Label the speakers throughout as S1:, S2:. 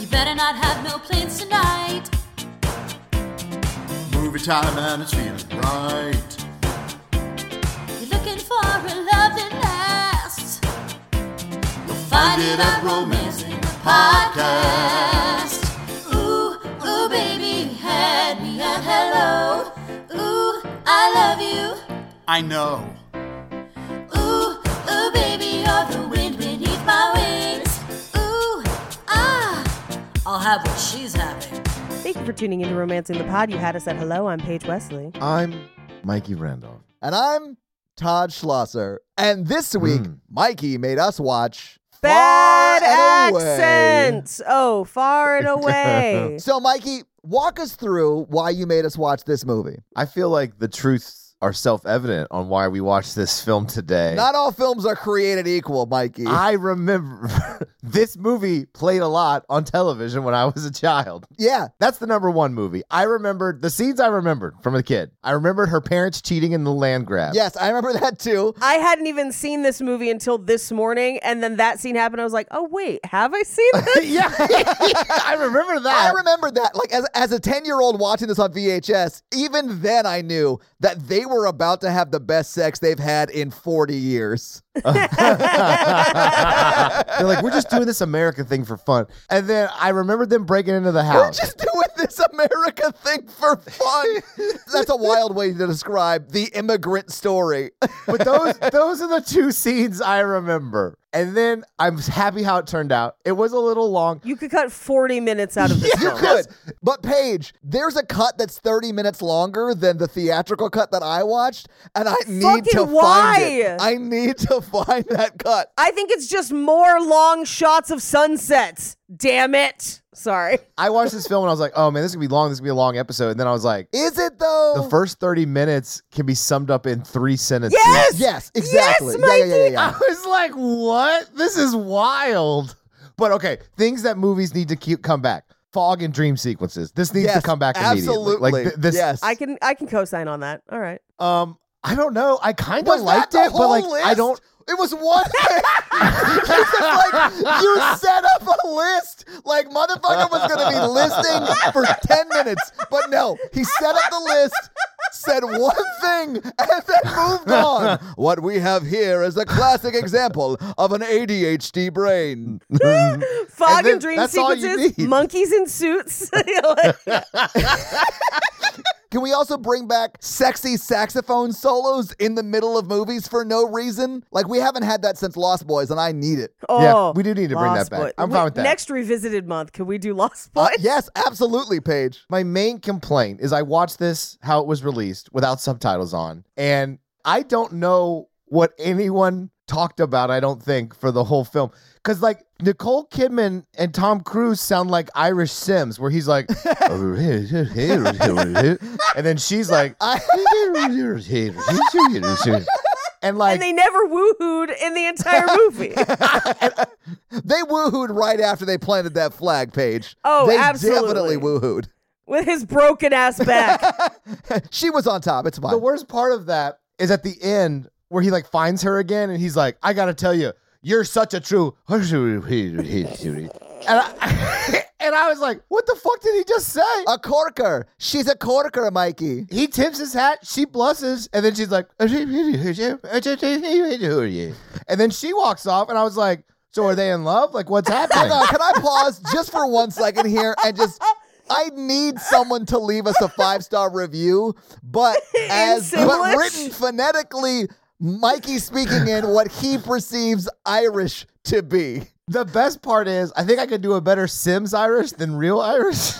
S1: You better not have no plans tonight.
S2: Movie time and it's feeling right.
S1: You're looking for a love that lasts.
S2: You'll
S1: Find it at Romance in the Podcast. Ooh, ooh, baby, you had me at hello. Ooh, I love you.
S2: I know.
S1: Ooh, ooh, baby, you're the wind beneath my wings. Ooh, ah, I'll have what she's having.
S3: Thank you for tuning in to Romance in the Pod. You had us at hello. I'm Paige Wesley.
S4: I'm Mikey Randolph.
S5: And I'm Todd Schlosser. And this week,
S4: Mm.
S5: Mikey made us watch
S3: Bad
S5: Far and Away.
S3: accent. Oh, far and away.
S5: So, Mikey, walk us through why you made us watch this movie.
S4: I feel like the truths are self evident on why we watched this film today.
S5: Not all films are created equal, Mikey.
S4: I remember this movie played a lot on television when I was a child.
S5: yeah.
S4: That's the number one movie. I remembered the scenes I remembered from a kid. I remembered her parents cheating in the land grab.
S5: Yes, I remember that too.
S3: I hadn't even seen this movie until this morning, and then that scene happened. I was like, "Oh wait, have I seen this?"
S4: yeah. I remember
S5: I
S4: that.
S5: remember that. Like, as, as a 10 year old watching this on VHS, even then I knew that they were about to have the best sex they've had in 40 years.
S4: They're like, we're just doing this America thing for fun. And then I remembered them breaking into the
S5: We're
S4: house.
S5: just doing this America thing for fun. That's a wild way to describe the immigrant story.
S4: but those those are the two scenes I remember. And then I'm happy how it turned out. It was a little long.
S3: you could cut forty minutes out of this.
S5: You
S3: film.
S5: could. But Paige, there's a cut that's 30 minutes longer than the theatrical cut that I watched, and I need to
S3: Fucking
S5: find it.
S3: why?
S5: I need to find that cut.
S3: I think it's just more long shots of sunsets. Damn it! Sorry.
S4: I watched this film and I was like, oh man, this is gonna be long. This is gonna be a long episode. And then I was like,
S5: Is it though?
S4: the first 30 minutes can be summed up in three sentences.
S3: Yes!
S5: yes, exactly. Yeah, yeah, yeah, yeah, yeah.
S4: I was like, what? This is wild. But okay, things that movies need to keep come back. Fog and dream sequences. This needs to
S5: Yes,
S4: come back immediately.
S5: absolutely.
S4: Like th- this.
S5: Yes.
S3: I can I can co-sign on that. All right.
S4: Um, I don't know. I kind of
S5: Was
S4: liked
S5: that the
S4: it, but like
S5: whole
S4: I
S5: list?
S4: don't.
S5: It was one. It's like you set up a list. Like motherfucker was gonna be listing for ten minutes, but no, he set up the list, said one thing, and then moved on. What we have here is a classic example of an ADHD brain.
S3: Fog and,
S4: then
S3: dream
S4: that's all you
S3: sequences.
S4: need.
S3: Monkeys in suits. You know, like-
S5: Can we also bring back sexy saxophone solos in the middle of movies for no reason? Like we haven't had that since Lost Boys, and I need it. Uh,
S3: oh,
S4: we do need to bring that
S3: Lost
S4: back.
S3: Boy.
S4: I'm
S3: We-
S4: fine with that.
S3: Next revisited month, can we do Lost Boy?
S5: Uh, yes, absolutely, Paige.
S4: My main complaint is I watched this how it was released without subtitles on, and I don't know what anyone talked about. I don't think for the whole film because like Nicole Kidman and Tom Cruise sound like Irish Sims, where he's like, and then she's like, and like
S3: and they never woohooed in the entire movie.
S5: They woohooed right after they planted that flag, Paige.
S3: Oh,
S5: they
S3: absolutely.
S5: definitely woohooed.
S3: With his broken ass back.
S5: She was on top. It's
S4: The
S5: fine.
S4: worst part of that is at the end where he like finds her again and he's like, I gotta tell you, you're such a true. And, I, And I was like, what the fuck did he just say? Uh,
S5: A corker. She's a corker, Mikey.
S4: he tips his hat, she blushes, and then she's like, and then she walks off, and I was like, so are they in love? Like, what's
S5: Hang on,
S4: happening?
S5: uh, can I pause just for one second here and just I need someone to leave us a five star review, but as but
S3: Simlish?
S5: written phonetically, Mikey speaking in what he perceives Irish to be.
S4: the best part is, I think I could do a better Sims Irish than real Irish.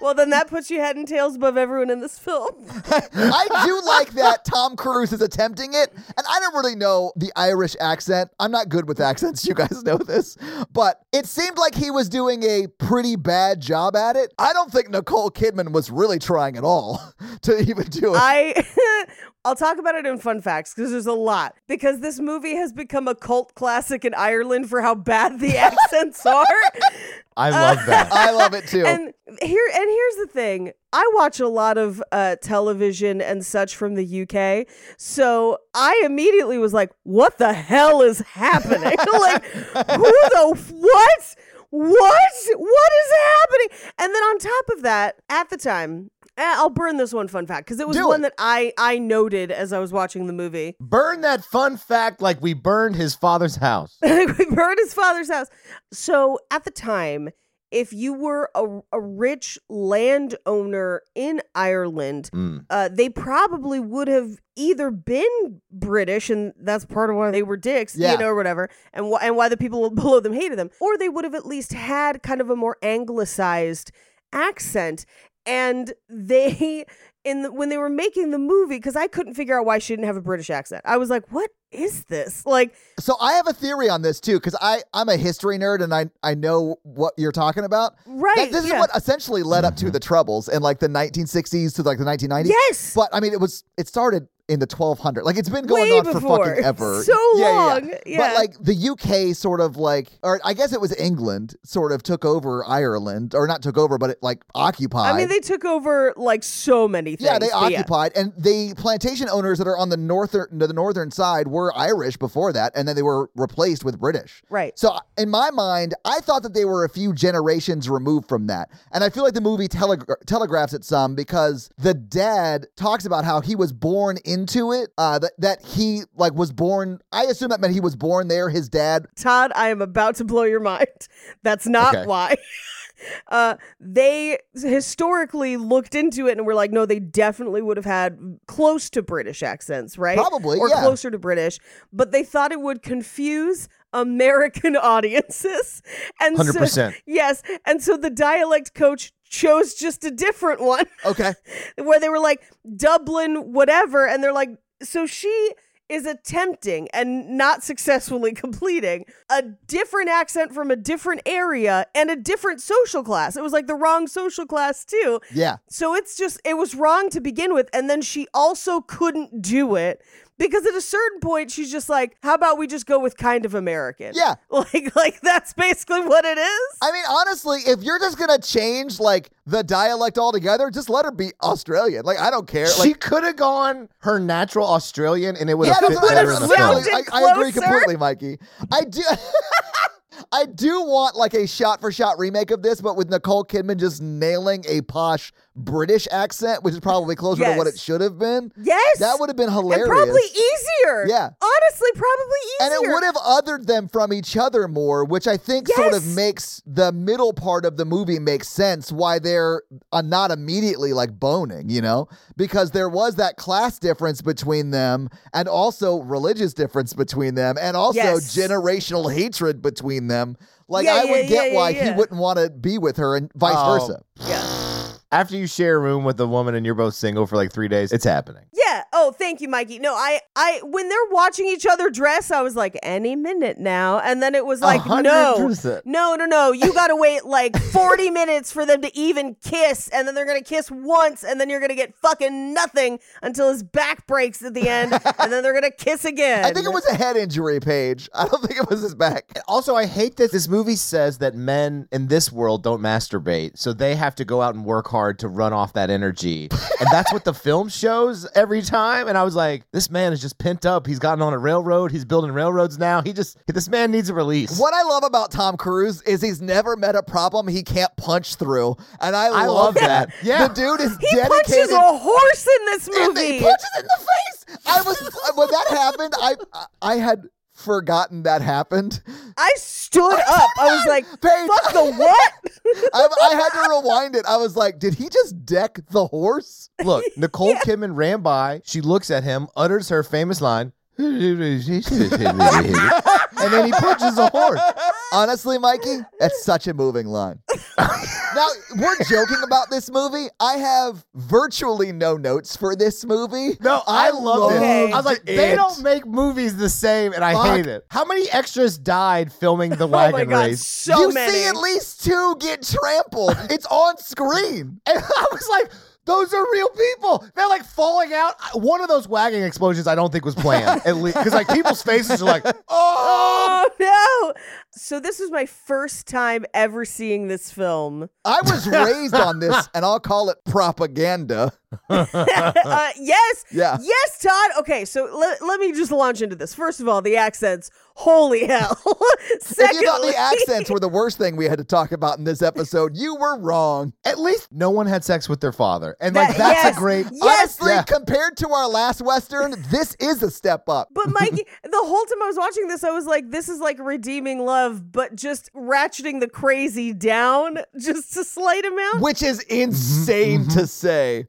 S3: Well, then that puts you head and tails above everyone in this film.
S5: I do like that Tom Cruise is attempting it, and I don't really know the Irish accent. I'm not good with accents, you guys know this, but it seemed like he was doing a pretty bad job at it. I don't think Nicole Kidman was really trying at all to even do it.
S3: I I'll talk about it in fun facts because there's a lot. Because this movie has become a cult classic in Ireland for how bad the accents are.
S4: I love that.
S5: I love it too.
S3: And here and here's the thing. I watch a lot of uh, television and such from the UK. So I immediately was like, what the hell is happening? like, who the what? What? What is happening? And then on top of that, at the time, eh, I'll burn this one fun fact because it was
S4: Do
S3: one that
S4: it.
S3: I I noted as I was watching the movie.
S4: Burn that fun fact like we burned his father's house.
S3: we burned his father's house. So at the time, if you were a, a rich landowner in Ireland,
S4: Mm.
S3: uh, they probably would have either been British, and that's part of why they were dicks,
S5: Yeah.
S3: you know, or whatever, and wh- and why the people below them hated them, or they would have at least had kind of a more anglicized accent. And they, in the, when they were making the movie, because I couldn't figure out why she didn't have a British accent, I was like, "What is this?" Like,
S5: so I have a theory on this too, because I I'm a history nerd and I I know what you're talking about.
S3: Right,
S5: That- this
S3: yeah.
S5: is what essentially led up
S4: Mm-hmm.
S5: to the troubles in like the 1960s to like the 1990s.
S3: Yes.
S5: But I mean, it was it started in the 1200. Like it's been going
S3: Way
S5: on for
S3: before.
S5: fucking ever.
S3: So long.
S5: But
S3: Yeah.
S5: like the UK sort of like, or I guess it was England sort of took over Ireland, or not took over, but it like occupied.
S3: I mean, they took over like so many things.
S5: Yeah, they
S3: but
S5: occupied, and the plantation owners that are on the northern the northern side were Irish before that, and then they were replaced with British.
S3: Right.
S5: So in my mind, I thought that they were a few generations removed from that, and I feel like the movie telegra- telegraphs it some because the dad talks about how he was born into it. Uh, that that he like was born. I assume that meant he was born there. His dad.
S3: Todd, I am about to blow your mind. That's not
S4: Okay.
S3: why. Uh, they historically looked into it and were like, no, they definitely would have had close to British accents, right?
S5: Probably,
S3: or
S5: yeah.
S3: closer to British, but they thought it would confuse American audiences, and so
S4: 100%.
S3: yes, and so the dialect coach chose just a different one.
S5: Okay.
S3: where they were like Dublin, whatever, and they're like, so she is attempting and not successfully completing a different accent from a different area and a different social class. It was like the wrong social class too.
S5: Yeah.
S3: So it's just it was wrong to begin with, and then she also couldn't do it because at a certain point she's just like, how about we just go with kind of American?
S5: Yeah.
S3: like like that's basically what it is.
S5: I mean, honestly, if you're just gonna change like the dialect altogether, just let her be Australian. Like, I don't care. Like,
S4: she could have gone her natural Australian and it would
S5: Yeah,
S4: have
S5: that's
S4: fit
S5: what
S4: better
S5: I'm
S4: in the
S5: saying.
S4: film.
S3: sounded
S5: I, I agree
S3: closer.
S5: completely, Mikey. I do. I do want like a shot for shot remake of this, but with Nicole Kidman just nailing a posh British accent, which is probably closer to what
S3: Yes.
S5: it should have been.
S3: Yes.
S5: That would have been hilarious.
S3: And probably easier.
S5: Yeah.
S3: Honestly, probably
S5: And
S3: easier.
S5: it would have othered them from each other more, which I think sort of
S3: Yes.
S5: makes the middle part of the movie make sense why they're uh, not immediately like boning, you know? Because there was that class difference between them and also religious difference between them and also
S3: Yes.
S5: generational hatred between them. Like,
S3: Yeah,
S5: I
S3: yeah,
S5: would get
S3: yeah, yeah,
S5: why he
S3: yeah.
S5: wouldn't want to be with her and vice
S4: Oh.
S5: versa.
S4: Um, After you share a room with a woman and you're both single for like three days, it's happening.
S3: Yeah. Oh, thank you, Mikey. No, I, I, when they're watching each other dress, I was like, any minute now. And then it was like, no,
S4: 100%.
S3: no, no, no. You got to wait like 40 minutes for them to even kiss. And then they're going to kiss once. And then you're going to get fucking nothing until his back breaks at the end. and then they're going to kiss again.
S5: I think it was a head injury, Paige. I don't think it was his back.
S4: Also, I hate that this movie says that men in this world don't masturbate, so they have to go out and work hard to run off that energy. and that's what the film shows every every time. And I was like, this man is just pent up. He's gotten on a railroad. He's building railroads now. He just, this man needs a release.
S5: What I love about Tom Cruise is he's never met a problem he can't punch through, and I,
S4: I love that. Yeah.
S5: the dude is
S3: He punches
S5: dedicated.
S3: a horse in this
S5: and he
S3: movie.
S5: punches in the face. I was when that happened. I I had forgotten that happened.
S3: I
S5: Oh,
S3: stood up. I was like,
S5: Paige,
S3: fuck the what?
S5: I, I had to rewind it. I was like, did he just deck the horse?
S4: Look, Nicole Kidman ran by. She looks at him, utters her famous line, and then he punches a horse.
S5: Honestly, Mikey, that's such a moving line. now, we're joking about this movie. I have virtually no notes for this movie.
S4: No, I, love it. I was like, they
S5: it.
S4: don't make movies the same, and I
S5: Fuck.
S4: hate it. How many extras died filming the
S3: Oh
S4: wagon
S3: my god,
S4: race?
S3: so
S5: you
S3: many.
S5: see at least two get trampled. it's on screen.
S4: And I was like, those are real people. They're like falling out. One of those wagon explosions, I don't think was planned, at least because like people's faces are like, oh.
S3: Oh no! So this was my first time ever seeing this film.
S5: I was raised on this, and I'll call it propaganda.
S3: uh, yes.
S5: Yeah.
S3: Yes, Todd. Okay, so le- let me just launch into this. First of all, the accents. Holy hell.
S5: If
S3: Secondly,
S5: you thought the accents were the worst thing we had to talk about in this episode, you were wrong.
S4: At least no one had sex with their father, and like
S3: That-
S4: that's
S3: yes.
S4: a great.
S3: Yes.
S5: Honestly,
S4: Yeah.
S5: compared to our last Western, this is a step up.
S3: But Mikey, the whole time I was watching this, I was like, this is like redeeming love, but just ratcheting the crazy down just a slight amount.
S5: Which is
S3: Mm-hmm,
S5: insane to say.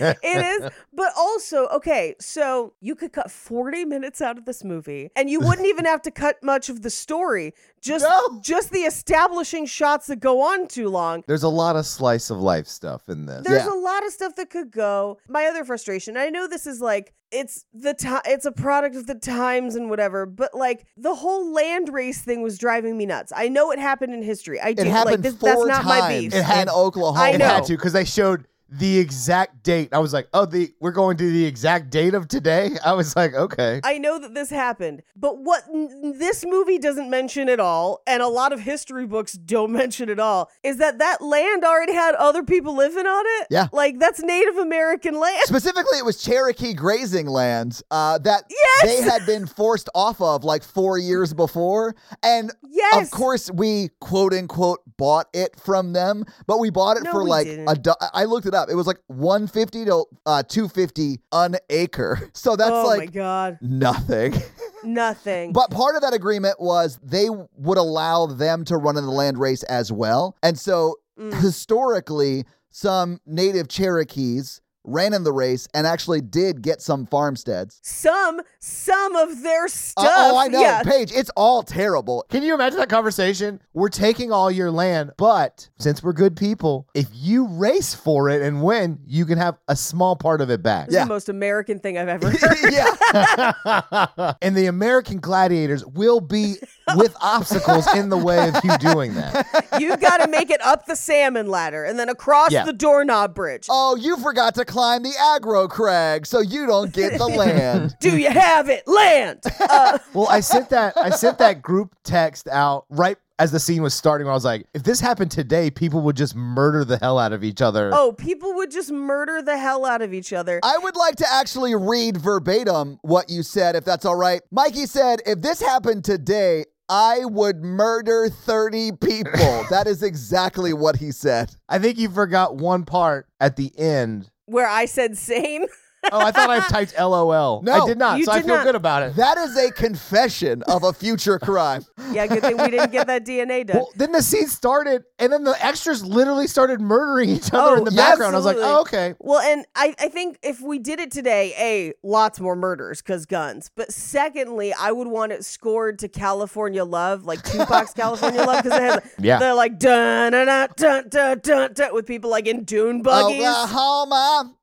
S3: it is. But also, okay, so you could cut 40 minutes out of this movie and you wouldn't even have to cut much of the story. Just
S5: No.
S3: just the establishing shots that go on too long.
S4: There's a lot of slice of life stuff in this.
S3: There's
S5: Yeah.
S3: a lot of stuff that could go. My other frustration, I know this is like it's the time it's a product of the times and whatever, but like the whole land race thing was driving me nuts. I know it happened in history. I do
S5: It happened
S3: like this,
S5: four
S3: that's not my
S5: times
S3: beef.
S5: in
S4: And-
S5: Oklahoma.
S3: I
S4: It
S3: know.
S4: had to because they showed the exact date. I was like, oh, the we're going to the exact date of today. I was like, okay.
S3: I know that this happened, but what n- this movie doesn't mention at all, and a lot of history books don't mention at all, is that that land already had other people living on it.
S5: Yeah.
S3: like that's Native American land.
S5: Specifically, it was Cherokee grazing lands uh, that
S3: Yes!
S5: they had been forced off of like four years before. And
S3: Yes,
S5: of course, we quote unquote bought it from them, but we bought it
S3: No,
S5: for
S3: we
S5: like
S3: didn't.
S5: a. du- I looked it up. It was like 150 to uh, 250 an acre. So that's
S3: oh my
S5: like
S3: god,
S5: nothing.
S3: nothing.
S5: But part of that agreement was they would allow them to run in the land race as well. And so
S3: Mm.
S5: historically, some native Cherokees ran in the race and actually did get some farmsteads.
S3: some some of their stuff.
S5: Uh, oh, I know,
S3: Yeah.
S5: Paige, it's all terrible.
S4: Can you imagine that conversation? We're taking all your land, but since we're good people, if you race for it and win, you can have a small part of it back.
S3: This is the most American thing I've ever heard.
S5: yeah.
S4: and the American gladiators will be with obstacles in the way of you doing that.
S3: You've got to make it up the salmon ladder and then across
S4: Yeah.
S3: the doorknob bridge.
S5: Oh, you forgot to climb the aggro crag, so you don't get the land.
S3: Do you have it? Land. Uh,
S4: Well, I sent that I sent that group text out right as the scene was starting. Where I was like, if this happened today, people would just murder the hell out of each other.
S3: oh, people would just murder the hell out of each other.
S5: I would like to actually read verbatim what you said, if that's all right. Mikey said, if this happened today, I would murder 30 people. that is exactly what he said.
S4: I think you forgot one part at the end.
S3: Where I said same.
S4: Oh, I thought I typed LOL.
S5: No,
S4: I did not,
S3: you
S4: so I
S3: did
S4: feel
S3: not.
S4: good about it.
S5: That is a confession of a future crime.
S3: Yeah, good thing we didn't get that DNA done.
S4: Well, then the scene started, and then the extras literally started murdering each other in the background. I was like,
S3: Oh, absolutely.
S4: oh, okay.
S3: Well, and I, I think if we did it today, A, lots more murders because guns. But secondly, I would want it scored to California Love, like Tupac's California Love, because it has
S4: Yeah.
S3: they're like dun dun dun dun dun dun dun with people like in
S4: Oh,
S3: dune buggies.
S5: Oklahoma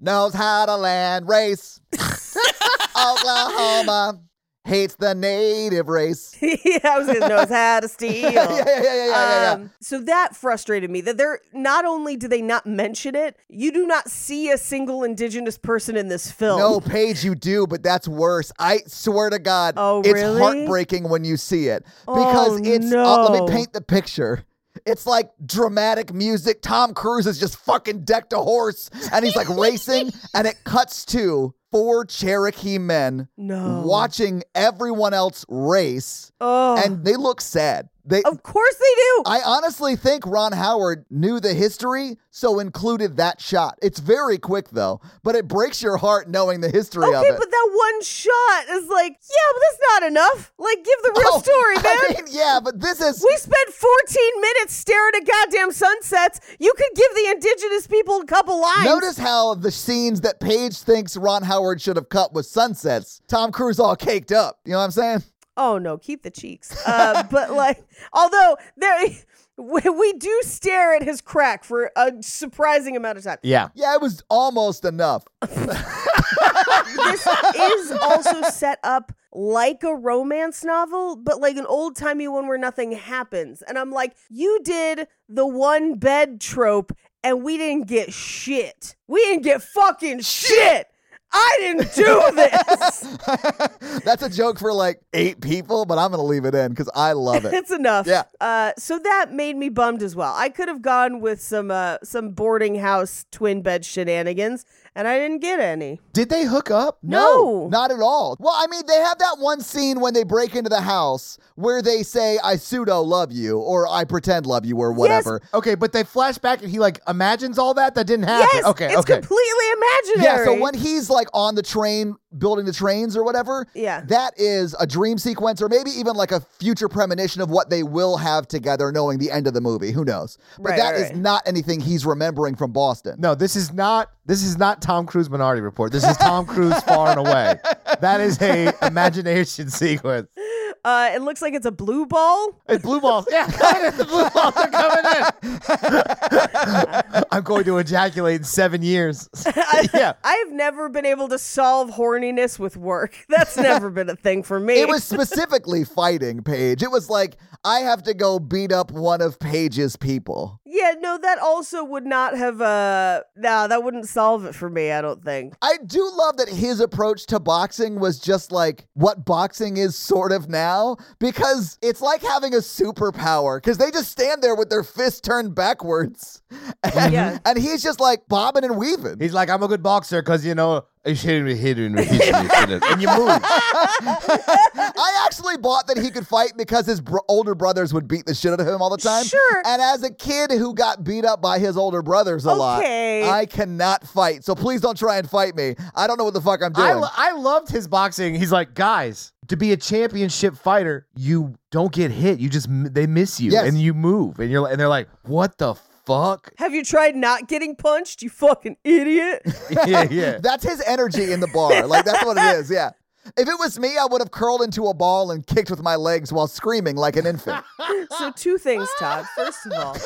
S5: knows how to land race. Oklahoma hates the native race.
S3: yeah, I was gonna knows how to steal.
S5: Yeah, yeah, yeah, yeah, yeah, yeah.
S3: Um, so that frustrated me that they're not only do they not mention it, you do not see a single indigenous person in this film.
S5: No, Paige, you do, but that's worse. I swear to God,
S3: Oh,
S5: it's
S3: really?
S5: heartbreaking when you see it because
S3: Oh,
S5: it's. uh, let
S3: no.
S5: me paint the picture. It's like dramatic music. Tom Cruise has just fucking decked a horse and he's like racing, and it cuts to four Cherokee men
S3: No.
S5: watching everyone else race,
S3: Oh.
S5: and they look sad. They
S3: Of course they do.
S5: I honestly think Ron Howard knew the history, so included that shot. It's very quick though, but it breaks your heart knowing the history of
S3: okay,
S5: it.
S3: but that one shot is like, yeah, but that's not enough. Like, give the real
S5: Oh,
S3: story, man.
S5: I mean, yeah, but this is
S3: we spent 14 minutes staring at goddamn sunsets. You could give the indigenous people a couple lines.
S5: Notice how the scenes that Paige thinks Ron Howard should have cut with sunsets. Tom Cruise all caked up. You know what I'm saying?
S3: oh no, keep the cheeks. Uh, but like, although there, we, we do stare at his crack for a surprising amount of time.
S4: Yeah.
S5: Yeah, it was almost enough.
S3: this is also set up like a romance novel, but like an old timey one where nothing happens. And I'm like, you did the one bed trope, and we didn't get shit. We didn't get fucking shit. I didn't do this.
S5: That's a joke for like eight people, but I'm gonna leave it in because I love it.
S3: it's enough.
S5: Yeah.
S3: Uh, so that made me bummed as well. I could have gone with some uh, some boarding house twin bed shenanigans, and I didn't get any.
S4: Did they hook up?
S3: No.
S5: Not at all. Well, I mean, they have that one scene when they break into the house where they say, I pseudo love you or I pretend love you or whatever.
S4: Okay, but they flash back and he like imagines all that that didn't happen.
S3: Yes,
S4: okay,
S3: it's
S4: okay.
S3: completely
S5: Yeah,
S3: imaginary.
S5: so when he's like on the train building the trains or whatever,
S3: Yeah.
S5: that is a dream sequence or maybe even like a future premonition of what they will have together knowing the end of the movie. Who knows? But
S3: Right,
S5: that
S3: right,
S5: is
S3: right.
S5: not anything he's remembering from Boston.
S4: no, this is not this is not Tom Cruise Minority Report. This is Tom Cruise Far and Away. That is a imagination sequence.
S3: uh, it looks like it's a blue ball.
S4: It's blue balls. Yeah, the blue balls are coming in. I'm going to ejaculate in seven years. yeah.
S3: I've never been able to solve horniness with work. That's never been a thing for me.
S5: It was specifically fighting Paige. It was like, I have to go beat up one of Paige's people.
S3: yeah, no, that also would not have uh nah, that wouldn't solve it for me, I don't think.
S5: I do love that his approach to boxing was just like what boxing is sort of now because it's like having a superpower because they just stand there with their fists turned backwards. And,
S3: Yeah.
S5: and he's just like bobbing and weaving.
S4: He's like, I'm a good boxer because, you know, he's hitting me, hitting me, hitting me, hitting me. And you move.
S5: I actually bought that he could fight because his bro- older brothers would beat the shit out of him all the time.
S3: Sure.
S5: And as a kid who got beat up by his older brothers a lot,
S3: Okay.
S5: I cannot fight. So please don't try and fight me. I don't know what the fuck I'm doing.
S4: I, lo- I loved his boxing. He's like, guys, to be a championship fighter, you don't get hit. You just m- they miss you
S5: Yes.
S4: and you move and you're li- and they're like, what the fuck?
S3: Have you tried not getting punched, you fucking idiot?
S4: yeah, yeah.
S5: That's his energy in the bar. Like that's what it is. Yeah. If it was me, I would have curled into a ball and kicked with my legs while screaming like an infant.
S3: so two things, Todd. First of all,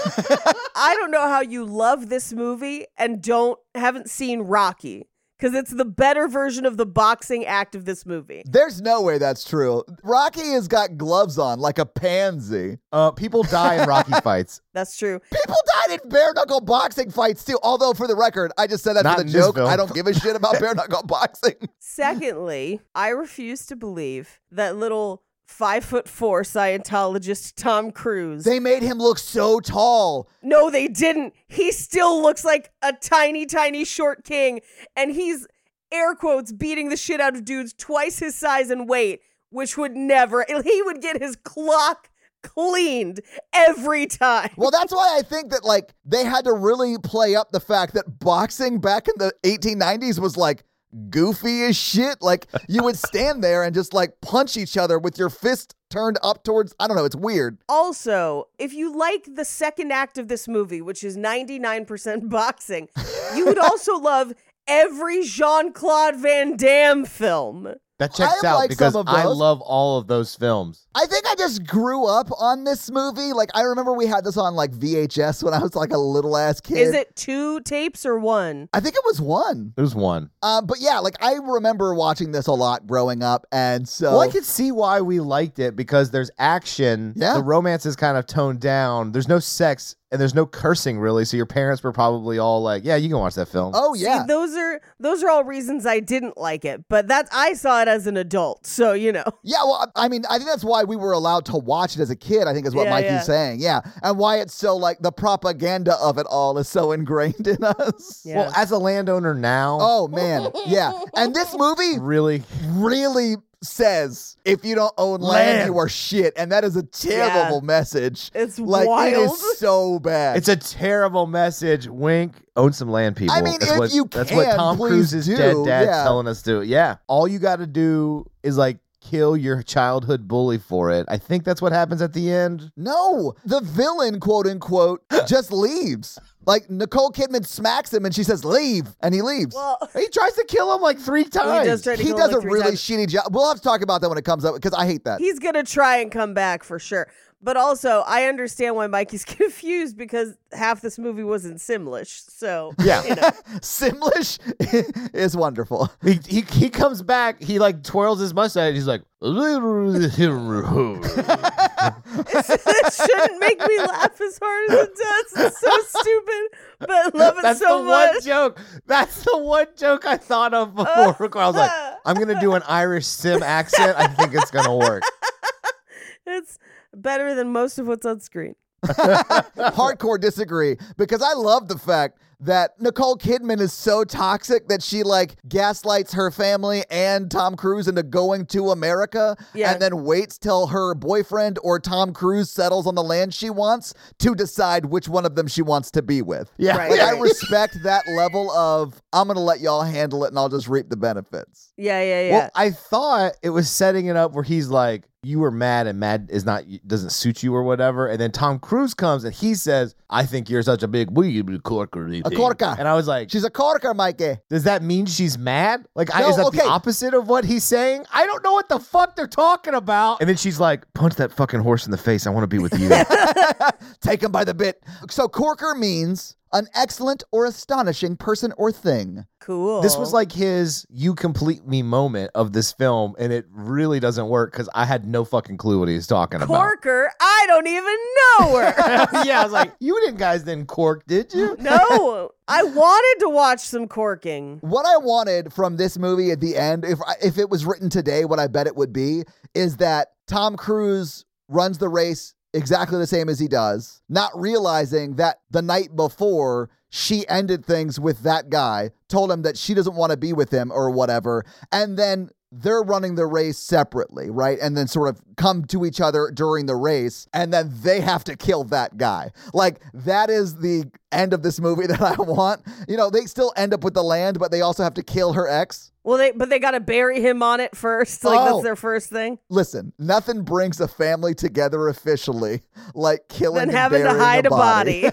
S3: I don't know how you love this movie and don't haven't seen Rocky. Because it's the better version of the boxing act of this movie.
S5: There's no way that's true. Rocky has got gloves on like a pansy.
S4: Uh, people die in Rocky fights.
S3: That's true.
S5: People died in bare knuckle boxing fights too. Although for the record, I just said that
S4: Not
S5: for
S4: in
S5: the
S4: this
S5: joke.
S4: film.
S5: I don't give a shit about bare knuckle boxing.
S3: Secondly, I refuse to believe that little five foot four Scientologist Tom Cruise.
S5: They made him look so tall.
S3: no, they didn't. He still looks like a tiny, tiny short king, and he's air quotes beating the shit out of dudes twice his size and weight, which would never. He would get his clock cleaned every time.
S5: Well, that's why I think that like they had to really play up the fact that boxing back in the 1890s was like goofy as shit. Like you would stand there and just like punch each other with your fist turned up towards I don't know, it's weird.
S3: Also, if you like the second act of this movie, which is 99% boxing, you would also love every Jean Claude Van Damme film.
S4: That
S5: I
S4: checks
S5: have
S4: out
S5: liked
S4: because
S5: some of
S4: I
S5: those.
S4: love all of those films.
S5: I think I just grew up on this movie. Like I remember we had this on like VHS when I was like a little ass kid.
S3: Is it two tapes or one?
S5: I think it was one.
S4: There's one.
S5: Uh, but yeah, like I remember watching this a lot growing up and so
S4: Well, I could see why we liked it because there's action.
S5: Yeah.
S4: The romance is kind of toned down. There's no sex and there's no cursing really. So your parents were probably all like, "Yeah, you can watch that film."
S5: Oh yeah.
S3: See, those are those are all reasons I didn't like it, but that I saw it as an adult, so you know.
S5: Yeah, well, I I mean, I think that's why we were allowed to watch it as a kid. I think is what
S3: Yeah,
S5: Mikey's
S3: yeah.
S5: saying. Yeah, and why it's so like the propaganda of it all is so ingrained in us.
S3: Yeah.
S4: Well, as a landowner now,
S5: Oh man, yeah. And this movie
S4: really,
S5: really says if you don't own land,
S4: Land.
S5: you are shit, and that is a terrible message.
S3: It's
S5: like it
S3: wild.
S5: is so bad.
S4: it's a terrible message. Wink. Own some land, people.
S5: I mean,
S4: that's
S5: if
S4: what,
S5: you
S4: that's what
S5: can,
S4: Tom
S5: please
S4: Cruise's
S5: do,
S4: dead dad's
S5: yeah.
S4: telling us to. Yeah, all you got to do is like kill your childhood bully for it. I think that's what happens at the end.
S5: No, the villain, quote unquote, just leaves. Like Nicole Kidman smacks him and she says, leave. And he leaves.
S3: Well,
S4: He tries to kill him like three times.
S3: does try to
S5: he
S3: kill him
S5: does
S3: like
S5: a
S3: three
S5: really
S3: times.
S5: shitty job. We'll have to talk about that when it comes up because I hate that.
S3: he's gonna try and come back for sure. But also, I understand why Mikey's confused because half this movie was in Simlish. So
S4: Yeah.
S5: Simlish is wonderful.
S4: He, he he comes back. He like twirls his mustache. He's like,
S3: it shouldn't make me laugh as hard as it does. It's so stupid, but I love it
S4: that's
S3: so
S4: the
S3: much.
S4: one joke. That's the one joke I thought of before. I was like, I'm gonna do an Irish sim accent. I think it's gonna work.
S3: It's better than most of what's on screen.
S5: Hardcore disagree because I love the fact that Nicole Kidman is so toxic that she like gaslights her family and Tom Cruise into going to America
S3: Yeah.
S5: and then waits till her boyfriend or Tom Cruise settles on the land she wants to decide which one of them she wants to be with.
S4: Yeah.
S3: Right.
S5: Like I respect that level of I'm gonna let y'all handle it and I'll just reap the benefits.
S3: Yeah, yeah, yeah.
S4: Well, I thought it was setting it up where he's like, "You were mad, and mad is not doesn't suit you or whatever." And then Tom Cruise comes and he says, "I think you're such a big weeb corker."
S5: A corker.
S4: And I was like,
S5: She's a corker, Mikey.
S4: Does that mean she's mad? Like, I,
S5: No,
S4: is that the
S5: okay.
S4: opposite of what he's saying? I don't know what the fuck they're talking about. And then she's like, punch that fucking horse in the face. I want to be with you.
S5: Take him by the bit. So corker means an excellent or astonishing person or thing.
S3: cool.
S4: this was like his you complete me moment of this film. And it really doesn't work because I had no fucking clue what he was talking
S3: Corker. I don't even know her.
S4: about. yeah, I was like, you didn't guys then cork, did you?
S3: no, I wanted to watch some corking.
S5: What I wanted from this movie at the end, if I- if it was written today, what I bet it would be is that Tom Cruise runs the race exactly the same as he does, not realizing that the night before she ended things with that guy, told him that she doesn't want to be with him or whatever, and then they're running the race separately, right? And then sort of come to each other during the race, and then they have to kill that guy. Like, that is the end of this movie that I want. You know, they still end up with the land, but they also have to kill her ex.
S3: Well, they but they got to bury him on it first. Like
S5: Oh.
S3: that's their first thing.
S5: Listen, nothing brings a family together officially like killing
S3: Then
S5: and
S3: having to
S5: burying
S3: hide
S5: a body.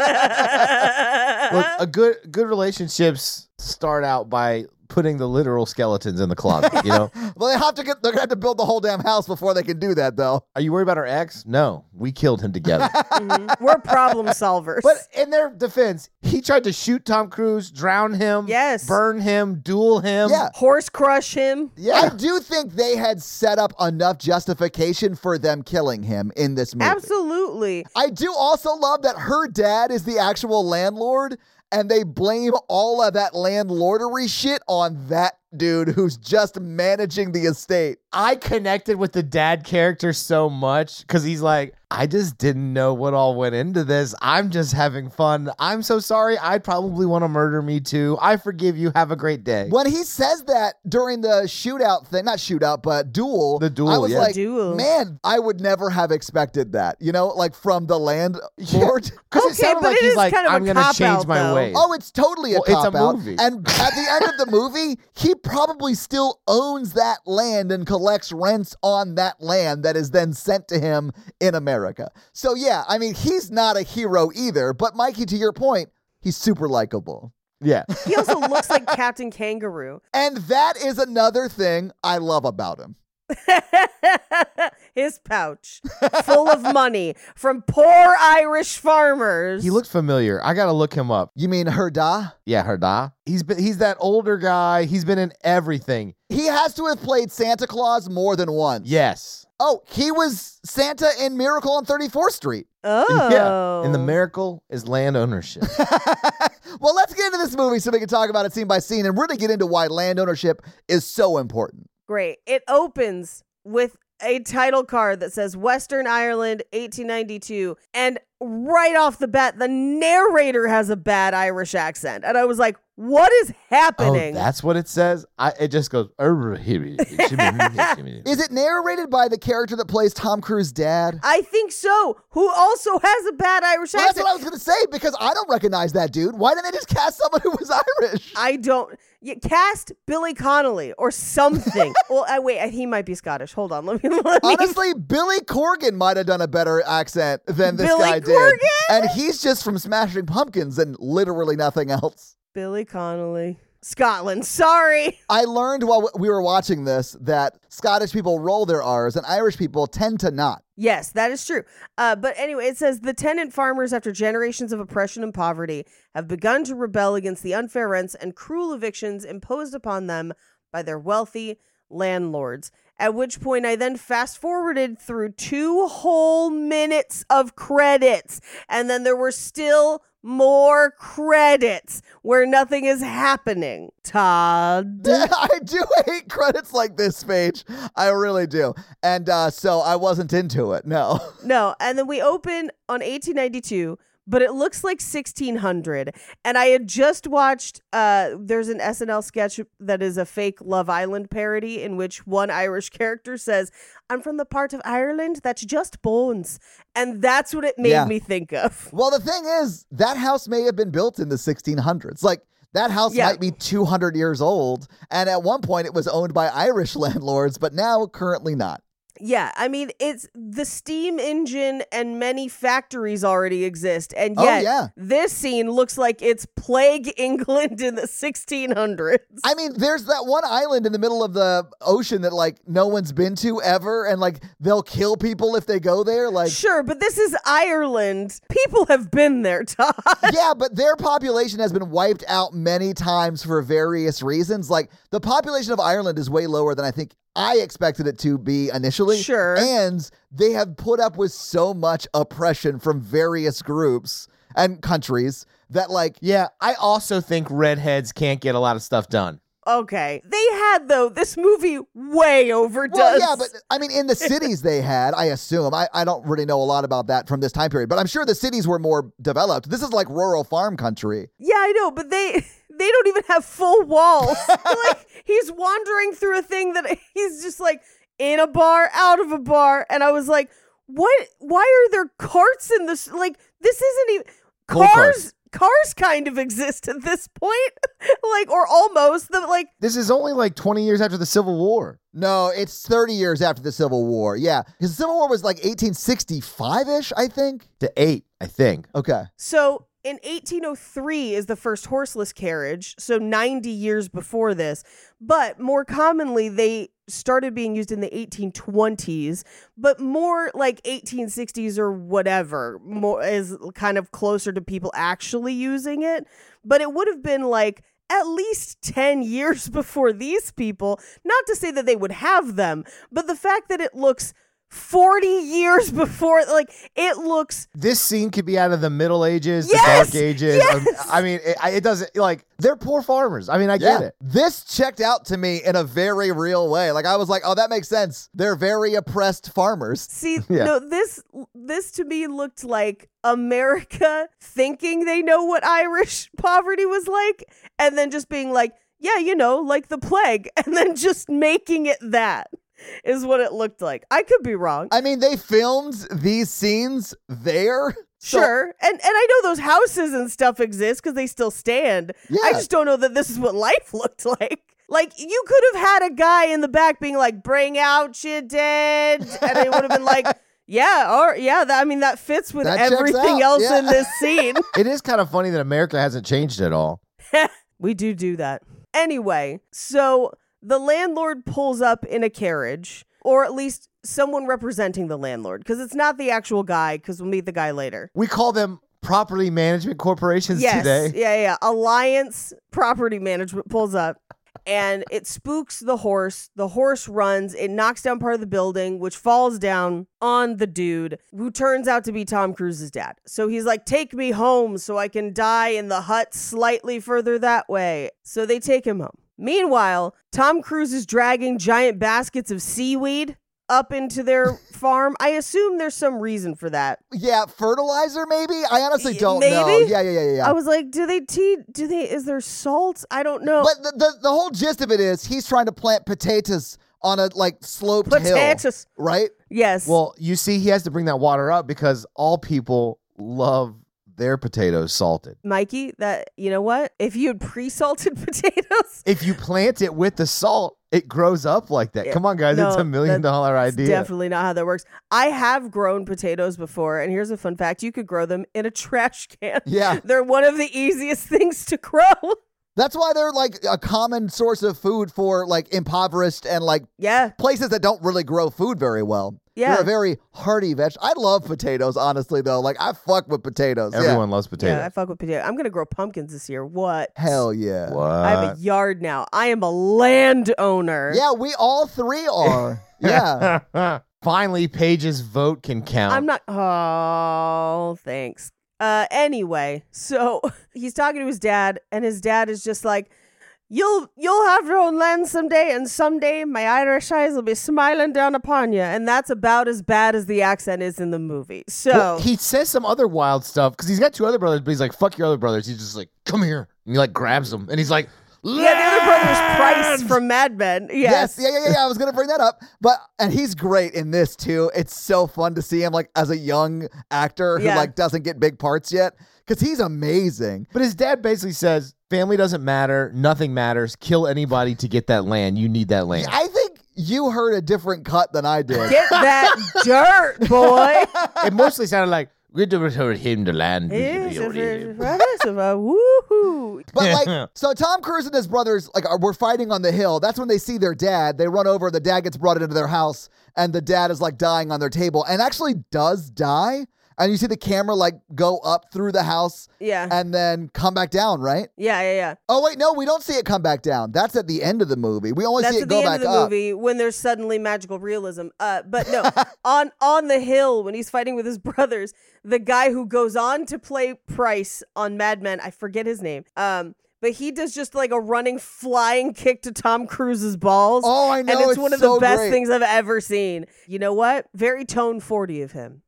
S4: Look,
S3: Yeah.
S4: a good good relationships start out by putting the literal skeletons in the closet, you know?
S5: well, they have to get. They're gonna have to build the whole damn house before they can do that, though.
S4: Are you worried about our ex? No, we killed him together.
S3: Mhm. We're problem solvers.
S4: uh, But in their defense, he tried to shoot Tom Cruise, drown him,
S3: Yes.
S4: burn him, duel him.
S5: Yeah.
S3: Horse crush him.
S5: Yeah, I do think they had set up enough justification for them killing him in this movie.
S3: Absolutely.
S5: I do also love that her dad is the actual landlord, and they blame all of that landlordery shit on that dude who's just managing the estate.
S4: I connected with the dad character so much because he's like, I just didn't know what all went into this. I'm just having fun. I'm so sorry. I'd probably want to murder me too. I forgive you. Have a great day.
S5: When he says that during the shootout thing, not shootout, but duel,
S4: The duel,
S5: I was
S4: yeah.
S5: like,
S3: Duel.
S5: man, I would never have expected that. You know, like from the landlord.
S4: Because it
S3: Okay,
S4: sounded
S3: but
S4: like
S3: it
S4: he's
S3: is
S4: like,
S3: kind of a
S4: I'm going to
S3: cop-out,
S4: change my
S3: though.
S4: ways.
S5: Oh, it's totally a
S4: Well, it's a
S5: cop out.
S4: movie.
S5: And at the end of the movie, he probably still owns that land and collects rents on that land that is then sent to him in America. So yeah, I mean, he's not a hero either. But Mikey, to your point, he's super likable.
S4: yeah.
S3: He also looks like Captain Kangaroo.
S5: And that is another thing I love about him.
S3: His pouch full of money from poor Irish farmers.
S4: He looked familiar. I got to look him up.
S5: You mean Herda?
S4: Yeah, Herda. He's been he's that older guy. He's been in everything.
S5: He has to have played Santa Claus more than once.
S4: Yes.
S5: Oh, he was Santa in Miracle on 34th Street.
S3: Oh.
S4: And the miracle is land ownership.
S5: well, let's get into this movie so we can talk about it scene by scene and really get into why land ownership is so important.
S3: Oh, Great. It opens with a title card that says Western Ireland 1892. And right off the bat, the narrator has a bad Irish accent. And I was like, what is
S4: oh,
S3: happening?
S4: that's what it says. I it just goes.
S5: Is it narrated by the character that plays Tom Cruise's dad?
S3: I think so. Who also has a bad Irish
S5: Well, that's
S3: accent?
S5: what I was going to say because I don't recognize that dude. Why didn't they just cast someone who was Irish?
S3: I don't you cast Billy Connolly or something. well, I, wait, I- he might be Scottish. Hold on, let me. Let me
S5: Honestly, Billy Corgan might have done a better accent than this
S3: Billy
S5: guy did.
S3: Corgan?
S5: And he's just from Smashing Pumpkins and literally nothing else.
S3: Billy Connolly, Scotland. Sorry.
S5: I learned while we were watching this that Scottish people roll their R's and Irish people tend to not.
S3: Yes, that is true. Uh, but anyway, it says the tenant farmers, after generations of oppression and poverty, have begun to rebel against the unfair rents and cruel evictions imposed upon them by their wealthy landlords. At which point, I then fast forwarded through two whole minutes of credits, and then there were still more credits where nothing is happening. Todd.
S5: I do hate credits like this, Paige. I really do. And uh, so I wasn't into it. No.
S3: No, and then we open on 1892, but it looks like 1600. And I had just watched uh there's an SNL sketch that is a fake Love Island parody in which one Irish character says, "I'm from the part of Ireland that's just bones." And that's what it made
S5: Yeah.
S3: me think of.
S5: Well, the thing is, that house may have been built in the 1600s. Like, that house
S3: Yeah.
S5: might be 200 years old. And at one point, it was owned by Irish landlords, but now currently not.
S3: Yeah, I mean, it's the steam engine and many factories already exist. And
S5: Oh,
S3: yet
S5: yeah.
S3: this scene looks like it's plague England in the 1600s.
S5: I mean, there's that one island in the middle of the ocean that, like, no one's been to ever. And, like, they'll kill people if they go there. Like,
S3: Sure, but this is Ireland. People have been there, Todd.
S5: yeah, but their population has been wiped out many times for various reasons. Like the population of Ireland is way lower than I think I expected it to be initially.
S3: Sure.
S5: And they have put up with so much oppression from various groups and countries that like
S4: yeah, I also think redheads can't get a lot of stuff done.
S3: Okay. They had, though, this movie way
S5: well,
S3: overdoes.
S5: yeah, but I mean, in the cities they had, I assume. I, I don't really know a lot about that from this time period, but I'm sure the cities were more developed. This is like rural farm country.
S3: Yeah, I know, but they they don't even have full walls. like, he's wandering through a thing that he's just like in a bar, out of a bar. And I was like, what? Why are there carts in this? Like, this isn't even.
S4: Coal
S3: Cars.
S4: carts.
S3: Cars kind of exist at this point, like or almost. The, like
S4: This is only like 20 years after the Civil War.
S5: No, it's 30 years after the Civil War. Yeah. Because the Civil War was like 1865 ish, I think.
S4: To eight, I think.
S5: Okay.
S3: So in 1803 is the first horseless carriage, so 90 years before this. But more commonly, they started being used in the 1820s, but more like 1860s or whatever, more is kind of closer to people actually using it. But it would have been like at least 10 years before these people, not to say that they would have them, but the fact that it looks 40 years before, like it looks
S4: This scene could be out of the Middle Ages,
S3: Yes!
S4: the Dark Ages.
S3: Yes!
S4: Um, I mean, it, I- it doesn't, like, they're poor farmers. I mean, I get it.
S5: This checked out to me in a very real way. Like, I was like, oh, that makes sense. They're very oppressed farmers.
S3: See,
S4: Yeah.
S3: no, this this to me looked like America thinking they know what Irish poverty was like, and then just being like, yeah, you know, like the plague, and then just making it that is what it looked like. I could be wrong.
S5: I mean, they filmed these scenes there. So-
S3: sure. And and I know those houses and stuff exist because they still stand. I
S5: Yeah.
S3: just don't know that this is what life looked like. Like you could have had a guy in the back being like, "Bring out your dead," and it would have been like, "Yeah, or yeah." That, I mean, that fits with
S5: That checks
S3: everything
S5: out,
S3: else
S5: yeah.
S3: in this scene.
S4: It is kind of funny that America hasn't changed at all.
S3: we do do that anyway. So the landlord pulls up in a carriage, or at least someone representing the landlord, because it's not the actual guy. Because we'll meet the guy later.
S4: We call them property management corporations
S3: yes.
S4: today.
S3: Yeah, yeah. Alliance Property Management pulls up. and it spooks the horse. The horse runs, it knocks down part of the building, which falls down on the dude, who turns out to be Tom Cruise's dad. So he's like, Take me home so I can die in the hut slightly further that way. So they take him home. Meanwhile, Tom Cruise is dragging giant baskets of seaweed up into their farm. I assume there's some reason for that.
S5: Yeah, fertilizer maybe? I honestly
S3: Y-
S5: don't know.
S3: maybe?
S5: Yeah, yeah, yeah, yeah, yeah.
S3: I was like, do they tea? Do they? Is there salt? I don't know.
S5: But the, the the whole gist of it is he's trying to plant potatoes on a like sloped
S3: Potatoes.
S5: hill, right?
S3: yes.
S4: Well, you see, he has to bring that water up because all people love their potatoes salted.
S3: Mikey, that you know what? If you had pre-salted potatoes,
S4: If you plant it with the salt, it grows up like that.
S3: Yeah.
S4: Come on, guys, it's
S3: No,
S4: a million
S3: that's
S4: dollar
S3: it's
S4: idea.
S3: definitely not how that works. I have grown potatoes before, and here's a fun fact: you could grow them in a trash can.
S5: Yeah.
S3: They're one of the easiest things to grow.
S5: That's why they're like a common source of food for like impoverished and like
S3: yeah.
S5: places that don't really grow food very well.
S3: Yeah.
S5: They're a very hearty vegetable. I love potatoes, honestly, though. Like, I fuck with potatoes.
S4: Everyone loves
S3: Yeah, I
S4: potatoes.
S3: fuck with potatoes. I'm gonna grow pumpkins this year. What?
S5: Yeah. Hell yeah.
S4: What?
S3: I have a yard now. I am a landowner.
S5: Yeah, we all three are. yeah.
S4: Finally, Paige's vote can count.
S3: I'm not. Oh, thanks. Uh, anyway, so he's talking to his dad, and his dad is just like, "You'll you'll have your own land someday, and someday my Irish eyes will be smiling down upon you." And that's about as bad as the accent is in the movie. So
S4: Well, he says some other wild stuff because he's got two other brothers, but he's like, "Fuck your other brothers." He's just like, "Come here," and he like grabs them, and he's like,
S3: yeah, the other brother was Price from Mad Men. Yes.
S5: Yes. Yeah, yeah, yeah, yeah. I was going to bring that up. But, and he's great in this too. It's so fun to see him like as a young actor who
S3: Yeah.
S5: like doesn't get big parts yet because he's amazing.
S4: But his dad basically says, "Family doesn't matter. Nothing matters. Kill anybody to get that land. You need that land."
S5: I think you heard a different cut than I did.
S3: Get that dirt, boy.
S4: it mostly sounded like we do return him the land.
S3: Yes, if it's- Woohoo.
S5: But like, so Tom Cruise and his brothers like are, were fighting on the hill. That's when they see their dad. They run over. The dad gets brought into their house, and the dad is like dying on their table, and actually does die. And you see the camera like go up through the house,
S3: Yeah.
S5: and then come back down, right?
S3: Yeah, yeah, yeah.
S5: Oh wait, no, we don't see it come back down. That's at the end of the movie. We only
S3: That's
S5: see it
S3: at
S5: go
S3: the end
S5: back
S3: of the
S5: up.
S3: movie when there's suddenly magical realism. Uh, but no, on on the hill when he's fighting with his brothers, the guy who goes on to play Price on Mad Men, I forget his name. Um, but he does just like a running flying kick to Tom Cruise's balls.
S5: Oh, I know,
S3: And it's,
S5: it's
S3: one of
S5: so
S3: the best
S5: great.
S3: things I've ever seen. You know what? Very tone forty of him.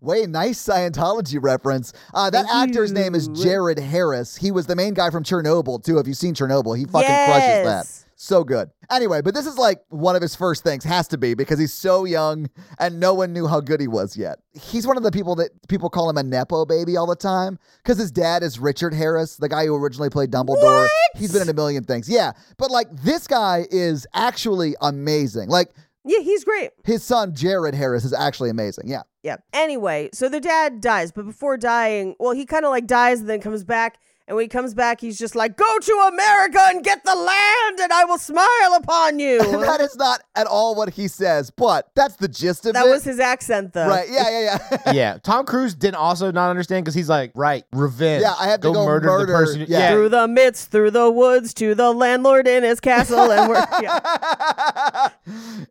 S5: Way nice Scientology reference. Uh, that
S3: Thank
S5: actor's name is
S3: you.
S5: Jared Harris. He was the main guy from Chernobyl too. If you've seen Chernobyl, he fucking crushes that.
S3: Yes.
S5: So good. Anyway, but this is like one of his first things, has to be, because he's so young and no one knew how good he was yet. He's one of the people that people call him a Nepo baby all the time because his dad is Richard Harris, the guy who originally played Dumbledore. He's been in a million things. Yeah. But like this guy is actually amazing. Like
S3: Yeah, he's great.
S5: his son, Jared Harris, is actually amazing. Yeah.
S3: Yeah. Anyway, so the dad dies, but before dying, well, he kind of like dies and then comes back. And when he comes back, he's just like, "Go to America and get the land, and I will smile upon you."
S5: that
S3: that
S5: is not at all what he says, but that's the gist of it.
S3: was his accent, though.
S5: Right. Yeah. Yeah. Yeah.
S4: yeah, Tom Cruise didn't also not understand because he's like, right, revenge.
S5: Yeah, I have to
S4: go
S5: go
S4: murder,
S5: murder-
S4: the person.
S5: yeah.
S3: Through the midst, through the woods, to the landlord in his castle, and we're yeah.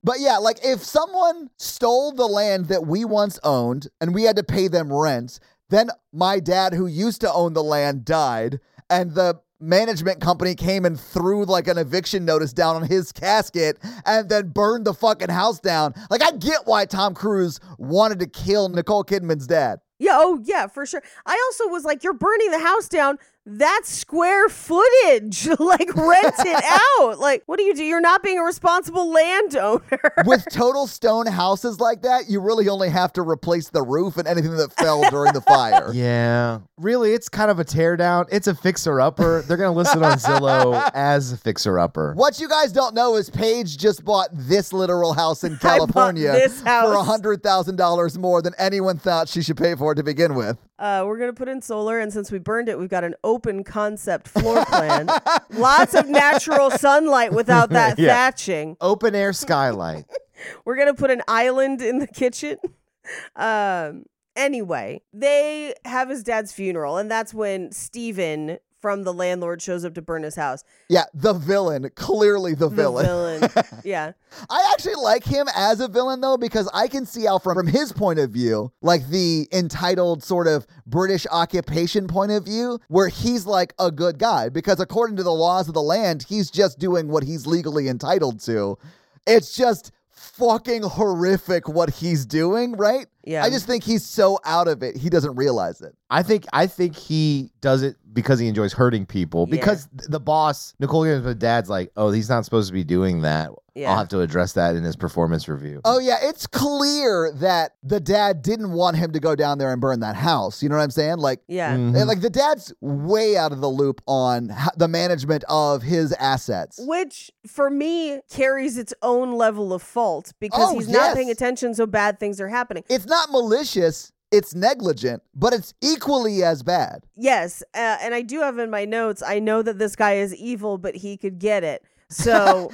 S5: but yeah, like if someone stole the land that we once owned and we had to pay them rent, then my dad, who used to own the land, died, and the management company came and threw like an eviction notice down on his casket and then burned the fucking house down. Like I get why Tom Cruise wanted to kill Nicole Kidman's dad.
S3: Yeah, oh yeah, for sure. I also was like, you're burning the house down. That's square footage. like rent it out. Like, what do you do? You're not being a responsible landowner.
S5: With total stone houses like that, you really only have to replace the roof and anything that fell during the fire.
S4: Yeah. Really, it's kind of a teardown. It's a fixer upper. They're going to list it on Zillow as a fixer upper.
S5: What you guys don't know is Paige just bought this literal house in
S3: bought
S5: California
S3: this house.
S5: for hundred thousand dollars more than anyone thought she should pay for it to begin with.
S3: Uh, we're gonna put in solar, and since we burned it, we've got an open concept floor plan. Lots of natural sunlight without that
S4: Yeah.
S3: thatching.
S4: Open air skylight.
S3: We're gonna put an island in the kitchen. Um, anyway, they have his dad's funeral, and that's when Steven from the landlord shows up to burn his house.
S5: Yeah, the villain. Clearly the
S3: The
S5: villain.
S3: villain. yeah.
S5: I actually like him as a villain though, because I can see how from, from his point of view, like the entitled sort of British occupation point of view, where he's like a good guy, because according to the laws of the land, he's just doing what he's legally entitled to. It's just fucking horrific what he's doing, right?
S3: Yeah.
S5: I just think he's so out of it, he doesn't realize it.
S4: I think I think he does it because he enjoys hurting people.
S3: Yeah.
S4: Because th- the boss, Nicole Kidman's dad's like, oh, he's not supposed to be doing that.
S3: Yeah.
S4: I'll have to address that in his performance review.
S5: Oh yeah, it's clear that the dad didn't want him to go down there and burn that house. You know what I'm saying? Like
S3: Yeah.
S4: Mhm.
S5: And, like the dad's way out of the loop on ho- the management of his assets.
S3: Which for me carries its own level of fault because
S5: Oh,
S3: he's
S5: yes.
S3: not paying attention, so bad things are happening.
S5: It's not malicious, it's negligent, but it's equally as bad.
S3: Yes, uh, and I do have in my notes. I know that this guy is evil, but he could get it. So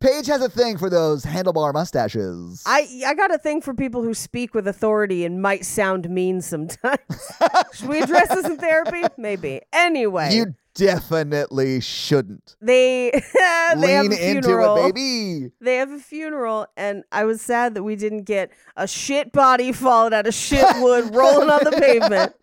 S5: Paige has a thing for those handlebar mustaches.
S3: I I got a thing for people who speak with authority and might sound mean sometimes. Should we address this in therapy? Maybe. Anyway,
S5: you definitely shouldn't.
S3: they they have
S5: Lean
S3: a
S5: into
S3: funeral.
S5: it, baby.
S3: They have a funeral, and I was sad that we didn't get a shit body falling out of shit wood rolling on the pavement.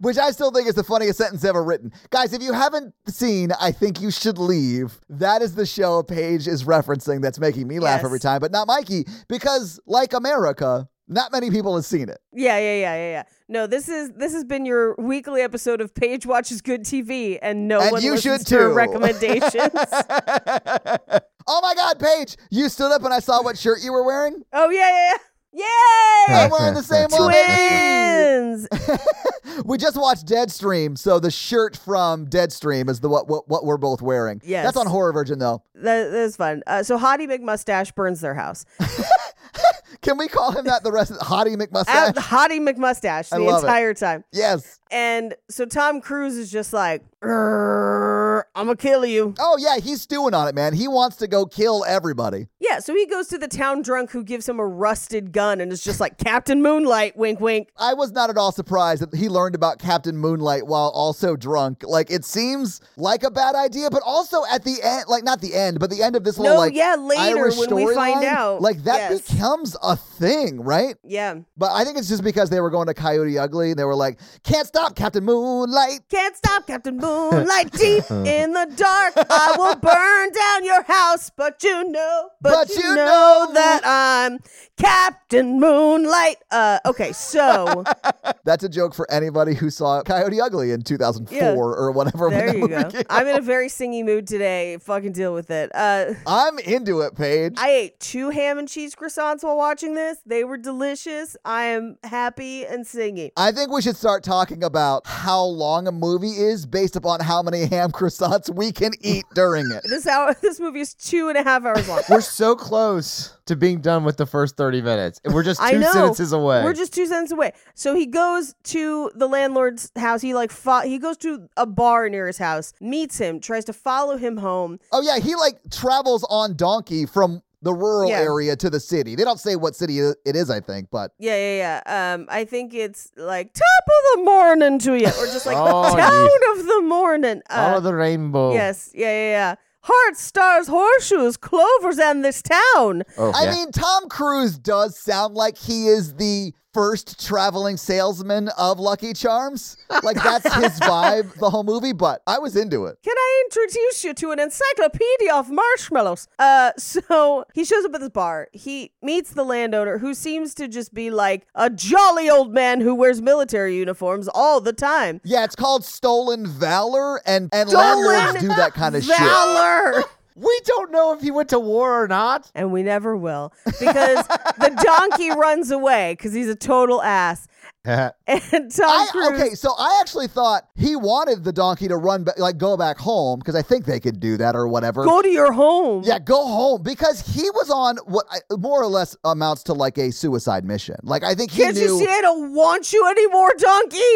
S5: Which I still think is the funniest sentence ever written. Guys, if you haven't seen I Think You Should Leave, that is the show Paige is referencing that's making me laugh
S3: Yes.
S5: every time, but not Mikey, because like America, not many people have seen it.
S3: Yeah, yeah, yeah, yeah, yeah. No, this is this has been your weekly episode of Paige Watches Good TV, and no
S5: And
S3: one
S5: you
S3: listens
S5: should
S3: to her
S5: too.
S3: recommendations.
S5: Oh my God, Paige, you stood up and I saw what shirt you were wearing.
S3: oh yeah, yeah, yeah.
S5: I'm wearing the same one. baby.
S3: Yay! Twins.
S5: We just watched Deadstream, so the shirt from Deadstream is the what what, what we're both wearing.
S3: Yes.
S5: that's on Horror Virgin though.
S3: That, that was fun. Uh, so Hottie McMustache burns their house.
S5: Can we call him that the rest? of Hottie
S3: At
S5: McMustache.
S3: Hottie McMustache
S5: I
S3: the
S5: love it.
S3: entire time.
S5: yes.
S3: And so Tom Cruise is just like, "Grrr, I'm going to kill you.
S5: Oh yeah, he's stewing on it, man. He wants to go kill everybody.
S3: Yeah, so he goes to the town drunk who gives him a rusted gun and is just like, Captain Moonlight, wink, wink.
S5: I was not at all surprised that he learned about Captain Moonlight while also drunk. Like it seems like a bad idea, but also at the end, like not the end, but the end of this little
S3: No,
S5: like
S3: yeah, later
S5: Irish
S3: when we find
S5: storyline,
S3: out.
S5: like that
S3: Yes.
S5: becomes a thing, right?
S3: Yeah.
S5: But I think it's just because they were going to Coyote Ugly and they were like, "Can't stop Captain Moonlight."
S3: Can't stop Captain Moonlight deep in the dark. I will burn down your house, but you know, but, you, know, that I'm Captain Moonlight. Uh, okay, so
S5: That's a joke for anybody who saw Coyote Ugly in 2004
S3: Yeah.
S5: or whatever. when
S3: there
S5: that
S3: you
S5: movie
S3: go.
S5: came
S3: I'm in a
S5: out.
S3: very singy mood today. Fucking deal with it. Uh,
S5: I'm into it, Paige.
S3: I ate two ham and cheese croissants while watching this. They were delicious. I am happy and singing.
S5: I think we should start talking about how long a movie is based upon how many ham croissants we can eat during it.
S3: This hour, this movie is two and a half hours long.
S4: We're so close to being done with the first 30 minutes. We're just
S3: I
S4: two
S3: know.
S4: sentences away.
S3: We're just two sentences away. So he goes to the landlord's house. He like fo- he goes to a bar near his house, meets him, tries to follow him home.
S5: Oh yeah, he like travels on donkey from the rural
S3: Yeah.
S5: area to the city. They don't say what city it is, I think, but
S3: Yeah, yeah, yeah. Um, I think it's like top of the morning to you, or just like
S4: Oh,
S3: town of the morning.
S4: All
S3: Uh,
S4: of the rainbow.
S3: yes, yeah, yeah, yeah. Hearts, stars, horseshoes, clovers, and this town.
S4: Oh,
S5: I
S4: yeah.
S5: mean, Tom Cruise does sound like he is the first traveling salesman of Lucky Charms. Like that's his vibe the whole movie, but I was into it.
S3: Can I introduce you to an encyclopedia of marshmallows? Uh, so he shows up at this bar. He meets the landowner, who seems to just be like a jolly old man who wears military uniforms all the time.
S5: Yeah, it's called Stolen Valor and and
S3: Stolen
S5: landlords do that kind of shit.
S3: Valor!
S4: we don't know if he went to war or not.
S3: and we never will because the donkey runs away because he's a total ass. And Tom
S5: I,
S3: Cruise.
S5: okay, so I actually thought he wanted the donkey to run, ba- like go back home, because I think they could do that or whatever.
S3: Go to your home.
S5: Yeah, go home because he was on what I, more or less amounts to like a suicide mission. Like I think he
S3: Can't you
S5: knew.
S3: see I don't want you anymore, donkey?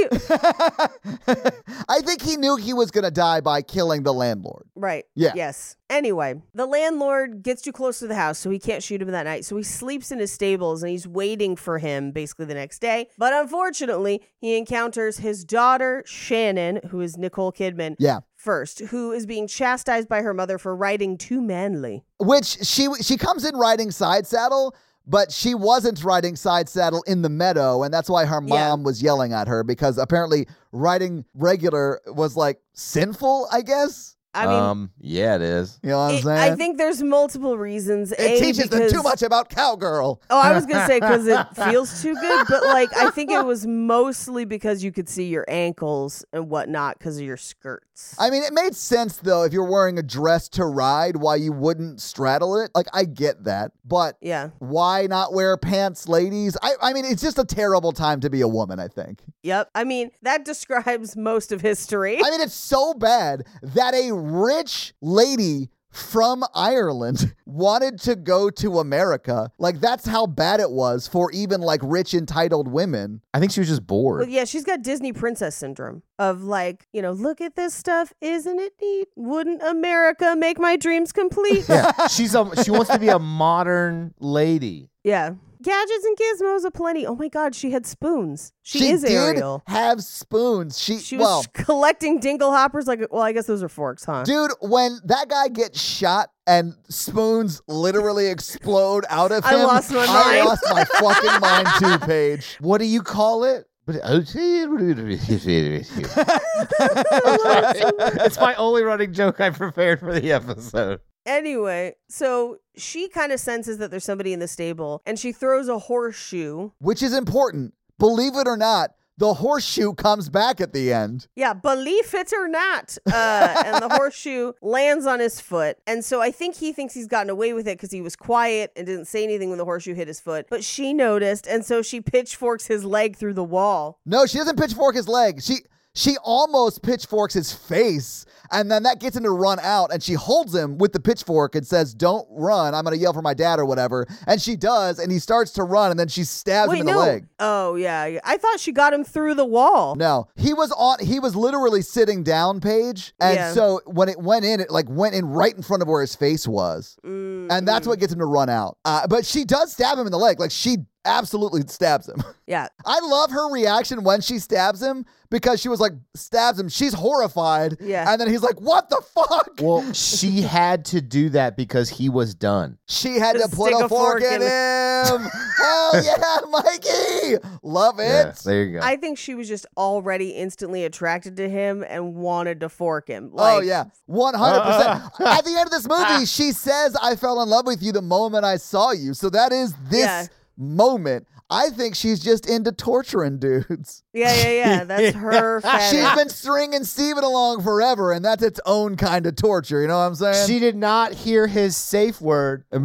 S5: I think he knew he was gonna die by killing the landlord.
S3: Right.
S5: Yeah.
S3: Yes. Anyway, the landlord gets too close to the house, so he can't shoot him that night. So he sleeps in his stables and he's waiting for him basically the next day. But Unfortunately, he encounters his daughter, Shannon, who is Nicole Kidman,
S5: Yeah.
S3: first, who is being chastised by her mother for writing too manly.
S5: Which she she comes in riding side saddle, but she wasn't riding side saddle in the meadow, and that's why her
S3: Yeah.
S5: mom was yelling at her because apparently riding regular was like sinful, I guess.
S3: I mean,
S4: um, yeah, it is.
S5: You know what I'm
S3: it-
S5: saying?
S3: I think there's multiple reasons.
S5: it
S3: A,
S5: teaches them
S3: because-
S5: too much about cowgirl.
S3: Oh, I was gonna say because it feels too good, but like I think it was mostly because you could see your ankles and whatnot because of your skirts.
S5: I mean, it made sense though if you're wearing a dress to ride, why you wouldn't straddle it. Like I get that, but
S3: yeah,
S5: why not wear pants, ladies? I, I mean, it's just a terrible time to be a woman. I think.
S3: yep. I mean that describes most of history.
S5: I mean, it's so bad that a rich lady from Ireland wanted to go to America. Like that's how bad it was for even like rich entitled women.
S4: I think she was just bored.
S3: Well, yeah, she's got Disney princess syndrome of like, you know, look at this stuff, isn't it neat? Wouldn't America make my dreams complete?
S4: yeah, she's a she wants to be a modern lady.
S3: yeah. Gadgets and gizmos aplenty. Oh my God, she had spoons. She, is
S5: did
S3: Ariel.
S5: have spoons. She,
S3: She was
S5: well,
S3: collecting dingle hoppers like, well, I guess those are forks, huh?
S5: Dude, when that guy gets shot and spoons literally explode out of
S3: I
S5: him,
S3: lost my
S5: I
S3: mind.
S5: lost my fucking mind too, Paige.
S4: What do you call it? But oh, it's my only running joke I prepared for the episode.
S3: Anyway, so she kind of senses that there's somebody in the stable and she throws a horseshoe.
S5: Which is important. Believe it or not, the horseshoe comes back at the end.
S3: Yeah, believe it or not. Uh, and the horseshoe lands on his foot. And so I think he thinks he's gotten away with it because he was quiet and didn't say anything when the horseshoe hit his foot. But she noticed. And so she pitchforks his leg through the wall.
S5: No, she doesn't pitchfork his leg. She she almost pitchforks his face, and then that gets him to run out, and she holds him with the pitchfork and says, "Don't run! I'm gonna yell for my dad or whatever." And she does, and he starts to run, and then she stabs him in the leg.
S3: Oh, yeah. yeah. I thought she got him through the wall.
S5: No, he was on. He was literally sitting down, Paige, and
S3: Yeah.
S5: so when it went in, it like went in right in front of where his face was,
S3: Mm,
S5: and
S3: Mm-hmm.
S5: that's what gets him to run out. Uh, but she does stab him in the leg. Like she absolutely stabs him.
S3: Yeah.
S5: I love her reaction when she stabs him because she was like stabs him. She's horrified.
S3: Yeah.
S5: and then he's like, "What the fuck?"
S4: Well, she had to do that because he was done.
S5: She had to
S3: Just
S5: put
S3: stick
S5: a
S3: a
S5: fork
S3: fork in-
S5: in him. Hell yeah, Mikey! Love it.
S4: Yeah, there you go.
S3: I think she was just already instantly attracted to him and wanted to fork him.
S5: oh
S3: Like,
S5: yeah, one hundred percent. At the end of this movie, she says, "I fell in love with you the moment I saw you." So that is this
S3: Yeah.
S5: moment. I think she's just into torturing dudes.
S3: Yeah, yeah, yeah. That's her
S5: She's
S3: fetish.
S5: been stringing Steven along forever, and that's its own kind of torture. You know what I'm saying?
S4: she did not hear his safe word. All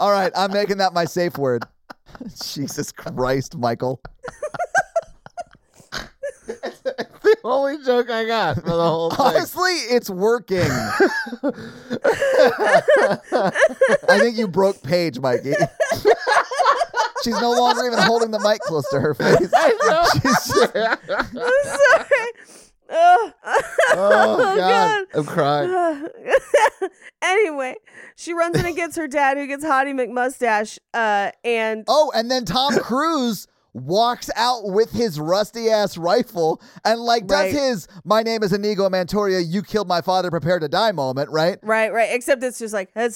S5: All right, I'm making that my safe word. Jesus Christ, Michael.
S4: the only joke I got for the whole thing.
S5: Honestly, it's working. I think you broke Paige, Mikey. She's no longer even holding the mic close to her face. She's just-
S3: I'm sorry. Ugh.
S4: Oh,
S3: God.
S4: I'm crying.
S3: anyway, she runs in and gets her dad, who gets Hottie McMustache, uh, and
S5: oh, and then Tom Cruise walks out with his rusty ass rifle and like does
S3: Right.
S5: his "My name is Inigo Mantoria, you killed my father, prepare to die" moment, right?
S3: right, right. Except it's just like
S5: and then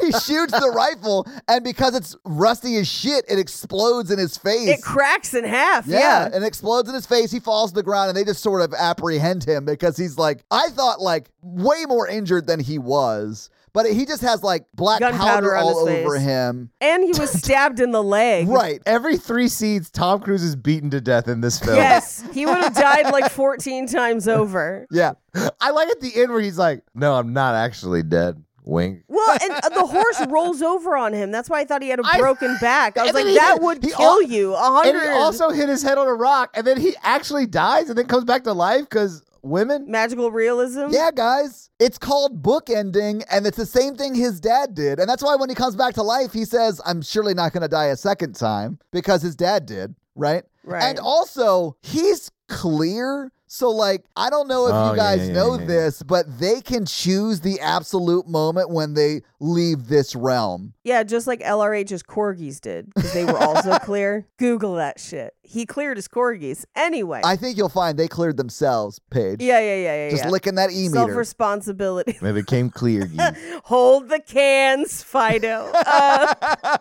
S5: he shoots the rifle, and because it's rusty as shit, it explodes in his face.
S3: it cracks in half.
S5: Yeah,
S3: Yeah.
S5: and explodes in his face. He falls to the ground, and they just sort of apprehend him because he's like, I thought like way more injured than he was, but he just has like black
S3: Gunpowder
S5: powder
S3: on
S5: all
S3: his
S5: over
S3: face.
S5: him.
S3: and he was stabbed in the leg.
S5: Right.
S4: Every three scenes, Tom Cruise is beaten to death in this film.
S3: Yes, he would have died like 14 times over.
S5: Yeah.
S4: I like at the end where he's like, "No, I'm not actually dead." Wink.
S3: Well, and uh, the horse rolls over on him. That's why I thought he had a broken back. I was
S4: and then
S3: like,
S4: he
S3: that
S4: hit-
S3: would
S4: he
S3: kill
S4: al-
S3: you. A
S4: And
S3: hundred.
S4: he also hit his head on a rock, and then he actually dies, and then comes back to life because women.
S3: magical realism.
S5: Yeah, guys. It's called bookending, and it's the same thing his dad did. And that's why when he comes back to life, he says, I'm surely not going to die a second time because his dad did, right?
S3: Right.
S5: And also, he's clear So like I don't know if
S4: Oh,
S5: you
S4: yeah,
S5: guys
S4: yeah,
S5: know
S4: yeah, yeah.
S5: this, but they can choose the absolute moment when they leave this realm.
S3: Yeah, just like LRH's corgis did, because they were also clear. Google that shit. He cleared his corgis. Anyway.
S5: I think you'll find they cleared themselves, Paige.
S3: yeah, yeah, yeah, yeah.
S5: Just
S3: yeah.
S5: licking that e
S3: Self
S5: meter.
S3: responsibility.
S4: They became clear. Gee.
S3: Hold the cans, Fido. Uh,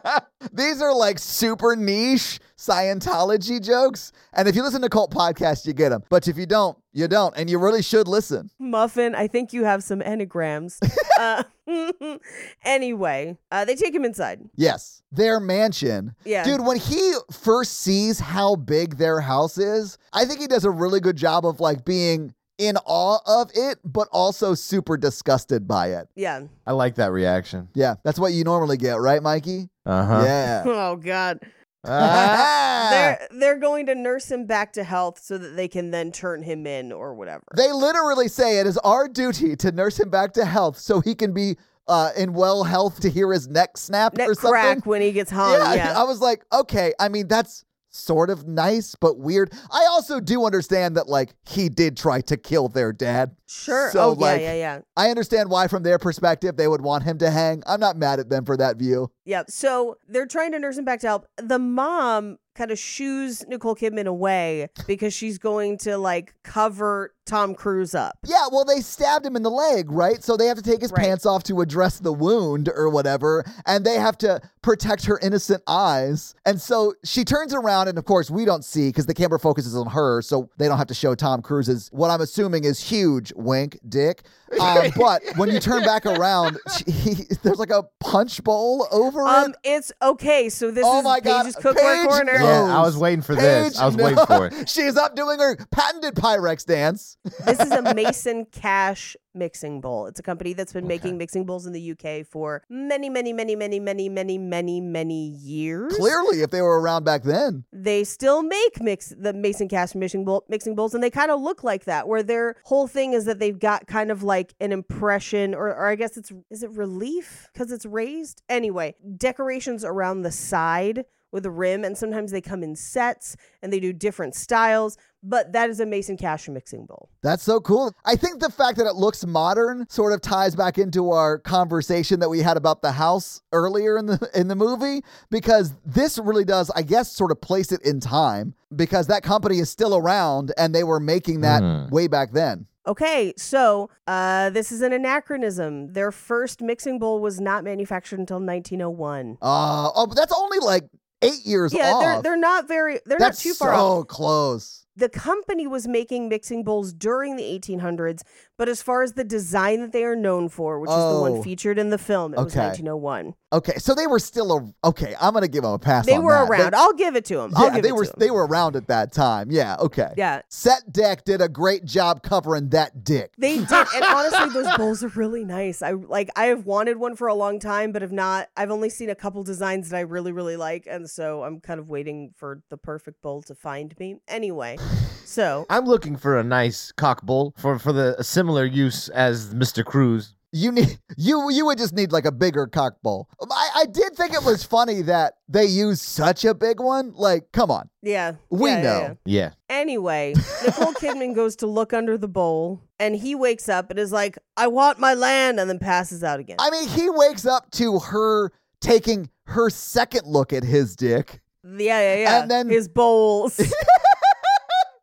S5: These are like super niche Scientology jokes. And if you listen to cult podcasts, you get them. But if you don't, you don't. And you really should listen.
S3: Muffin, I think you have some enneagrams. Uh, anyway, uh, they take him inside.
S5: Yes. Their mansion.
S3: Yeah.
S5: Dude, when he first sees how big their house is, I think he does a really good job of like being in awe of it, but also super disgusted by it.
S3: Yeah.
S4: I like that reaction.
S5: Yeah. That's what you normally get, right, Mikey?
S4: Uh huh.
S5: Yeah.
S3: Oh, God.
S5: Ah.
S3: They're, they're going to nurse him back to health so that they can then turn him in or whatever.
S5: They literally say it is our duty to nurse him back to health so he can be uh, in well health to hear his neck snapped
S3: Neck
S5: or something.
S3: crack when he gets hung. Yeah.
S5: I was like, okay, I mean, that's sort of nice, but weird. I also do understand that, like, he did try to kill their dad.
S3: Sure.
S5: So,
S3: oh,
S5: like,
S3: yeah, yeah, yeah.
S5: I understand why, from their perspective, they would want him to hang. I'm not mad at them for that view.
S3: Yeah. So they're trying to nurse him back to help. The mom kind of shoos Nicole Kidman away because she's going to like cover Tom Cruise up.
S5: Yeah, well, they stabbed him in the leg, right? So they have to take his
S3: Right.
S5: pants off to address the wound or whatever, and they have to protect her innocent eyes. And so she turns around, and of course, we don't see because the camera focuses on her, so they don't have to show Tom Cruise's what I'm assuming is huge wink dick. Uh, but when you turn back around, she, he, there's like a punch bowl over
S3: Um,
S5: it.
S3: it's okay. So this
S5: Oh
S3: is
S5: my God,
S3: Paige's Cookware
S5: Paige
S3: Corner.
S5: knows.
S4: Yeah, I was waiting for this.
S5: Paige
S4: I was waiting
S5: knows-
S4: for it.
S5: She's up doing her patented Pyrex dance.
S3: This is a Mason Cash mixing bowl. It's a company that's been making mixing bowls in the UK for many, many, many, many, many, many, many, many years.
S5: Clearly, if they were around back then.
S3: they still make mix the mason cast mixing bowl, mixing bowls and they kind of look like that where their whole thing is that they've got kind of like an impression or, or i guess it's is it relief because it's raised anyway decorations around the side with a rim and sometimes they come in sets and they do different styles but that is a mason cash mixing bowl
S5: That's so cool. I think the fact that it looks modern sort of ties back into our conversation that we had about the house earlier in the in the movie because this really does I guess sort of place it in time because that company is still around and they were making that way back then.
S3: Okay, so uh, this is an anachronism. Their first mixing bowl was not manufactured until 1901.
S5: Uh, oh, but that's only like 8 years
S3: Yeah,
S5: off.
S3: they're, they're not very, they're
S5: that's
S3: not too far off.
S5: so close.
S3: the company was making mixing bowls during the 1800s, but as far as the design that they are known for, which is the
S5: Oh.
S3: one featured in the film, it was
S5: Okay.
S3: 1901.
S5: Okay, so they were still a, okay, I'm going to give them a pass
S3: They
S5: on
S3: were
S5: that.
S3: around. I'll give it to them.
S5: yeah,
S3: I'll give
S5: they
S3: it
S5: were
S3: to 'em.
S5: they were around at that time. Yeah, okay.
S3: Yeah.
S5: Set Deck did a great job covering that dick.
S3: They did, and honestly, those bowls are really nice. I like. I have wanted one for a long time, but have not. I've only seen a couple designs that I really, really like, and so I'm kind of waiting for the perfect bowl to find me. Anyway, so
S4: I'm looking for a nice cock bowl for, for the similar use as Mr. Cruz.
S5: You need you you would just need like a bigger cock bowl. I, I did think it was funny that they used such a big one. Like, come on.
S3: yeah,
S5: We
S3: yeah, yeah,
S5: know.
S3: yeah.
S4: Yeah.
S3: Anyway, Nicole Kidman goes to look under the bowl and he wakes up and is like, I want my land, and then passes out again.
S5: I mean, he wakes up to her taking her second look at his dick.
S3: yeah, yeah, yeah.
S5: And then-
S3: his bowls.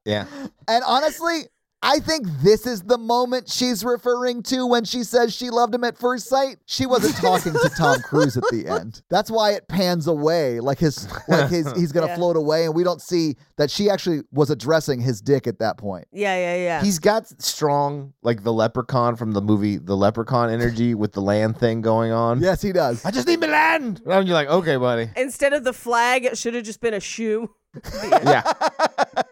S4: Yeah.
S5: And honestly, I think this is the moment she's referring to when she says she loved him at first sight. She wasn't talking to Tom Cruise at the end. That's why it pans away, like his like his he's gonna
S3: Yeah.
S5: float away, and we don't see that she actually was addressing his dick at that point.
S3: yeah, yeah, yeah.
S4: He's got strong, like the leprechaun from the movie The Leprechaun energy with the land thing going on.
S5: Yes, he does.
S4: I just need my land. And you're like, okay, buddy.
S3: Instead of the flag, it should have just been a shoe.
S4: Yeah.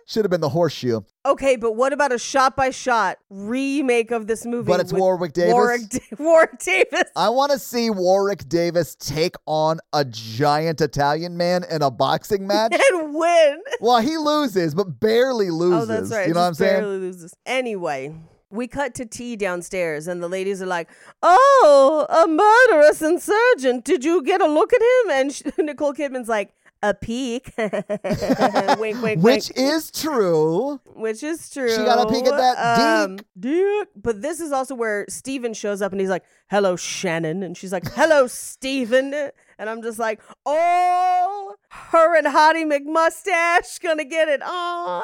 S5: Should have been the horseshoe.
S3: Okay, but what about a shot by shot remake of this movie?
S5: But it's
S3: with
S5: Warwick Davis?
S3: Warwick, Da- Warwick Davis.
S5: I want to see Warwick Davis take on a giant Italian man in a boxing match.
S3: And win.
S5: well, he loses, but barely loses.
S3: Oh, that's right.
S5: You know what I'm
S3: Just
S5: saying?
S3: barely loses. Anyway, we cut to tea downstairs, and the ladies are like, "Oh, a murderous insurgent! Did you get a look at him?" And sh- Nicole Kidman's like, a peek. wink, Uh-huh. wink, wink.
S5: Which is true.
S3: Which is true. Um,
S5: She got a peek at that dick.
S3: dick. But this is also where Steven shows up and he's like, hello, Shannon. And she's like, hello, Steven. And I'm just like, oh, her and Hottie McMustache gonna get it on.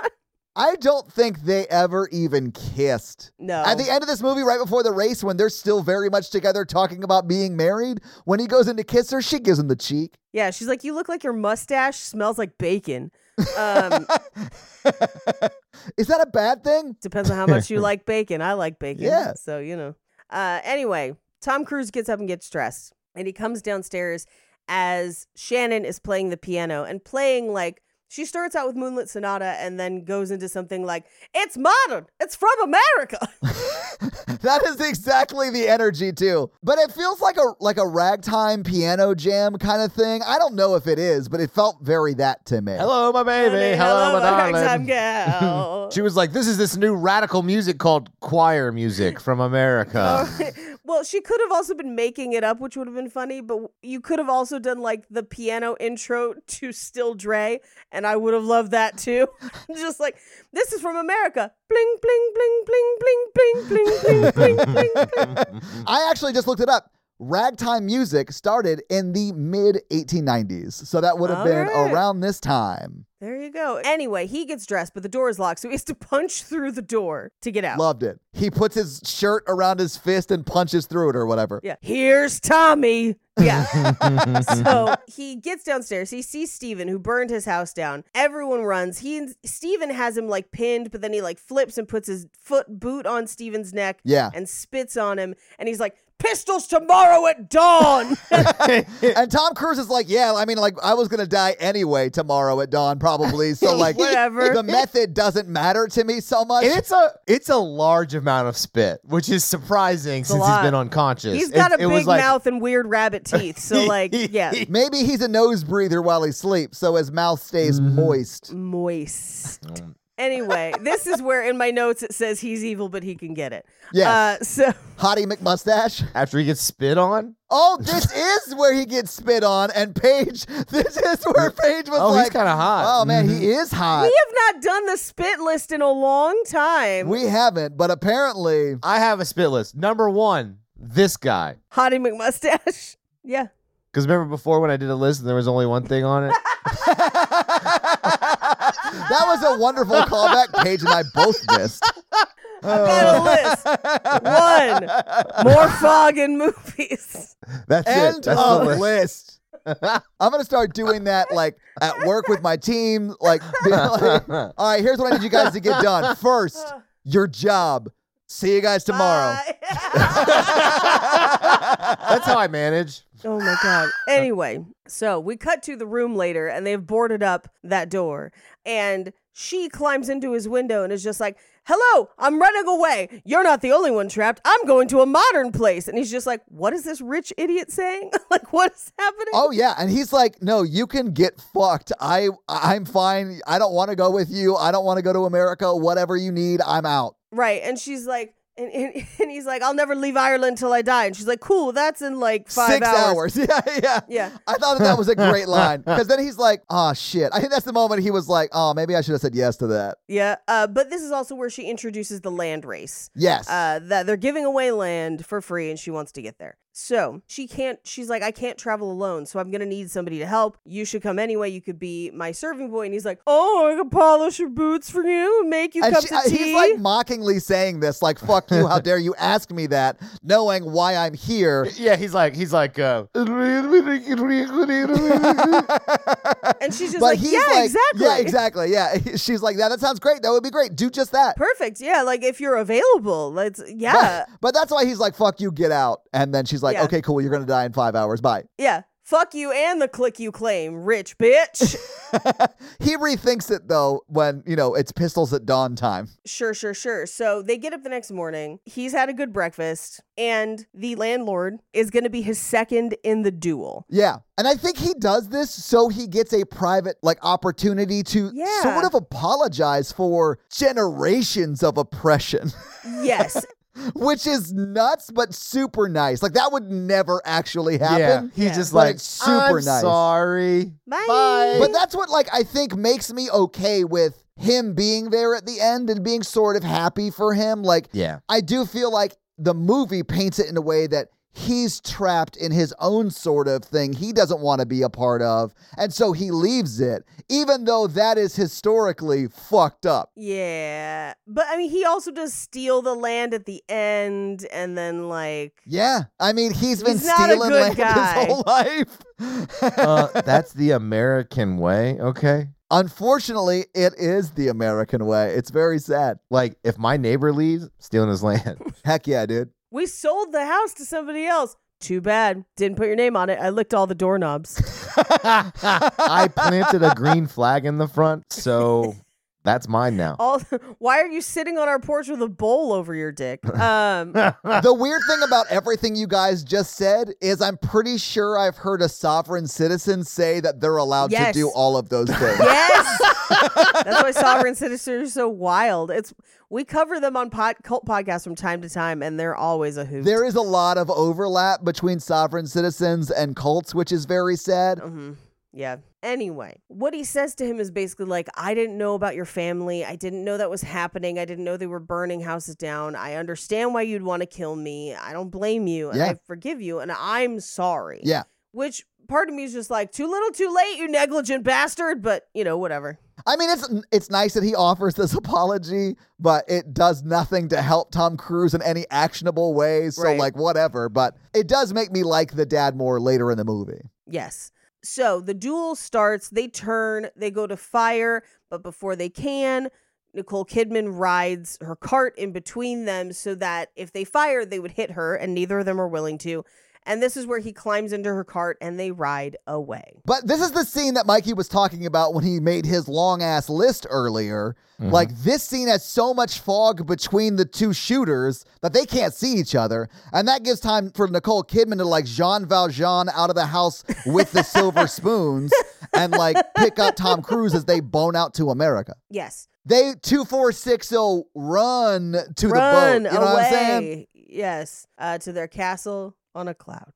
S5: I don't think they ever even kissed.
S3: No.
S5: At the end of this movie, right before the race, when they're still very much together talking about being married, when he goes in to kiss her, she gives him the cheek.
S3: Yeah, she's like, you look like your mustache smells like bacon. Um,
S5: Is that a bad thing?
S3: depends on how much you like bacon. I like bacon.
S5: Yeah.
S3: So, you know. Uh, anyway, Tom Cruise gets up and gets dressed, and he comes downstairs as Shannon is playing the piano and playing like she starts out with Moonlit Sonata and then goes into something like, It's modern, it's from America.
S5: That is exactly the energy too. But it feels like a like a ragtime piano jam kind of thing. I don't know if it is, but it felt very that to me.
S4: Hello, my baby. Hello, my
S3: ragtime
S4: darling.
S3: gal.
S4: She was like, "This is this new radical music called choir music from America."
S3: Oh, Well, she could have also been making it up, which would have been funny, but you could have also done like the piano intro to Still Dre, and I would have loved that too. Just like, this is from America. Bling, bling, bling, bling, bling, bling, bling, bling, bling, bling, bling.
S5: I actually just looked it up. Ragtime music started in the mid 1890s. So that would have
S3: All
S5: been
S3: right.
S5: around this time.
S3: There you go. Anyway, he gets dressed, but the door is locked, so he has to punch through the door to get out.
S5: Loved it. He puts his shirt around his fist and punches through it or whatever.
S3: Yeah. Here's Tommy. Yeah. so he gets downstairs. He sees Steven, who burned his house down. Everyone runs. He and Steven has him like pinned, but then he like flips and puts his foot boot on Steven's neck
S5: Yeah.
S3: and spits on him. And he's like, Pistols tomorrow at dawn.
S5: And Tom Cruise is like, yeah, I mean, like, I was going to die anyway tomorrow at dawn, probably. So, like,
S3: Whatever.
S5: the method doesn't matter to me so much.
S4: And it's a it's a large amount of spit, which is surprising
S3: a
S4: since he's been
S3: lot.
S4: unconscious.
S3: he's got
S4: It-
S3: a
S4: it was
S3: big
S4: like-
S3: mouth and weird rabbit teeth. So, like, yeah,
S5: Maybe he's a nose breather while he sleeps, so his mouth stays moist.
S3: moist.
S4: Mm.
S3: Anyway, this is where in my notes it says he's evil, but he can get it.
S5: Yes.
S3: Uh, so.
S5: Hottie McMustache.
S4: After he gets spit on,
S5: Oh, this is where he gets spit on, and Paige. This is where Paige was
S4: Oh, he's
S5: like,
S4: kinda hot. Mm-hmm.
S5: Oh man, he is hot.
S3: We have not done the spit list in a long time.
S5: We haven't, but apparently,
S4: I have a spit list. Number one, this guy.
S3: Hottie McMustache. Yeah.
S4: Because remember before when I did a list and there was only one thing on it?
S5: that was a wonderful callback. Paige and I both missed. Oh.
S3: I've got a list. One. More fog in movies.
S4: That's
S5: End
S4: it. That's the
S5: of
S4: list.
S5: list. I'm gonna start doing that like at work with my team. Like, being like, all right, here's what I need you guys to get done. First, your job. See you guys tomorrow.
S4: That's how I manage.
S3: oh my god. Anyway, so we cut to the room later and they've boarded up that door and she climbs into his window and is just like, "Hello, I'm running away. You're not the only one trapped. I'm going to a modern place." And he's just like, "What is this rich idiot saying? like what is happening?"
S5: Oh yeah, and he's like, "No, you can get fucked. I I'm fine. I don't want to go with you. I don't want to go to America. Whatever you need, I'm out."
S3: Right. And she's like, and, and, and he's like, I'll never leave Ireland till I die. And she's like, cool, that's in like five
S5: Six hours. Yeah, yeah,
S3: Yeah.
S5: I thought that, that was a great line because then he's like, "Oh shit!" I think that's the moment he was like, "Oh, maybe I should have said yes to that."
S3: Yeah. Uh, but this is also where she introduces the land race.
S5: Yes.
S3: Uh, that they're giving away land for free and she wants to get there. So she can't, she's like, I can't travel alone. So I'm going to need somebody to help. You should come anyway. You could be my serving boy. And he's like, Oh, I can polish your boots for you and make you
S5: and
S3: cups
S5: she-
S3: of
S5: uh,
S3: tea.
S5: he's like mockingly saying this, like, "Fuck you! How dare you ask me that?" Knowing why I'm here.
S4: Yeah, he's like, he's like, uh,
S3: and she's just
S5: but
S3: like,
S5: he's
S3: Yeah,
S5: like,
S3: exactly.
S5: Yeah, exactly. Yeah. She's like, yeah, that sounds great. That would be great. Do just that.
S3: Perfect. Yeah. Like if you're available, let's,
S5: But-
S3: yeah.
S5: But, that's why he's like, fuck you, get out. And then she's like,
S3: Yeah.
S5: okay, cool, you're going to die in five hours. Bye.
S3: Yeah. Fuck you and the click you claim, rich bitch.
S5: he rethinks it though when, you know, it's pistols at dawn time.
S3: sure, sure, sure. So they get up the next morning. He's had a good breakfast, and the landlord is going to be his second in the duel.
S5: Yeah. And I think he does this so he gets a private, like, opportunity to
S3: Yeah.
S5: sort of apologize for generations of oppression.
S3: Yes.
S5: which is nuts, but super nice. Like that would never actually
S4: Yeah,
S5: happen.
S4: he's just
S5: but
S4: like
S5: it's super
S4: "I'm
S5: nice.
S4: Sorry,
S3: Bye.
S5: But that's what like I think makes me okay with him being there at the end and being sort of happy for him. Like
S4: Yeah.
S5: I do feel like the movie paints it in a way that he's trapped in his own sort of thing he doesn't want to be a part of and so he leaves it even though that is historically fucked up.
S3: Yeah. But I mean, he also does steal the land at the end and then, like,
S5: Yeah. I mean, he's been
S3: He's not a
S5: stealing
S3: good
S5: land
S3: guy.
S5: his whole life.
S4: uh, that's the American way. Okay,
S5: Unfortunately, it is the American way. It's very sad.
S4: like if my neighbor leaves, stealing his land.
S5: Heck yeah, dude.
S3: we sold the house to somebody else. Too bad. Didn't put your name on it. I licked all the doorknobs.
S4: I planted a green flag in the front, so that's mine now.
S3: All why are you sitting on our porch with a bowl over your dick? Um
S5: the weird thing about everything you guys just said is I'm pretty sure I've heard a sovereign citizen say that they're allowed
S3: Yes.
S5: to do all of those things.
S3: Yes. That's why sovereign citizens are so wild. It's we cover them on pod, cult podcasts from time to time and they're always a hoot.
S5: There is a lot of overlap between sovereign citizens and cults, which is very sad.
S3: Yeah. Anyway, what he says to him is basically like, I didn't know about your family. I didn't know that was happening. I didn't know they were burning houses down. I understand why you'd want to kill me. I don't blame you. And
S5: Yeah.
S3: I forgive you. And I'm sorry.
S5: Yeah.
S3: Which part of me is just like, too little, too late, you negligent bastard. But, you know, whatever.
S5: I mean, it's it's nice that he offers this apology, but it does nothing to help Tom Cruise in any actionable way. So,
S3: Right.
S5: like, whatever. But it does make me like the dad more later in the movie.
S3: Yes. So the duel starts. They turn, they go to fire, but before they can, Nicole Kidman rides her cart in between them so that if they fired, they would hit her, and neither of them are willing to. And this is where he climbs into her cart and they ride away.
S5: But this is the scene that Mikey was talking about when he made his long ass list earlier.
S3: Mm-hmm.
S5: Like this scene has so much fog between the two shooters that they can't see each other, and that gives time for Nicole Kidman to like Jean Valjean out of the house with the silver spoons and like pick up Tom Cruise as they bone out to America.
S3: Yes.
S5: They two four six zero run to
S3: Run
S5: the boat. You know
S3: away.
S5: what I'm saying?
S3: Yes. Uh, to their castle on a cloud.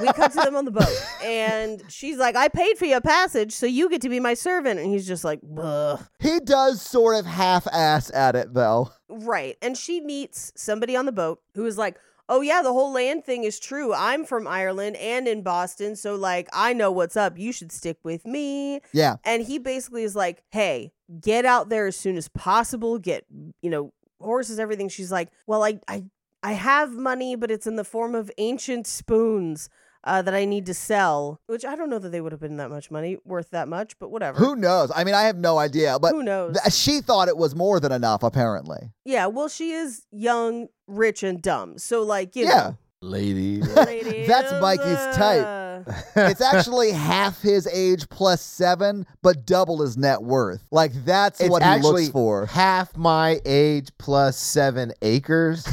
S3: we cut to them on the boat, and she's like, I paid for your passage, so you get to be my servant. And he's just like, Ugh.
S5: He does sort of half ass at it though.
S3: Right. And she meets somebody on the boat who is like, Oh, yeah, the whole land thing is true. I'm from Ireland and in Boston. So, like, I know what's up. You should stick with me.
S5: Yeah.
S3: And he basically is like, Hey, get out there as soon as possible. Get, you know, horses, everything. She's like, Well, I, I, I have money, but it's in the form of ancient spoons uh, that I need to sell, which I don't know that they would have been that much money, worth that much, but whatever.
S5: Who knows? I mean, I have no idea, but
S3: Who knows?
S5: Th- she thought it was more than enough, apparently.
S3: Yeah, well, she is young, rich, and dumb. So, like, you
S5: Yeah.
S3: know.
S4: Lady.
S3: Lady
S5: That's
S3: of
S5: Mikey's type.
S3: the-
S5: it's actually half his age plus seven, but double his net worth. Like, that's
S4: It's
S5: what he
S4: actually
S5: looks for.
S4: half my age plus seven acres.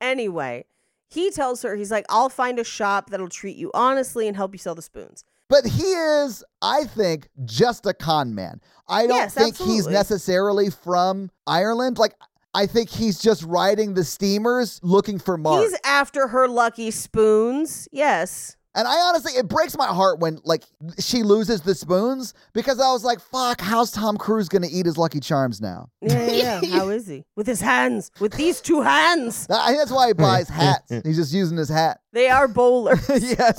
S3: Anyway, he tells her, he's like, I'll find a shop that'll treat you honestly and help you sell the spoons.
S5: But he is, I think, just a con man. I don't
S3: Yes,
S5: think he's
S3: absolutely.
S5: necessarily from Ireland. Like, I think he's just riding the steamers looking for Mark.
S3: He's after her lucky spoons. Yes.
S5: And I honestly, it breaks my heart when like she loses the spoons because I was like, "Fuck, how's Tom Cruise gonna eat his Lucky Charms now?"
S3: Yeah, yeah, yeah. How is he? With his hands. With these two hands.
S5: I think that's why he buys hats. He's just using his hat.
S3: They are bowlers.
S5: yes.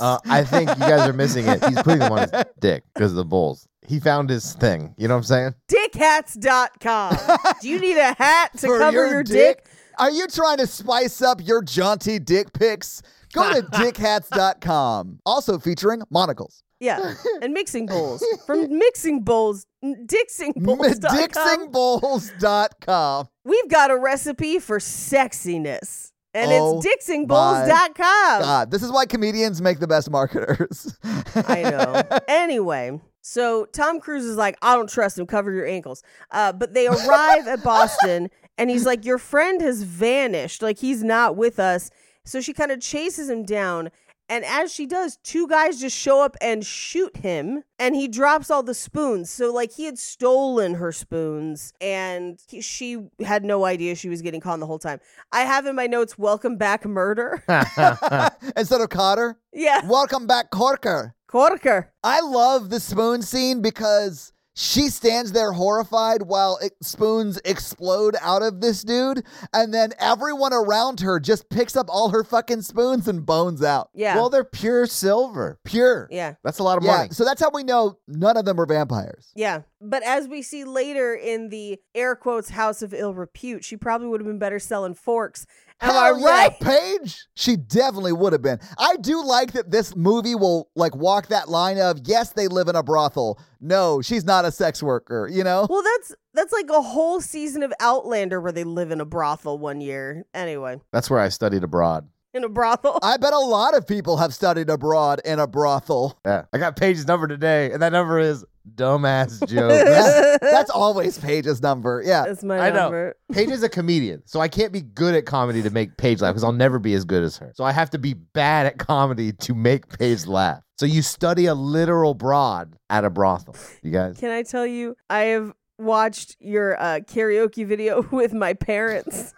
S4: Uh, I think you guys are missing it. He's putting them on his dick because of the bulls. He found his thing. You know what I'm saying?
S3: Dickhats.com. Do you need a hat to
S5: For
S3: cover your, dick?
S5: Are you trying to spice up your jaunty dick pics? Go to dickhats.com. Also featuring monocles.
S3: Yeah. And mixing bowls. From mixing bowls, dixingbowls.com.
S5: Dixingbowls.com.
S3: We've got a recipe for sexiness. And
S5: Oh
S3: it's dixingbowls.com.
S5: God, this is why comedians make the best marketers.
S3: I know. Anyway, so Tom Cruise is like, I don't trust him. Cover your ankles. Uh, but they arrive at Boston and he's like, Your friend has vanished. Like, he's not with us. So she kind of chases him down. And as she does, two guys just show up and shoot him, and he drops all the spoons. So, like, he had stolen her spoons, and he, she had no idea she was getting caught the whole time. I have in my notes, welcome back, murder.
S5: Instead of Cotter,
S3: yeah,
S5: welcome back, Corker.
S3: Corker.
S5: I love the spoon scene because she stands there horrified while e- spoons explode out of this dude, and then everyone around her just picks up all her fucking spoons and bones out.
S3: Yeah.
S4: Well, they're pure silver.
S5: Pure.
S3: yeah.
S4: That's a lot of
S5: Yeah,
S4: money.
S5: So that's how we know none of them are vampires.
S3: Yeah. But as we see later in the air quotes house of ill repute, she probably would have been better selling forks. Am
S5: Hell
S3: I
S5: yeah,
S3: Oh, right?
S5: Paige? She definitely would have been. I do like that this movie will like walk that line of yes, they live in a brothel. No, she's not a sex worker, you know?
S3: Well, that's that's like a whole season of Outlander where they live in a brothel one year. Anyway,
S4: That's where I studied abroad.
S3: in a brothel.
S5: I bet a lot of people have studied abroad in a brothel.
S4: Yeah. I got Paige's number today, and that number is dumbass jokes.
S5: That's, that's always Paige's number. Yeah.
S3: That's my
S4: I know.
S3: number.
S4: Paige is a comedian, so I can't be good at comedy to make Paige laugh because I'll never be as good as her. So I have to be bad at comedy to make Paige laugh. So you study a literal broad at a brothel, you guys.
S3: Can I tell you? I have watched your uh, karaoke video with my parents.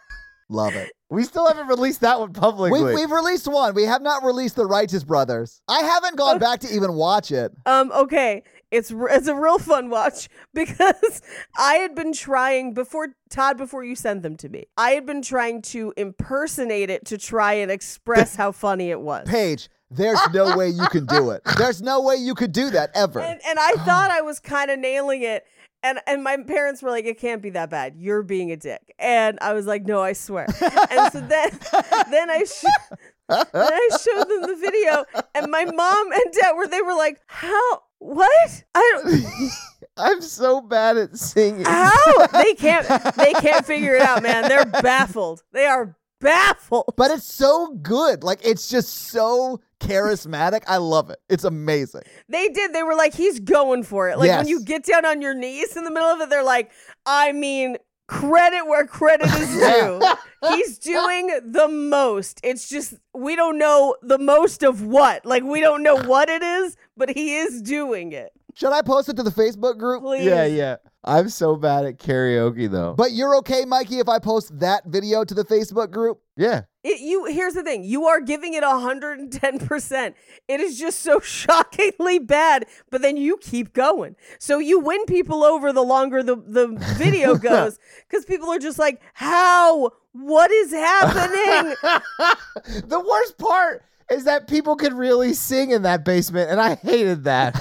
S5: Love it.
S4: We still haven't released that one publicly.
S5: We've, we've released one. We have not released The Righteous Brothers. I haven't gone back to even watch it.
S3: Um, okay. It's r- it's a real fun watch because I had been trying before Todd before you sent them to me. I had been trying to impersonate it to try and express how funny it was.
S5: Paige, there's no way you can do it. There's no way you could do that ever.
S3: And and I thought I was kind of nailing it and and my parents were like it can't be that bad. You're being a dick. And I was like no, I swear. and so then then I sh- then I showed them the video and my mom and dad were they were like how what? I don't
S4: I'm so bad at singing.
S3: How? They can't they can't figure it out, man. They're baffled. They are baffled.
S5: But it's so good. Like, it's just so charismatic. I love it. It's amazing.
S3: They did. They were like, he's going for it. Like when
S5: Yes.
S3: you get down on your knees in the middle of it, they're like, I mean, credit where credit is due. he's doing the most. It's just we don't know the most of what. Like we don't know what it is, but he is doing it.
S5: Should I post it to the Facebook group?
S3: Please.
S4: Yeah, yeah. I'm so bad at karaoke though.
S5: But you're okay, Mikey, if I post that video to the Facebook group?
S4: yeah,
S3: It, you here's the thing: you are giving it hundred and ten percent. It is just so shockingly bad, but then you keep going. So you win people over the longer the the video goes, because people are just like, "How? What is happening?"
S4: the worst part is that people could really sing in that basement, and I hated that.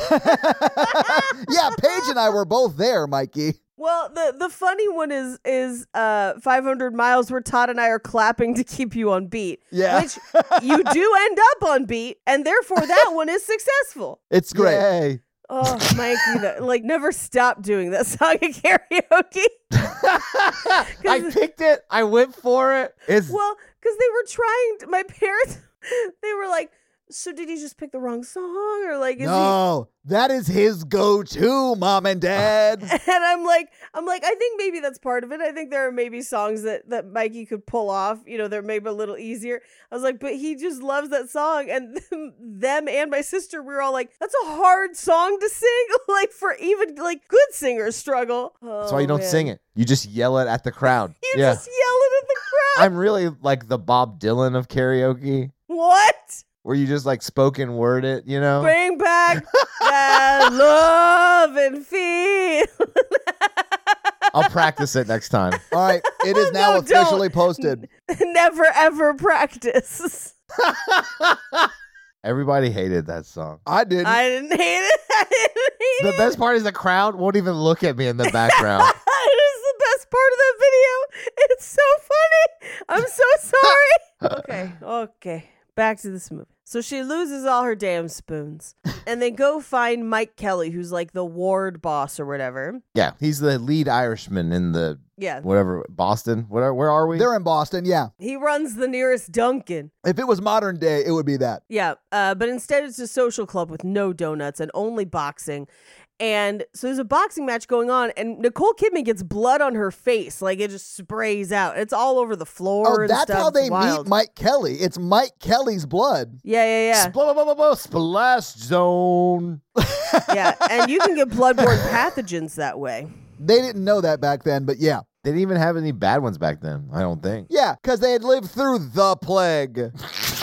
S5: Yeah, Paige and I were both there, Mikey.
S3: well, the the funny one is is uh five hundred miles where Todd and I are clapping to keep you on beat.
S5: Yeah.
S3: which you do end up on beat, and therefore that one is successful.
S5: It's great.
S4: Yay.
S3: Oh, Mikey, the, like never stop doing that song at karaoke.
S4: I picked it. I went for it. It's
S3: Well, because they were trying. To, my parents, they were like, "So did he just pick the wrong song, or like is
S5: No, that is his go-to, mom
S4: Ah.
S5: and dad.
S3: he?" And I'm like, I'm like, I think maybe that's part of it. I think there are maybe songs that that Mikey could pull off. You know, they're maybe a little easier. I was like, but he just loves that song, and them and my sister, we were all like, that's a hard song to sing. like for even like good singers struggle.
S4: That's why you don't sing it. You just yell it at the crowd.
S3: Oh, You
S4: yeah.
S3: just yell it at the crowd.
S4: I'm really like the Bob Dylan of karaoke,
S3: What?
S4: where you just like spoken word it, you know?
S3: Bring back that love and fear.
S4: I'll practice it next time.
S5: All right, it is now
S3: No, don't.
S5: officially posted.
S3: Never ever practice.
S4: Everybody hated that song.
S5: I didn't.
S3: I didn't hate it. I didn't hate
S4: The
S3: it.
S4: best part is the crowd won't even look at me in the background.
S3: It is the best part of that video. It's so funny. I'm so sorry. okay. Okay. Back to this movie. So she loses all her damn spoons. And they go find Mike Kelly, who's like the ward boss or whatever.
S4: yeah, he's the lead Irishman in the
S3: Yeah.
S4: whatever Boston. Where, where are we?
S5: They're in Boston, yeah.
S3: He runs the nearest Dunkin'.
S5: If it was modern day, it would be that.
S3: Yeah, uh, but instead it's a social club with no donuts and only boxing. And so there's a boxing match going on, and Nicole Kidman gets blood on her face, like it just sprays out. It's all over the floor.
S5: Oh,
S3: and
S5: that's
S3: stuff.
S5: how
S3: It's
S5: they
S3: wild.
S5: meet Mike Kelly. It's Mike Kelly's blood.
S3: Yeah, yeah, yeah.
S4: Blah, blah, blah, blah, blah, splash zone.
S3: yeah, and you can get bloodborne pathogens that way.
S5: They didn't know that back then, but yeah.
S4: They didn't even have any bad ones back then, I don't think.
S5: Yeah, because they had lived through the plague.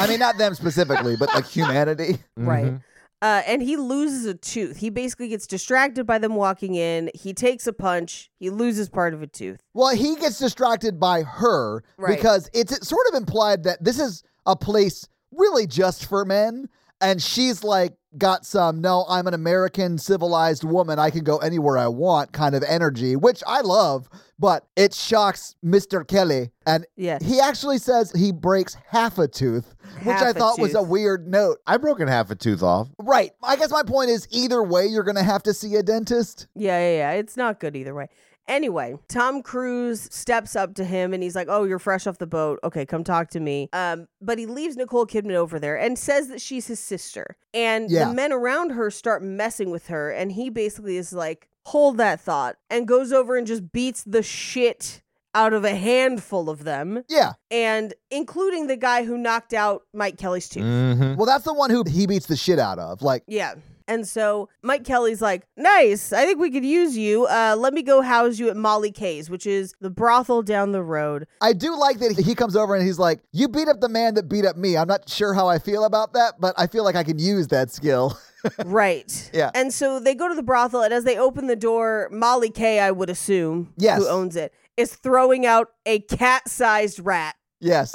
S5: I mean, not them specifically, but like humanity. Mm-hmm.
S3: Right. Uh, and he loses a tooth. He basically gets distracted by them walking in. He takes a punch. He loses part of a tooth.
S5: Well, he gets distracted by her
S3: Right.
S5: because it's it's sort of implied that this is a place really just for men. And she's like, got some, no, I'm an American civilized woman. I can go anywhere I want kind of energy, which I love, but it shocks Mr. Kelly. And
S3: Yeah.
S5: he actually says he breaks half a tooth, which
S3: Half
S5: I
S3: a
S5: thought was
S3: tooth.
S5: a weird note.
S4: I've broken half a tooth off.
S5: Right. I guess my point is either way, you're going to have to see a dentist.
S3: Yeah, yeah, yeah. It's not good either way. Anyway, Tom Cruise steps up to him and he's like, "Oh, you're fresh off the boat. Okay, come talk to me." Um, but he leaves Nicole Kidman over there and says that she's his sister. And
S5: Yeah.
S3: the men around her start messing with her, and he basically is like, "Hold that thought," and goes over and just beats the shit out of a handful of them,
S5: Yeah.
S3: and including the guy who knocked out Mike Kelly's tooth.
S4: Mm-hmm.
S5: Well, that's the one who he beats the shit out of. Like,
S3: Yeah. And so Mike Kelly's like, nice. I think we could use you. Uh, let me go house you at Molly K's, which is the brothel down the road.
S5: I do like that he comes over and he's like, You beat up the man that beat up me. I'm not sure how I feel about that, but I feel like I can use that skill.
S3: right.
S5: Yeah.
S3: And so they go to the brothel, and as they open the door, Molly K, I would assume,
S5: Yes.
S3: who owns it, is throwing out a cat sized rat.
S5: yes.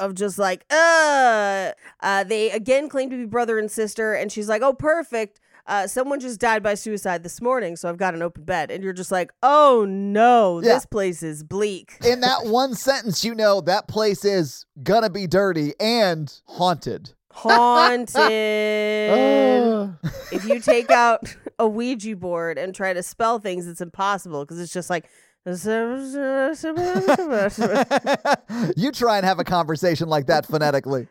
S3: of just like, uh, uh, they again claim to be brother and sister, and she's like, oh, perfect. Uh, someone just died by suicide this morning, so I've got an open bed, and you're just like, oh no,
S5: Yeah.
S3: this place is bleak.
S5: In that one sentence, you know that place is gonna be dirty and haunted. Oh.
S3: Haunted. if you take out a Ouija board and try to spell things, it's impossible because it's just like.
S5: you try and have a conversation like that phonetically.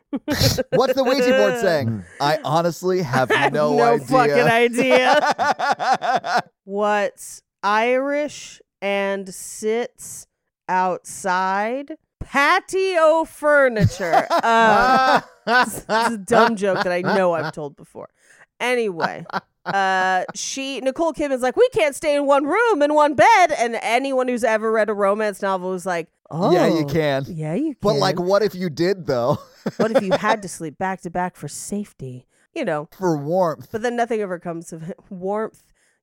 S5: What's the Ouija board saying? I honestly have no,
S3: no
S5: idea.
S3: fucking idea. What's Irish and sits outside patio furniture? Uh, it's a dumb joke that I know I've told before. Anyway, uh, she Nicole Kidman's like, we can't stay in one room in one bed, and anyone who's ever read a romance novel is like, oh,
S5: Yeah, you can.
S3: yeah, you can.
S5: But like, what if you did though?
S3: what if you had to sleep back to back for safety? You know,
S5: For warmth.
S3: but then nothing ever comes of it. Warmth.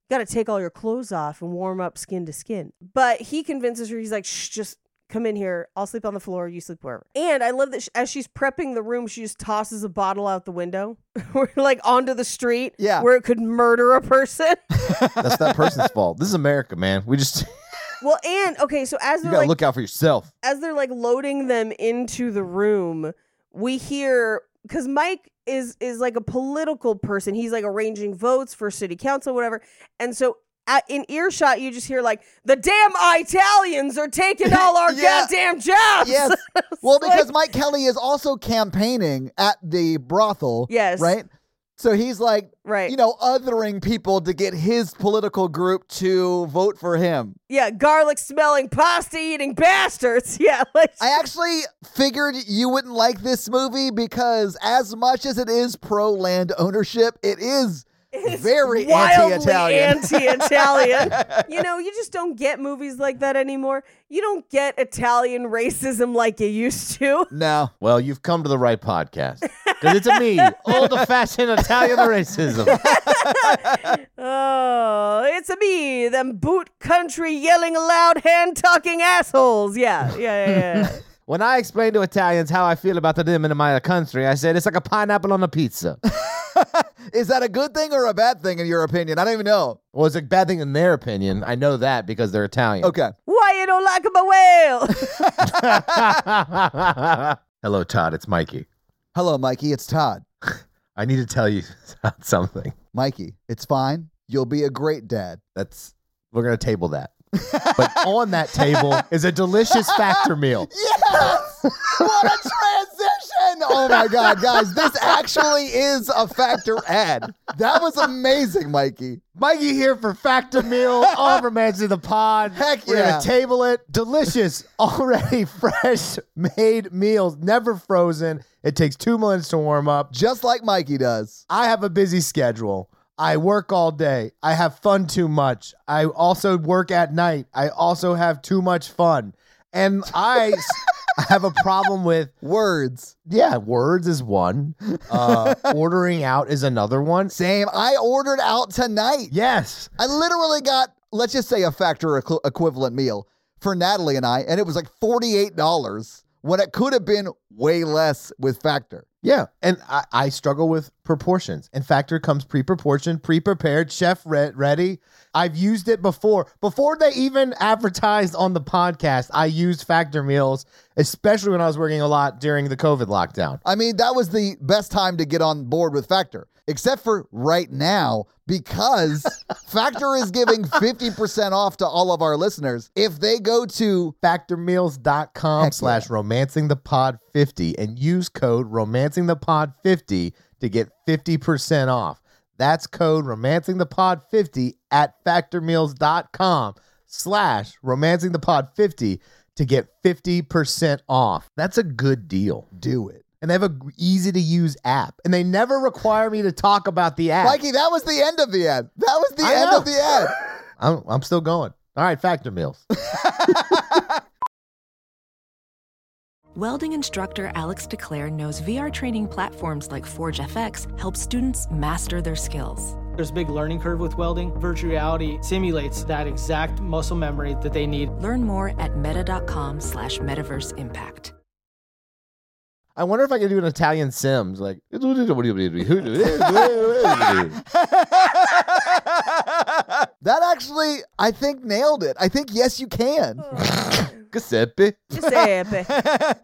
S3: You got to take all your clothes off and warm up skin to skin. But he convinces her, he's like, Shh, just come in here. I'll sleep on the floor. You sleep wherever. And I love that sh as she's prepping the room, she just tosses a bottle out the window, We're like onto the street
S5: Yeah.
S3: where it could murder a person.
S4: That's that person's fault. This is America, man. We just,
S3: well, and okay, so as
S4: you
S3: they're
S4: gotta
S3: like,
S4: look out for yourself.
S3: as they're like loading them into the room, we hear because Mike is is like a political person. He's like arranging votes for city council, whatever. And so at, in earshot, you just hear like the damn Italians are taking all our
S5: Yeah.
S3: goddamn jobs.
S5: Yes. Well,
S3: It's like-
S5: because Mike Kelly is also campaigning at the brothel.
S3: Yes.
S5: Right? So he's like,
S3: Right.
S5: you know, othering people to get his political group to vote for him.
S3: yeah, garlic smelling pasta eating bastards. Yeah, like
S5: I actually figured you wouldn't like this movie because, as much as it is pro land ownership, it is very anti Italian.
S3: Anti-Italian. you know, you just don't get movies like that anymore. You don't get Italian racism like you used to.
S5: no.
S4: Well, you've come to the right podcast. Because it's a me, old fashioned Italian racism.
S3: Oh, it's a me, them boot country yelling aloud, hand talking assholes. Yeah, yeah, yeah. yeah.
S4: When I explain to Italians how I feel about the them in my country, I said it's like a pineapple on a pizza.
S5: Is that a good thing or a bad thing, in your opinion? I don't even know.
S4: well, it's a bad thing in their opinion. I know that because they're Italian.
S5: Okay.
S3: Why you don't like my whale?
S4: Hello, Todd. It's Mikey.
S5: Hello, Mikey. It's Todd.
S4: I need to tell you something.
S5: Mikey, it's fine. You'll be a great dad.
S4: That's we're gonna table that. but on that table is a delicious factor meal.
S5: Yes! What a transition! Oh my God, guys, this actually is a factor ad. That was amazing, Mikey.
S4: Mikey here for Factor Meal, all romance in the pod.
S5: Heck
S4: We're
S5: yeah.
S4: gonna table it. Delicious, already fresh made meals, never frozen. It takes two minutes to warm up.
S5: Just like Mikey does.
S4: I have a busy schedule. I work all day. I have fun too much. I also work at night. I also have too much fun. And I s- have a problem with
S5: Words.
S4: yeah, words is one. Uh, ordering out is another one.
S5: Same. I ordered out tonight.
S4: Yes.
S5: I literally got, let's just say, a factor equ- equivalent meal for Natalie and I, and it was like $48 when it could have been way less with factor.
S4: Yeah, and I, I struggle with proportions. And Factor comes pre-proportioned, pre-prepared, chef re- ready. I've used it before. Before they even advertised on the podcast, I used Factor meals, especially when I was working a lot during the COVID lockdown.
S5: I mean, that was the best time to get on board with Factor, except for right now, because Factor is giving 50% off to all of our listeners. If they go to
S4: factormeals.com
S5: Heck
S4: slash romancing the pod 50 and use code romancing the pod 50 to get 50% off that's code romancing the pod 50 at factormeals.com slash romancing the pod 50 to get 50% off that's a good deal
S5: do it.
S4: and they have a easy to use app and they never require me to talk about the app
S5: Mikey, that was the end of the ad. That was the
S4: I
S5: end
S4: know.
S5: of the ad.
S4: I'm, I'm still going all right factor meals
S6: Welding instructor Alex DeClaire knows VR training platforms like Forge FX help students master their skills.
S7: There's a big learning curve with welding. Virtual reality simulates that exact muscle memory that they need.
S6: Learn more at meta.com slash metaverse impact.
S4: I wonder if I could do an Italian Sims, like. That's
S5: That actually, I think, nailed it. I think, yes, you can.
S4: Giuseppe.
S3: Giuseppe.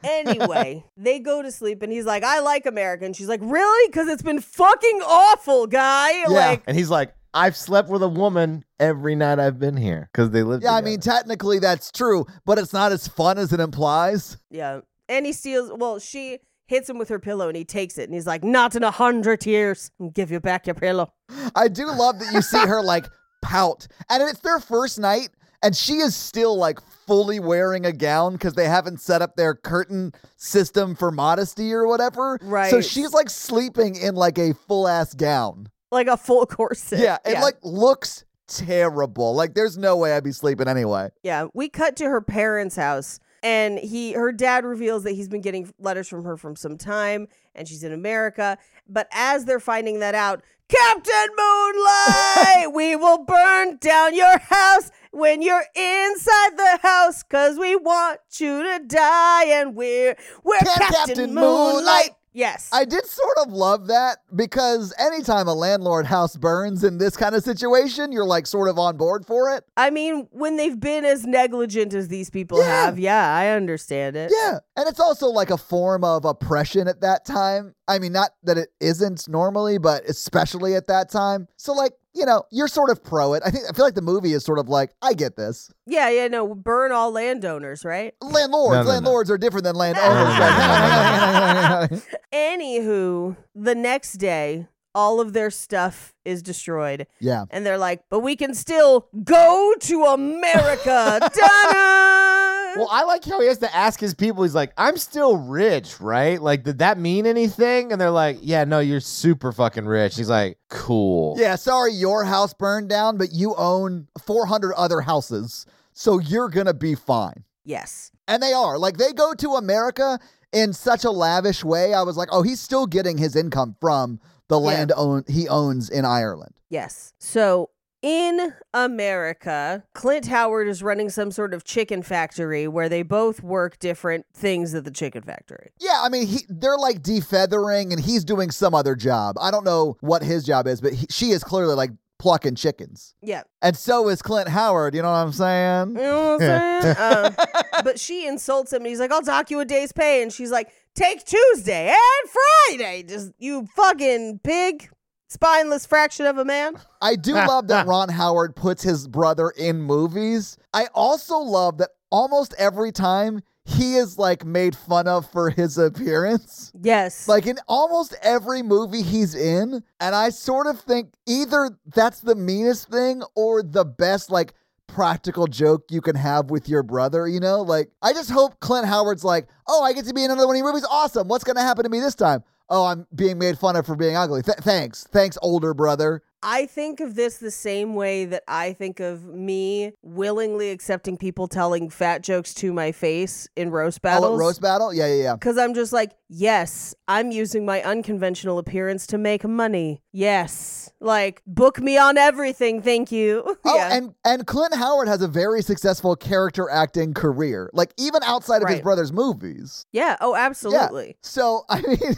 S3: anyway, they go to sleep and he's like, I like America. And she's like, Really? Because it's been fucking awful, guy. Like,
S4: and he's like, I've slept with a woman every night I've been here because they live.
S5: Yeah, I
S4: together."
S5: mean, technically that's true, but it's not as fun as it implies.
S3: yeah. And he steals, well, she hits him with her pillow and he takes it. And he's like, Not in a hundred years. I'll give you back your pillow.
S5: I do love that you see her like pout, and it's their first night, and she is still like fully wearing a gown because they haven't set up their curtain system for modesty or whatever. So
S3: Right.
S5: she's like sleeping in like a full ass gown.
S3: Like a full corset.
S5: Yeah, it like looks terrible. Like there's no way I'd be sleeping anyway.
S3: Yeah, we cut to her parents' house and he her dad reveals that he's been getting letters from her from some time and she's in America, but as they're finding that out, Captain Moonlight, we will burn down your house when you're inside the house cuz we want you to die and we're we're
S5: Cap-
S3: Captain,
S5: Captain
S3: Moonlight.
S5: Moonlight.
S3: Yes.
S5: I did sort of love that because anytime a landlord house burns in this kind of situation, you're like sort of on board for it.
S3: I mean, when they've been as negligent as these people
S5: Yeah.
S3: have, yeah, I understand it.
S5: Yeah. And it's also like a form of oppression at that time. I mean, not that it isn't normally, but especially at that time. So like, you know, you're sort of pro it. I think I feel like the movie is sort of like, I get this.
S3: Yeah, yeah, no, burn all landowners, right?
S5: Landlords,
S4: No, no, no.
S5: landlords are different than landowners.
S3: Anywho, the next day, all of their stuff is destroyed.
S5: yeah.
S3: And they're like, but we can still go to America. Donna!
S4: Well, I like how he has to ask his people. He's like, I'm still rich, right? Like, did that mean anything? And they're like, Yeah, no, you're super fucking rich. He's like, Cool.
S5: Yeah, sorry your house burned down, but you own 400 other houses. So you're going to be fine.
S3: yes.
S5: And they are. Like they go to America in such a lavish way. I was like, "Oh, he's still getting his income from the land own he owns in Ireland."
S3: Yes. So in America, Clint Howard is running some sort of chicken factory where they both work different things at the chicken factory.
S5: Yeah, I mean, he, they're like defeathering, and he's doing some other job. I don't know what his job is, but he, she is clearly like plucking chickens,
S3: Yeah.
S5: and so is Clint Howard. You know what I'm saying?
S3: You know what I'm saying? Uh, but she insults him and he's like, I'll dock you a day's pay. And she's like, take Tuesday and Friday. Just you fucking pig, spineless fraction of a man.
S5: I do love that Ron Howard puts his brother in movies. I also love that almost every time he is like made fun of for his appearance.
S3: Yes.
S5: Like in almost every movie he's in, and I sort of think either that's the meanest thing or the best like practical joke you can have with your brother, you know? Like I just hope Clint Howard's like, "Oh, I get to be in another one of your movies. Awesome. What's going to happen to me this time?" Oh, I'm being made fun of for being ugly. Th- thanks. Thanks, older brother. Oh,
S3: I think of this the same way that I think of me willingly accepting people telling fat jokes to my face in roast
S5: Oh,
S3: battles.
S5: at roast battle? Yeah, yeah, yeah.
S3: Because I'm just like, yes, I'm using my unconventional appearance to make money. Yes. Like, book me on everything. Thank you.
S5: Oh,
S3: yeah.
S5: and and Clint Howard has a very successful character acting career, like even outside of his
S3: Right.
S5: brother's movies.
S3: yeah. Oh,
S5: Yeah.
S3: absolutely.
S5: So I mean,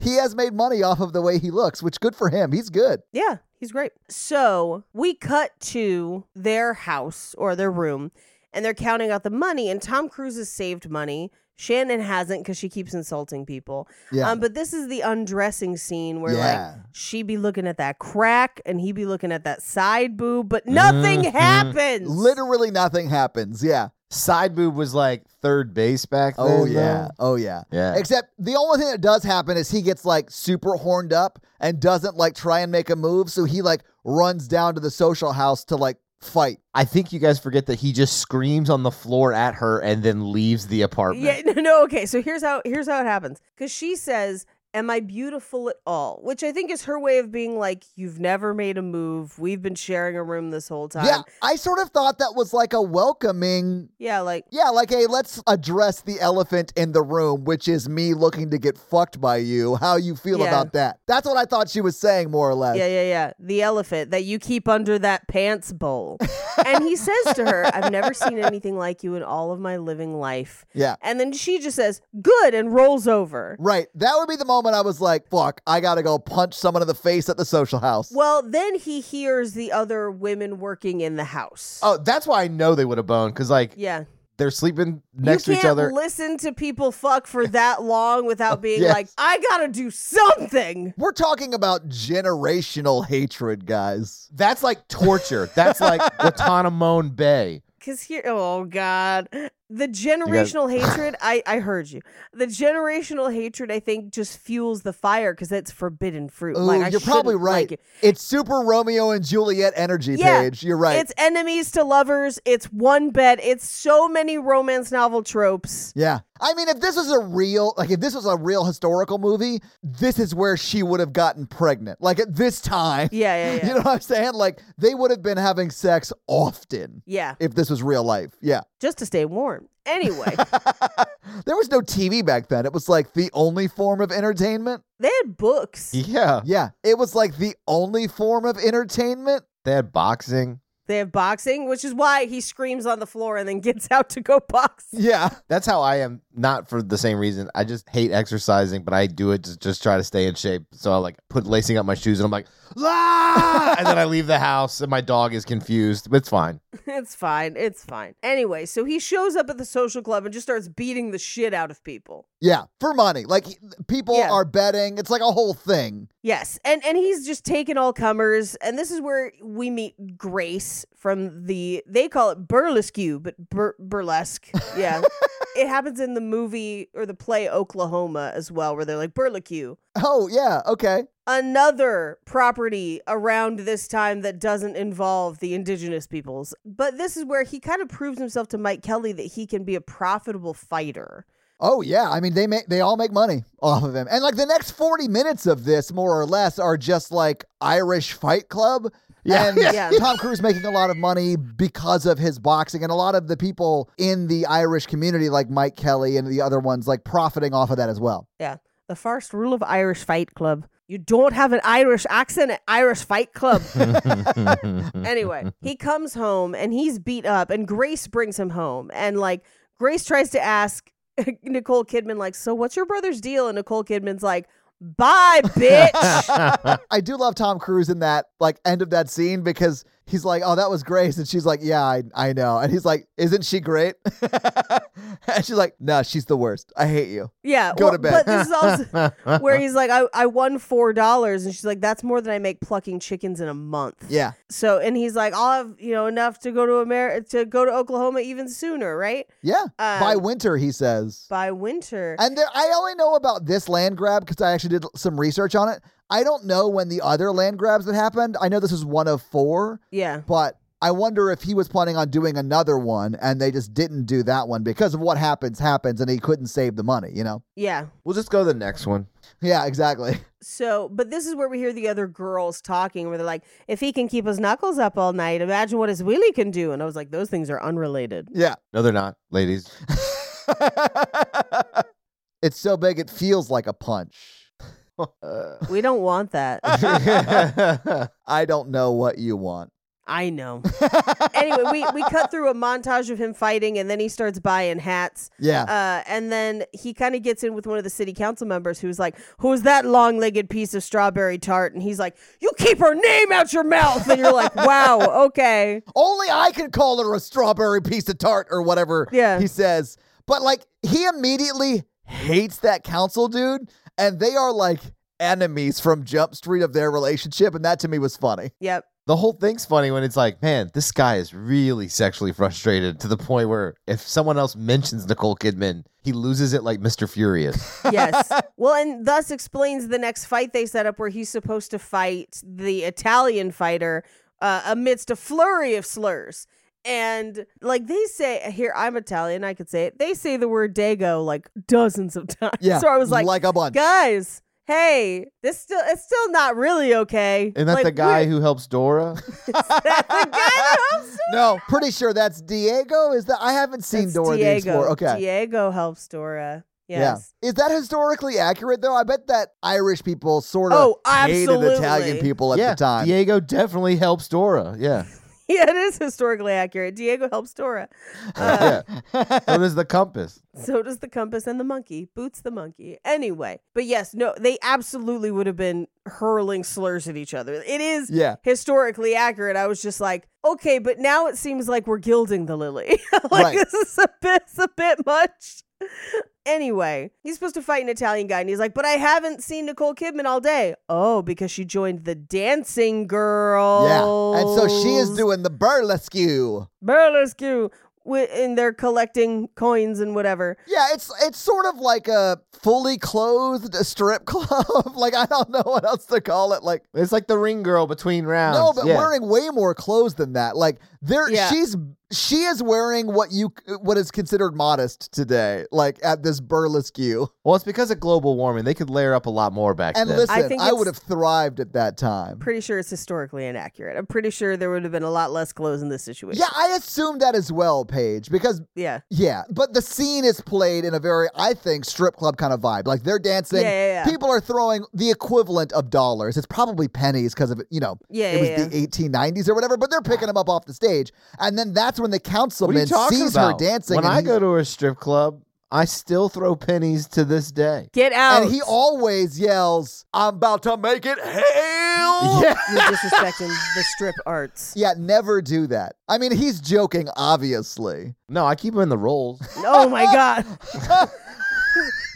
S5: he has made money off of the way he looks, which good for him. He's good.
S3: Yeah, he's great. So we cut to their house or their room, and they're counting out the money. And Tom Cruise has saved money. Shannon hasn't because she keeps insulting people.
S5: Yeah.
S3: Um, but this is the undressing scene where
S5: Yeah.
S3: like she be looking at that crack and he be looking at that side boob, but nothing happens.
S5: Mm-hmm. Literally nothing happens. Yeah.
S4: Side boob was like third base back then.
S5: Oh yeah.
S4: though.
S5: Oh yeah.
S4: Yeah.
S5: Except the only thing that does happen is he gets like super horned up and doesn't like try and make a move, so he like runs down to the social house to like fight.
S4: I think you guys forget that he just screams on the floor at her and then leaves the apartment.
S3: Yeah, no, no, okay. So here's how here's how it happens. Cause she says, Am I beautiful at all? Which I think is her way of being like, You've never made a move. We've been sharing a room this whole time.
S5: Yeah, I sort of thought that was like a welcoming
S3: Yeah, like
S5: Yeah, like, hey, let's address the elephant in the room, which is me looking to get fucked by you. How you feel
S3: Yeah.
S5: about that? That's what I thought she was saying, more or less.
S3: yeah, yeah, yeah. The elephant that you keep under that pants bowl. and he says to her, I've never seen anything like you in all of my living life.
S5: Yeah.
S3: And then she just says, Good, and rolls over.
S5: Right. That would be the moment I was like, fuck, I gotta go punch someone in the face at the social house.
S3: Well, then he hears the other women working in the house.
S4: Oh, that's why I know they would have boned because like
S3: Yeah.
S4: they're sleeping next
S3: you
S4: to
S3: can't
S4: each other.
S3: listen to people fuck for that long without being
S4: Yes.
S3: like, I gotta do something.
S5: We're talking about generational hatred, guys.
S4: that's like torture. that's like Guantanamo Bay.
S3: Cause here, oh god, the generational hatred. I I heard you. The generational hatred, I think, just fuels the fire because that's forbidden fruit.
S5: Ooh,
S3: like, I
S5: you're probably
S3: shouldn't
S5: right.
S3: like it.
S5: It's super Romeo and Juliet energy,
S3: Yeah,
S5: Paige. You're right.
S3: It's enemies to lovers. It's one bed. It's so many romance novel tropes.
S5: Yeah. I mean, if this was a real, like, if this was a real historical movie, this is where she would have gotten pregnant. Like, at this time.
S3: Yeah, yeah, yeah.
S5: You know what I'm saying? Like, they would have been having sex often
S3: Yeah,
S5: if this was real life. Yeah.
S3: just to stay warm. Anyway,
S5: There was no TV back then. It was like the only form of entertainment.
S3: they had books.
S4: Yeah,
S5: Yeah. It was like the only form of entertainment.
S4: they had boxing.
S3: They have boxing, which is why he screams on the floor and then gets out to go box.
S5: Yeah.
S4: That's how I am. Not for the same reason. I just hate exercising, but I do it to just try to stay in shape. So I like put lacing up my shoes, and I'm like, "La!" and then I leave the house, and my dog is confused. But it's fine.
S3: It's fine. It's fine. Anyway, so he shows up at the social club and just starts beating the shit out of people.
S5: Yeah. For money. Like, he- people
S3: Yeah.
S5: are betting. It's like a whole thing.
S3: Yes. And and he's just taking all comers. And this is where we meet Grace from the they call it burlesque, but bur- burlesque. Yeah. it happens in the movie or the play Oklahoma as well, where they're like burlesque.
S5: Oh, yeah. Okay.
S3: another property around this time that doesn't involve the indigenous peoples. But this is where he kind of proves himself to Mike Kelly that he can be a profitable fighter.
S5: Oh yeah, I mean they make they all make money off of him, and like the next forty minutes of this, more or less, are just like Irish Fight Club.
S4: Yeah.
S5: and
S3: Yeah.
S5: Tom Cruise making a lot of money because of his boxing, and a lot of the people in the Irish community, like Mike Kelly and the other ones, like profiting off of that as well.
S3: Yeah. The first rule of Irish Fight Club you don't have an Irish accent at Irish Fight Club. anyway, he comes home and he's beat up, and Grace brings him home. And like, Grace tries to ask Nicole Kidman, like, so what's your brother's deal? And Nicole Kidman's like, bye, bitch.
S5: I do love Tom Cruise in that like end of that scene because he's like, "Oh, that was Grace," and she's like, "Yeah, I, I know." And he's like, "Isn't she great?" and she's like, "No, she's the worst. I hate you."
S3: Yeah.
S5: Go to bed.
S3: But this is also where he's like, I, I won four dollars and she's like, That's more than I make plucking chickens in a month.
S5: Yeah,
S3: So and he's like, I'll have, you know, enough to go to America to go to Oklahoma even sooner, right?
S5: yeah.
S3: Um,
S5: By winter, he says.
S3: By winter.
S5: And there, I only know about this land grab because I actually did some research on it. I don't know when the other land grabs that happened. I know this was one of four,
S3: yeah.
S5: but I wonder if he was planning on doing another one and they just didn't do that one because of what happens happens and he couldn't save the money, you know?
S3: Yeah.
S4: We'll just go to the next one.
S5: Yeah, exactly.
S3: So but this is where we hear the other girls talking where they're like, If he can keep his knuckles up all night, imagine what his wheelie can do. And I was like, Those things are unrelated.
S5: Yeah.
S4: No, they're not, ladies.
S5: it's so big it feels like a punch.
S3: We don't want that.
S5: I don't know what you want.
S3: I know. anyway, we, we cut through a montage of him fighting and then he starts buying hats.
S5: Yeah.
S3: Uh, and then he kind of gets in with one of the city council members who's like, Who's that long legged piece of strawberry tart? And he's like, You keep her name out your mouth. And you're like, Wow, okay.
S5: Only I can call her a strawberry piece of tart or whatever
S3: Yeah.
S5: he says. But like he immediately hates that council dude, and they are like enemies from Jump Street of their relationship, and that to me was funny.
S3: Yep.
S4: the whole thing's funny when it's like, man, this guy is really sexually frustrated to the point where if someone else mentions Nicole Kidman, he loses it like Mr. Furious.
S3: Yes. well, and thus explains the next fight they set up where he's supposed to fight the Italian fighter uh, amidst a flurry of slurs. And like they say here, I'm Italian, I could say it. They say the word dago like dozens of times.
S5: Yeah,
S3: So I was like,
S5: like a bunch.
S3: guys, hey, this still it's still not really okay.
S4: Isn't that
S3: Like,
S4: the guy
S3: we're-
S4: who helps Dora?
S3: that the guy that helps her?
S5: No, pretty sure that's Diego. Is that I haven't seen
S3: That's
S5: Dora the Explorer. Okay.
S3: Diego helps Dora. Yes.
S5: Yeah. Is that historically accurate though? I bet that Irish people sort of
S3: Oh,
S5: hated
S3: absolutely.
S5: Italian people at
S4: yeah,
S5: the time.
S4: Diego definitely helps Dora. Yeah.
S3: Yeah. it is historically accurate. Diego helps Dora.
S4: yeah. So does the compass.
S3: So does the compass and the monkey. Boots the monkey. Anyway, but yes, no, they absolutely would have been hurling slurs at each other. It is
S5: Yeah.
S3: historically accurate. I was just like, okay, but now it seems like we're gilding the lily. like
S5: Right.
S3: this is a bit, it's a bit much. Anyway, he's supposed to fight an Italian guy, and he's like, "But I haven't seen Nicole Kidman all day." Oh, because she joined the Dancing Girls.
S5: Yeah. And so she is doing the burlesque.
S3: Burlesque, wi- and they're collecting coins and whatever.
S5: Yeah, it's it's sort of like a fully clothed strip club. like I don't know what else to call it. Like
S4: It's like the ring girl between rounds.
S5: no, but
S4: Yeah.
S5: wearing way more clothes than that. Like there,
S3: Yeah.
S5: she's she is wearing what you what is considered modest today. Like at this burlesque.
S4: Well, it's because of global warming. They could layer up a lot more back
S5: And
S4: then.
S5: listen, I,
S3: think
S5: would have
S3: it's-
S5: thrived at that time.
S3: pretty sure it's historically inaccurate. I'm pretty sure there would have been a lot less clothes in this situation.
S5: Yeah, I assume that as well, Paige, because
S3: Yeah.
S5: Yeah, but the scene is played in a very, I think, strip club kind of vibe. Like they're dancing.
S3: Yeah, yeah, yeah.
S5: People are throwing the equivalent of dollars. It's probably pennies because of it, you know,
S3: Yeah,
S5: it was
S3: yeah,
S5: the 1890s or whatever, but they're picking them up off the stage. And then that's when the
S4: What are
S5: councilman
S4: you talking
S5: sees
S4: about?
S5: her dancing.
S4: When
S5: and
S4: I
S5: he-
S4: go to a strip club, I still throw pennies to this day.
S3: Get out.
S5: and he always yells, I'm about to make it hail.
S4: Yeah.
S3: You're disrespecting the strip arts.
S5: Yeah, never do that. I mean, he's joking, obviously.
S4: No, I keep them in the rolls.
S3: Oh my God.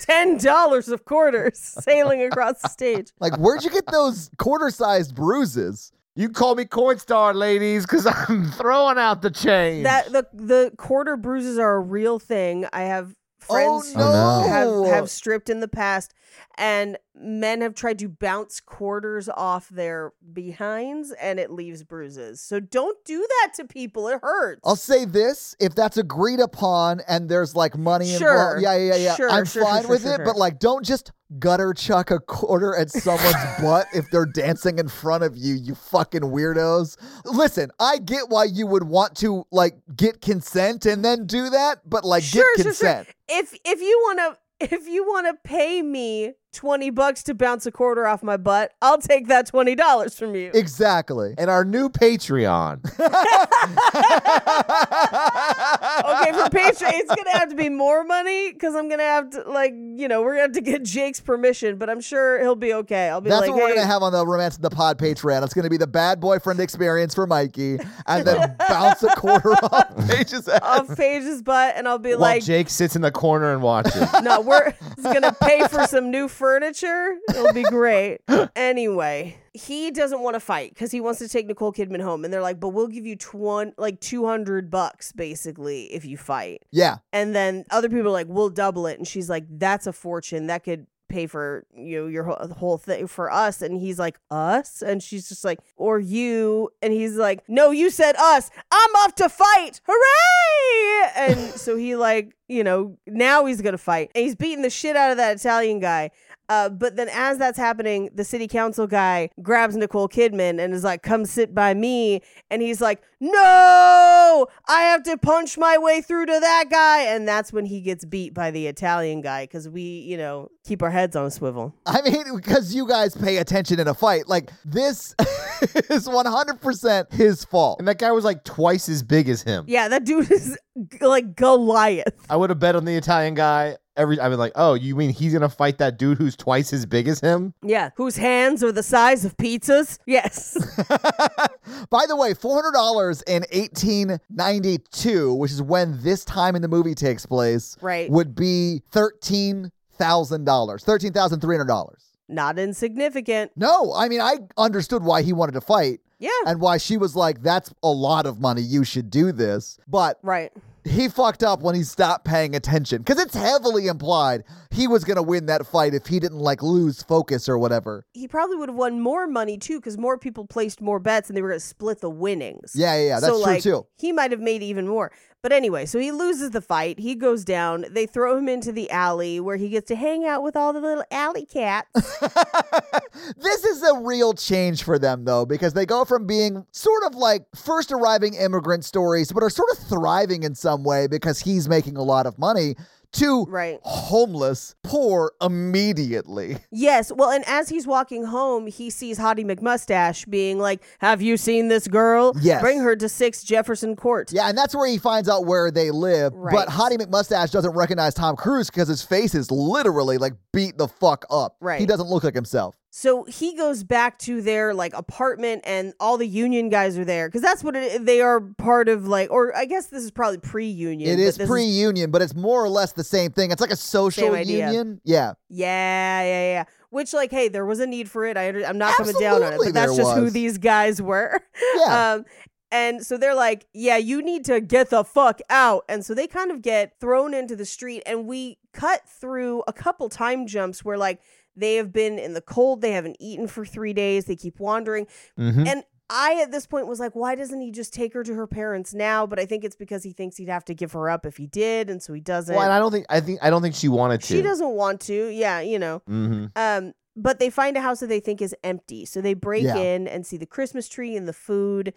S3: $10 of quarters sailing across the stage.
S5: Like, where'd you get those quarter sized bruises?
S4: You call me Coinstar, ladies, because I'm throwing out the chain.
S3: That the the quarter bruises are a real thing. I have friends
S5: Oh, no.
S3: who have, have stripped in the past and men have tried to bounce quarters off their behinds and it leaves bruises. So don't do that to people. It hurts.
S5: I'll say this: if that's agreed upon and there's like money
S3: Sure.
S5: involved, yeah, yeah, yeah,
S3: Sure,
S5: I'm
S3: sure, sure,
S5: fine
S3: sure,
S5: with
S3: sure,
S5: it.
S3: sure.
S5: But like, don't just gutter chuck a quarter at someone's butt if they're dancing in front of you. You fucking weirdos! Listen, I get why you would want to like get consent and then do that, but like get consent.
S3: If if you wanna if you wanna pay me twenty bucks to bounce a quarter off my butt, I'll take that twenty dollars from you.
S5: Exactly.
S4: and our new Patreon.
S3: okay, okay, for Patreon, it's gonna have to be more money because I'm gonna have to like, you know, we're gonna have to get Jake's permission, but I'm sure he'll be okay. I'll be
S5: That's
S3: like,
S5: what we're
S3: hey,
S5: gonna have on the Romance of the Pod Patreon. It's gonna be the bad boyfriend experience for Mikey, and then bounce a quarter off Paige's ass.
S3: off Paige's butt, and I'll be
S4: While
S3: like,
S4: Jake sits in the corner and watches.
S3: no, we're it's gonna pay for some new furniture. It'll be great. Anyway, he doesn't want to fight because he wants to take Nicole Kidman home, and they're like, but we'll give you twen like two hundred bucks basically if you fight.
S5: Yeah,
S3: And then other people are like, we'll double it. And she's like, that's a fortune that could pay for you know, your whole, the whole thing for us. And he's like, us? And she's just like, or you. And he's like, no, you said us. I'm off to fight. Hooray. And so he like, you know, now he's going to fight. And he's beating the shit out of that Italian guy. Uh, but then as that's happening, the city council guy grabs Nicole Kidman and is like, come sit by me. And he's like, no, I have to punch my way through to that guy. And that's when he gets beat by the Italian guy because we, you know, keep our heads on a swivel.
S5: I mean, because you guys pay attention in a fight, like this is one hundred percent his fault.
S4: And that guy was like twice as big as him.
S3: Yeah, that dude is g- like Goliath.
S4: I would have bet on the Italian guy. Every I've been like, oh, you mean he's gonna fight that dude who's twice as big as him?
S3: Yeah, whose hands are the size of pizzas. Yes.
S5: By the way, four hundred dollars in eighteen ninety two, which is when this time in the movie takes place,
S3: Right.
S5: would be thirteen thousand dollars, thirteen thousand three hundred dollars.
S3: Not insignificant.
S5: No, I mean I understood why he wanted to fight
S3: Yeah.
S5: and why she was like, "That's a lot of money. You should do this." But
S3: right.
S5: he fucked up when he stopped paying attention because it's heavily implied he was gonna win that fight if he didn't like lose focus or whatever.
S3: He probably would have won more money too because more people placed more bets and they were going to split the winnings.
S5: Yeah, yeah, yeah, that's
S3: so,
S5: true
S3: like,
S5: too.
S3: He might have made even more. But anyway, so he loses the fight. He goes down. They throw him into the alley where he gets to hang out with all the little alley cats.
S5: this is a real change for them though because they go from being sort of like first arriving immigrant stories but are sort of thriving in some way because he's making a lot of money to
S3: Right.
S5: homeless poor immediately
S3: yes. Well, and as he's walking home, he sees Hottie McMustache being like, Have you seen this girl?
S5: Yes.
S3: Bring her to 6 Jefferson Court.
S5: yeah and that's where he finds out where they live
S3: Right.
S5: but hottie mcmustache doesn't recognize tom cruise because his face is literally like beat the fuck up
S3: Right.
S5: he doesn't look like himself
S3: So he goes back to their like apartment, and all the union guys are there because that's what it, they are part of. Like, or I guess this is probably pre-union.
S5: it
S3: but
S5: is
S3: this
S5: pre-union but it's more or less the same thing it's like a social
S3: Same idea.
S5: union yeah
S3: Yeah, yeah, yeah. Which, like, hey, there was a need for it. I under- I'm not coming down on it,
S5: Absolutely
S3: but that's
S5: there
S3: just who
S5: was.
S3: these guys were.
S5: Yeah.
S3: Um, and so they're like, yeah, you need to get the fuck out. And so they kind of get thrown into the street, and we cut through a couple time jumps where, like, they have been in the cold, they haven't eaten for three days, they keep wandering.
S4: Mm-hmm.
S3: And I, at this point, was like, why doesn't he just take her to her parents now? But I think it's because he thinks he'd have to give her up if he did, and so he doesn't.
S4: Well, and I don't think I think I don't think she wanted to.
S3: she doesn't want to. Yeah, you know.
S4: hmm
S3: Um, but they find a house that they think is empty. So they break
S5: Yeah.
S3: in and see the Christmas tree and the food.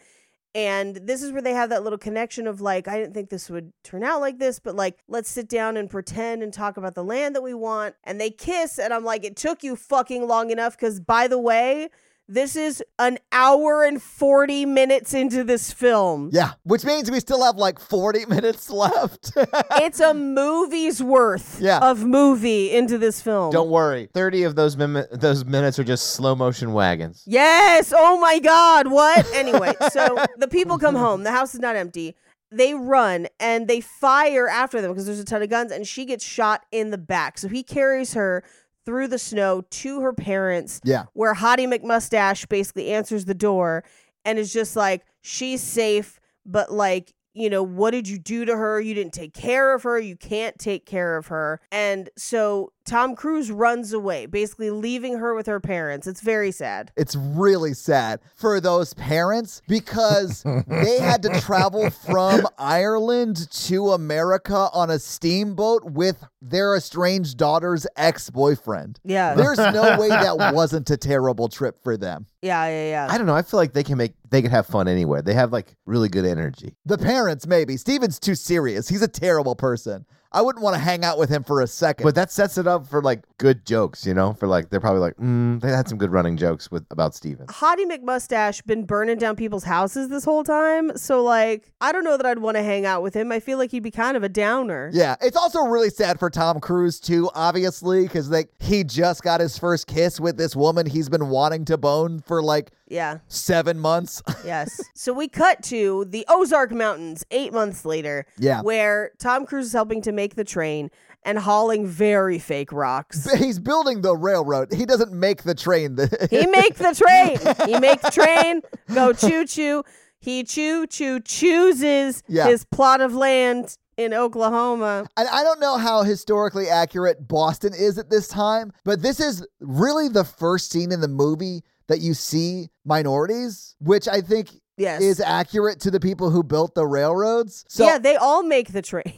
S3: And this is where they have that little connection of like, I didn't think this would turn out like this, but like, let's sit down and pretend and talk about the land that we want. And they kiss. And I'm like, it took you fucking long enough. Cause by the way, this is an hour and 40 minutes into this film.
S5: Yeah, which means we still have like 40 minutes left.
S3: It's a movie's worth
S5: Yeah.
S3: of movie into this film.
S4: Don't worry, thirty of those min- those minutes are just slow motion wagons.
S3: Yes. Oh my God. What? Anyway, so the people come home. The house is not empty. They run and they fire after them because there's a ton of guns, and she gets shot in the back. So he carries her through the snow to her parents,
S5: yeah.
S3: where Hottie McMustache basically answers the door and is just like, she's safe, but like, you know, what did you do to her? You didn't take care of her. You can't take care of her. And so Tom Cruise runs away, basically leaving her with her parents. It's very sad.
S5: It's really sad for those parents because they had to travel from Ireland to America on a steamboat with their estranged daughter's ex boyfriend.
S3: Yeah.
S5: There's no way that wasn't a terrible trip for them.
S3: yeah, yeah, yeah.
S4: I don't know. I feel like they can make they can have fun anywhere. They have like really good energy.
S5: The parents, maybe. Steven's too serious. He's a terrible person. I wouldn't want to hang out with him for a second.
S4: But that sets it up for like good jokes, you know? For like they're probably like, mm, they had some good running jokes with about Steven.
S3: Hottie McMustache been burning down people's houses this whole time. So like, I don't know that I'd want to hang out with him. I feel like he'd be kind of a downer.
S5: Yeah, it's also really sad for Tom Cruise too, obviously, because like he just got his first kiss with this woman he's been wanting to bone for like
S3: Yeah.
S5: seven months.
S3: Yes. so we cut to the Ozark Mountains eight months later.
S5: Yeah.
S3: Where Tom Cruise is helping to make the train and hauling very fake rocks.
S5: he's building the railroad. He doesn't make the train.
S3: He make the train. He make the train go choo choo. He choo choo chooses
S5: Yeah.
S3: his plot of land in Oklahoma.
S5: And I don't know how historically accurate Boston is at this time, but this is really the first scene in the movie that you see minorities, which I think
S3: Yes.
S5: is accurate to the people who built the railroads. So
S3: yeah, they all make the train.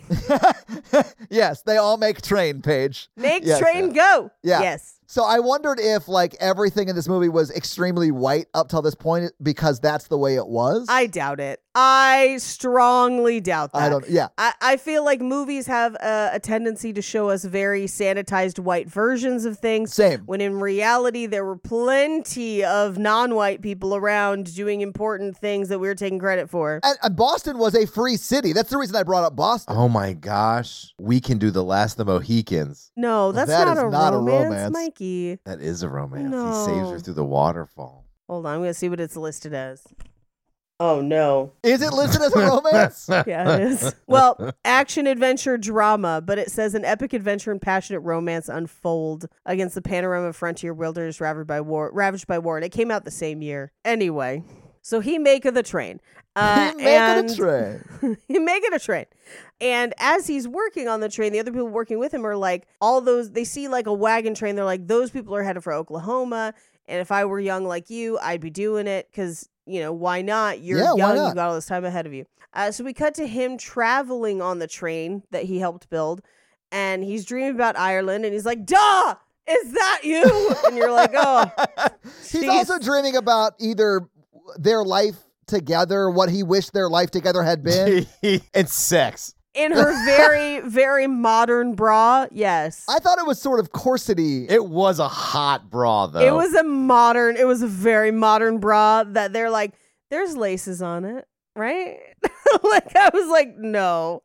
S5: yes, they all make train, Paige.
S3: Make
S5: Yes.
S3: train go.
S5: Yeah.
S3: Yes.
S5: So I wondered if like everything in this movie was extremely white up till this point because that's the way it was.
S3: I doubt it. I strongly doubt that.
S5: I don't yeah.
S3: I, I feel like movies have a, a tendency to show us very sanitized white versions of things.
S5: Same.
S3: When in reality, there were plenty of non white people around doing important things that we were taking credit for.
S5: And, and Boston was a free city. That's the reason I brought up Boston.
S4: Oh my gosh. We can do the last of the Mohicans.
S3: No, that's
S5: That
S3: not,
S5: is
S3: a,
S5: not a
S3: romance,
S5: romance.
S3: Mikey.
S4: That is a romance. He saves
S3: No.
S4: her through the waterfall.
S3: Hold on, I'm gonna see what it's listed as. Oh no.
S5: Is it listed as a romance?
S3: Yeah, it is. well, action adventure drama, but it says an epic adventure and passionate romance unfold against the panorama of frontier wilderness ravaged by war. Ravaged by war, and it came out the same year. Anyway, so he make of the train. Uh,
S5: Make it a
S3: and-
S5: train.
S3: he make it a train. And as he's working on the train, the other people working with him are like, all those, they see like a wagon train. They're like, those people are headed for Oklahoma. And if I were young like you, I'd be doing it because, you know, why not? You're
S5: Yeah, why
S3: young,
S5: not?
S3: you've got all this time ahead of you. Uh, so we cut to him traveling on the train that he helped build. And he's dreaming about Ireland. And he's like, duh, is that you? and you're like, oh,
S5: He's
S3: Jeez.
S5: also dreaming about either their life together, what he wished their life together had been.
S4: and sex.
S3: in her very, very modern bra. Yes.
S5: I thought it was sort of corsety.
S4: It was a hot bra though.
S3: It was a modern, it was a very modern bra that they're like, there's laces on it, right? like, I was like, no,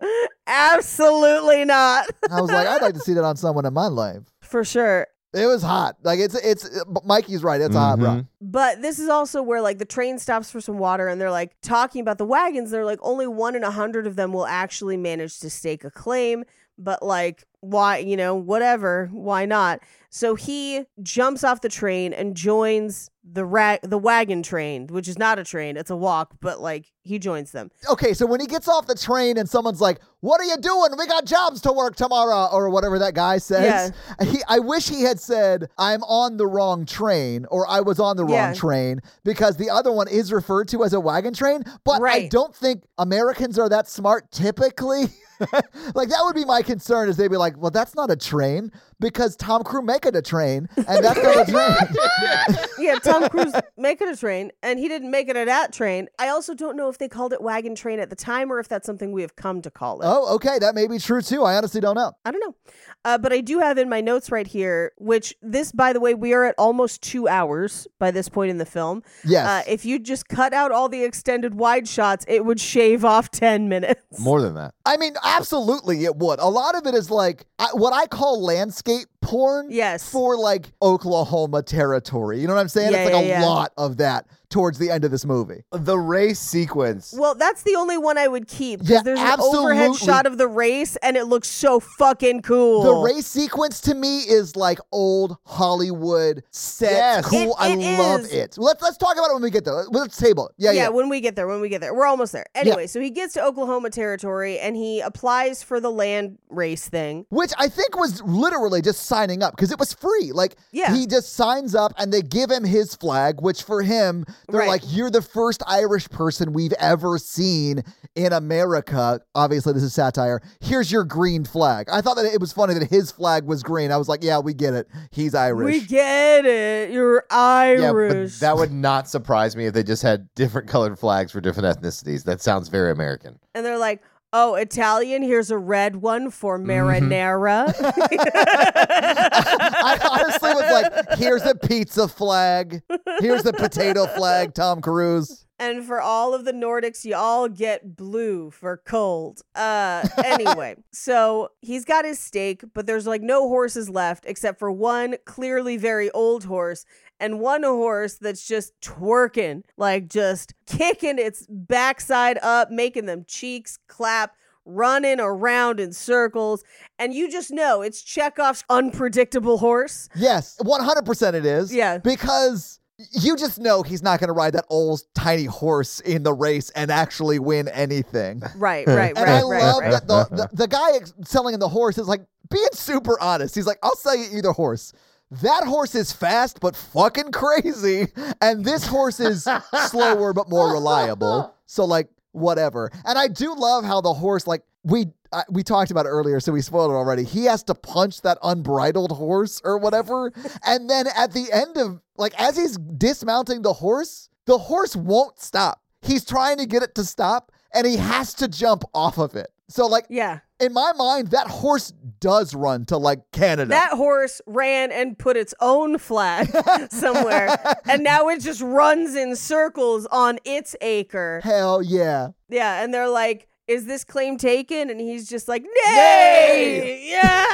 S3: absolutely not.
S5: I was like, I'd like to see that on someone in my life.
S3: For sure.
S5: It was hot. Like it's it's. Mikey's right. It's a hot
S3: Mm-hmm.
S5: bra.
S3: But this is also where like the train stops for some water and they're like talking about the wagons. They're like, only one in a hundred of them will actually manage to stake a claim. But like, why, you know, whatever, why not? So he jumps off the train and joins the ra- the wagon train, which is not a train, it's a walk, but like he joins them.
S5: okay, so when he gets off the train and someone's like, "What are you doing? We got jobs to work tomorrow," or whatever that guy says. He, I wish he had said, "I'm on the wrong train," or "I was on the
S3: Yeah.
S5: wrong train," because the other one is referred to as a wagon train. But I
S3: Right.
S5: don't think Americans are that smart typically. like that would be my concern is they'd be like, "Well, that's not a train because Tom Cruise make it a train, and that's not a train."
S3: yeah, Tom Cruise make it a train, and he didn't make it a that train. I also don't know if they called it wagon train at the time or if that's something we have come to call it.
S5: oh, okay, that may be true too. I honestly don't know.
S3: I don't know. Uh, but I do have in my notes right here, which this, by the way, we are at almost two hours by this point in the film.
S5: Yes.
S3: Uh, if you just cut out all the extended wide shots, it would shave off 10 minutes.
S4: more than that.
S5: I mean, absolutely, it would. A lot of it is like I, what I call landscape porn.
S3: Yes.
S5: For like Oklahoma territory. You know what I'm saying?
S3: Yeah,
S5: it's like
S3: yeah,
S5: a
S3: yeah.
S5: lot of that towards the end of this movie.
S4: The race sequence.
S3: Well, that's the only one I would keep. 'cause
S5: Yeah,
S3: there's an overhead
S5: absolutely.
S3: shot of the race, and it looks so fucking cool.
S5: The race sequence to me is like old Hollywood set.
S4: Yes.
S5: Cool.
S3: It-
S5: I
S3: it
S5: love
S3: is.
S5: it. Let's let's talk about it when we get there. Let's, let's table it. Yeah,
S3: yeah,
S5: yeah.
S3: when we get there, when we get there. We're almost there. Anyway, so he gets to Oklahoma territory and he applies for the land race thing.
S5: which I think was literally just signing up because it was free. Like,
S3: Yeah.
S5: he just signs up and they give him his flag, which for him, they're
S3: Right.
S5: like, You're the first Irish person we've ever seen in America. Obviously, this is satire. Here's your green flag. I thought that it was funny that his flag was green. I was like, Yeah, we get it. He's Irish.
S3: We get it. You're Irish.
S4: that would not surprise me if they just had different colored flags for different ethnicities. That sounds very American.
S3: and they're like, Oh, Italian. Here's a red one for marinara.
S4: I honestly was like, here's a pizza flag. Here's the potato flag, Tom Cruise.
S3: and for all of the Nordics, you all get blue for cold. Uh, anyway, so he's got his stake, but there's like no horses left except for one clearly very old horse and one horse that's just twerking, like just kicking its backside up, making them cheeks clap. Running around in circles, and you just know it's Chekhov's unpredictable horse.
S4: Yes, 100% it is.
S3: Yeah.
S4: Because you just know he's not going to ride that old tiny horse in the race and actually win anything.
S3: Right, right, right,
S4: And
S3: right,
S4: I love
S3: right.
S4: that the, the, the guy ex- selling him the horse is like being super honest. He's like, I'll sell you either horse. That horse is fast but fucking crazy. And this horse is slower but more reliable. So, like, whatever. And I do love how the horse, like, we. I, we talked about it earlier, so we spoiled it already. He has to punch that unbridled horse or whatever. And then at the end of, like, as he's dismounting the horse, the horse won't stop. He's trying to get it to stop and he has to jump off of it. So, like,
S3: Yeah.
S4: in my mind, that horse does run to like Canada.
S3: That horse ran and put its own flag somewhere, and now it just runs in circles on its acre.
S4: Hell yeah.
S3: Yeah, and they're like, "Is this claim taken?" And he's just like, "Nay, yeah."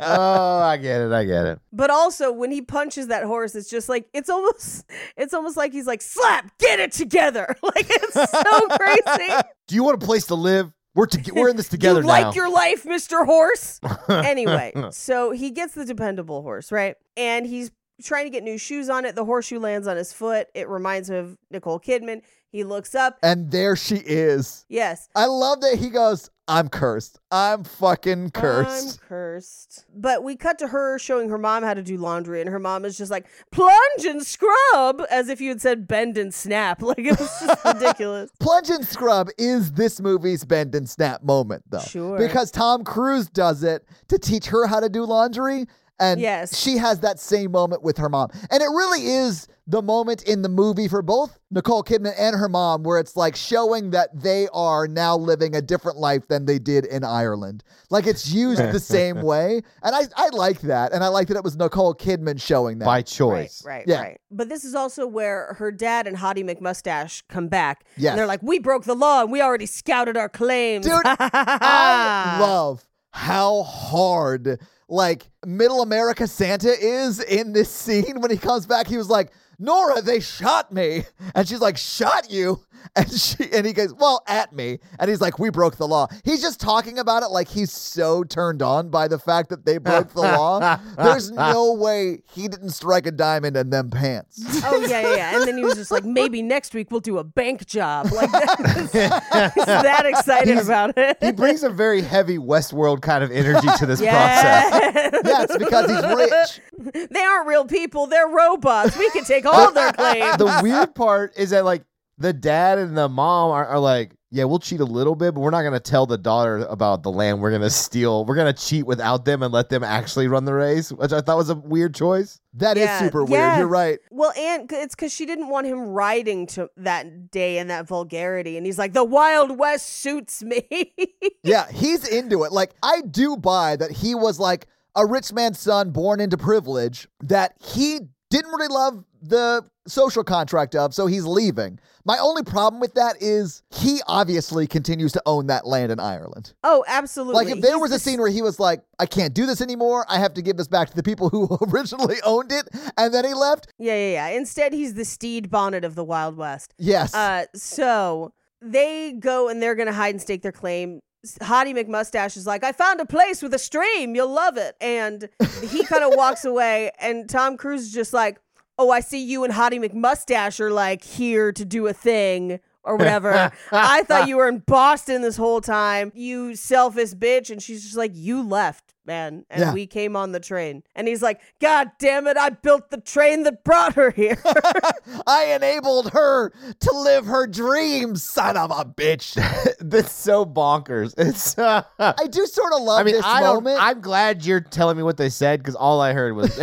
S8: oh, I get it. I get it.
S3: but also, when he punches that horse, it's just like it's almost, it's almost like he's like, "Slap, get it together!" Like it's so crazy.
S8: Do you want a place to live? We're to- we're in this together
S3: you
S8: now.
S3: like your life, Mr. Horse. anyway, so he gets the dependable horse, right? And he's trying to get new shoes on it. The horseshoe lands on his foot. It reminds him of Nicole Kidman. He looks up.
S4: And there she is.
S3: Yes.
S4: I love that he goes, I'm cursed. I'm fucking cursed.
S3: I'm cursed. But we cut to her showing her mom how to do laundry, and her mom is just like, plunge and scrub, as if you had said bend and snap. Like, it was just ridiculous.
S4: Plunge and Scrub is this movie's bend and snap moment, though.
S3: Sure.
S4: Because Tom Cruise does it to teach her how to do laundry. And
S3: Yes.
S4: she has that same moment with her mom. And it really is the moment in the movie for both Nicole Kidman and her mom where it's like showing that they are now living a different life than they did in Ireland. Like it's used the same way. And I, I like that. And I like that it was Nicole Kidman showing that.
S8: By choice.
S3: Right, right,
S4: Yeah.
S3: right. But this is also where her dad and Hottie McMustache come back.
S4: Yes.
S3: And they're like, we broke the law and we already scouted our claims.
S4: Dude,
S3: Ah.
S4: I love how hard like middle America Santa is in this scene. When he comes back, he was like, Nora, they shot me. And she's like, shot you. And she and he goes, Well, at me. And he's like, We broke the law. He's just talking about it like he's so turned on by the fact that they broke the law. There's no way he didn't strike a diamond in them pants.
S3: oh, yeah, yeah, yeah. And then he was just like, maybe next week we'll do a bank job. Like, that, he's that excited about it.
S8: He brings a very heavy Westworld kind of energy to this process.
S3: Yes.
S4: That's because he's rich.
S3: They aren't real people. They're robots. We can take all their claims.
S8: the weird part is that like the dad and the mom are, are like, yeah, we'll cheat a little bit, but we're not gonna tell the daughter about the land. We're gonna steal. We're gonna cheat without them and let them actually run the race, which I thought was a weird choice.
S4: That is
S3: Yeah,
S4: super weird.
S3: yeah.
S4: You're right.
S3: Well, and c- it's because she didn't want him riding to that day in that vulgarity. And he's like, the Wild West suits me.
S4: Yeah, he's into it. Like, I do buy that he was like a rich man's son born into privilege, that he didn't really love the social contract of, so he's leaving. My only problem with that is he obviously continues to own that land in Ireland.
S3: oh, absolutely.
S4: Like, if there
S3: He's
S4: was a
S3: the
S4: scene where he was like, I can't do this anymore, I have to give this back to the people who originally owned it, and then he left,
S3: Yeah, yeah, yeah. Instead, he's the Steed Bonnet of the Wild West.
S4: yes.
S3: Uh, so they go and they're gonna hide and stake their claim. S- Hottie McMustache is like, I found a place with a stream. You'll love it. And he kind of walks away, and Tom Cruise is just like, Oh, I see you and Hottie McMustache are like here to do a thing or whatever. I thought you were in Boston this whole time, you selfish bitch. And she's just like, You left. man. And
S5: Yeah.
S3: we came on the train. And he's like, God damn it, I built the train that brought her here.
S5: I enabled her to live her dreams, son of a bitch.
S4: That's so bonkers. It's. uh,
S5: I do sort of love
S4: I mean,
S5: this
S4: I don't.
S5: moment.
S4: I'm glad you're telling me what they said because all I heard was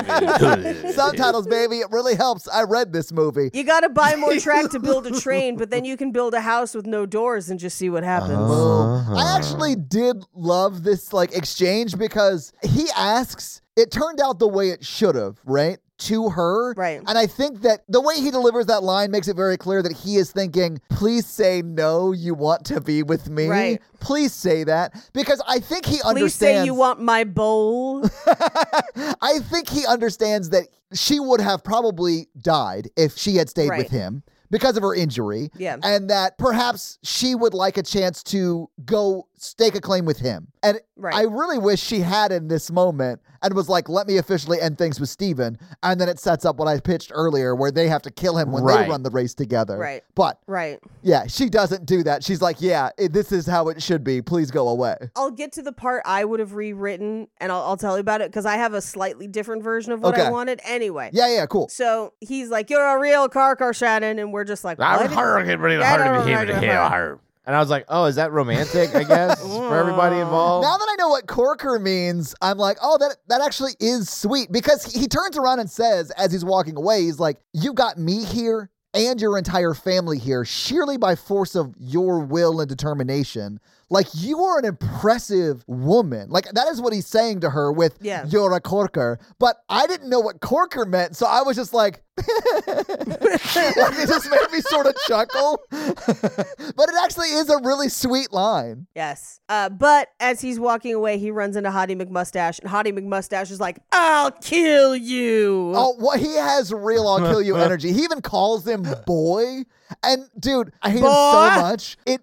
S5: Subtitles, baby, it really helps. I read this movie.
S3: you got to buy more track to build a train, but then you can build a house with no doors and just see what happens.
S5: Uh-huh. Boom. I actually did love this like exchange because he asks, it turned out the way it should have, right? To her.
S3: Right.
S5: And I think that the way he delivers that line makes it very clear that he is thinking, please say no, you want to be with me.
S3: Right.
S5: Please say that. Because I think he
S3: Please
S5: understands.
S3: say you want my bowl.
S5: I think he understands that she would have probably died if she had stayed
S3: Right.
S5: with him because of her injury.
S3: Yeah.
S5: And that perhaps she would like a chance to go stake a claim with him. And
S3: Right.
S5: I really wish she had in this moment and was like, let me officially end things with Steven. And then it sets up what I pitched earlier where they have to kill him when
S4: Right.
S5: they run the race together.
S3: Right.
S5: But
S3: right.
S5: yeah, she doesn't do that. She's like, yeah, it, this is how it should be. Please go away.
S3: I'll get to the part I would have rewritten and I'll, I'll tell you about it because I have a slightly different version of what I
S5: Okay.
S3: wanted anyway.
S5: Yeah, yeah, cool.
S3: So he's like, You're a real Karkar Shannon. And we're just like,
S4: I'm
S3: "What?"
S4: getting ready to
S3: Yeah,
S4: harder
S3: no,
S4: to
S3: no,
S4: him
S3: no,
S4: to
S3: no,
S4: kill
S3: no.
S4: her. And I was like, oh, is that romantic? I guess for everybody involved.
S5: Now that I know what corker means, I'm like, oh, that that actually is sweet because he, he turns around and says, as he's walking away, he's like, "You got me here and your entire family here, sheerly by force of your will and determination. Like you are an impressive woman. Like that is what he's saying to her with,
S3: Yeah.
S5: "You're a corker." But I didn't know what corker meant, so I was just like, like, it just made me sort of chuckle. but it actually is a really sweet line.
S3: Yes. Uh, but as he's walking away, he runs into Hottie McMustache, and Hottie McMustache is like, I'll kill you.
S5: Oh, well, he has real I'll kill you energy. He even calls him boy. And dude, I hate him
S3: Boy.
S5: so much. It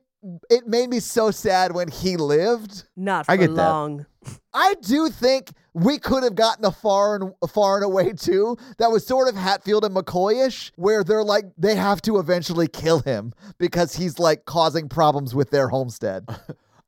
S5: it made me so sad when he lived.
S3: Not for
S4: I get that.
S3: long.
S5: I do think we could have gotten a far and far and away too that was sort of Hatfield and McCoyish, where they're like they have to eventually kill him because he's like causing problems with their homestead.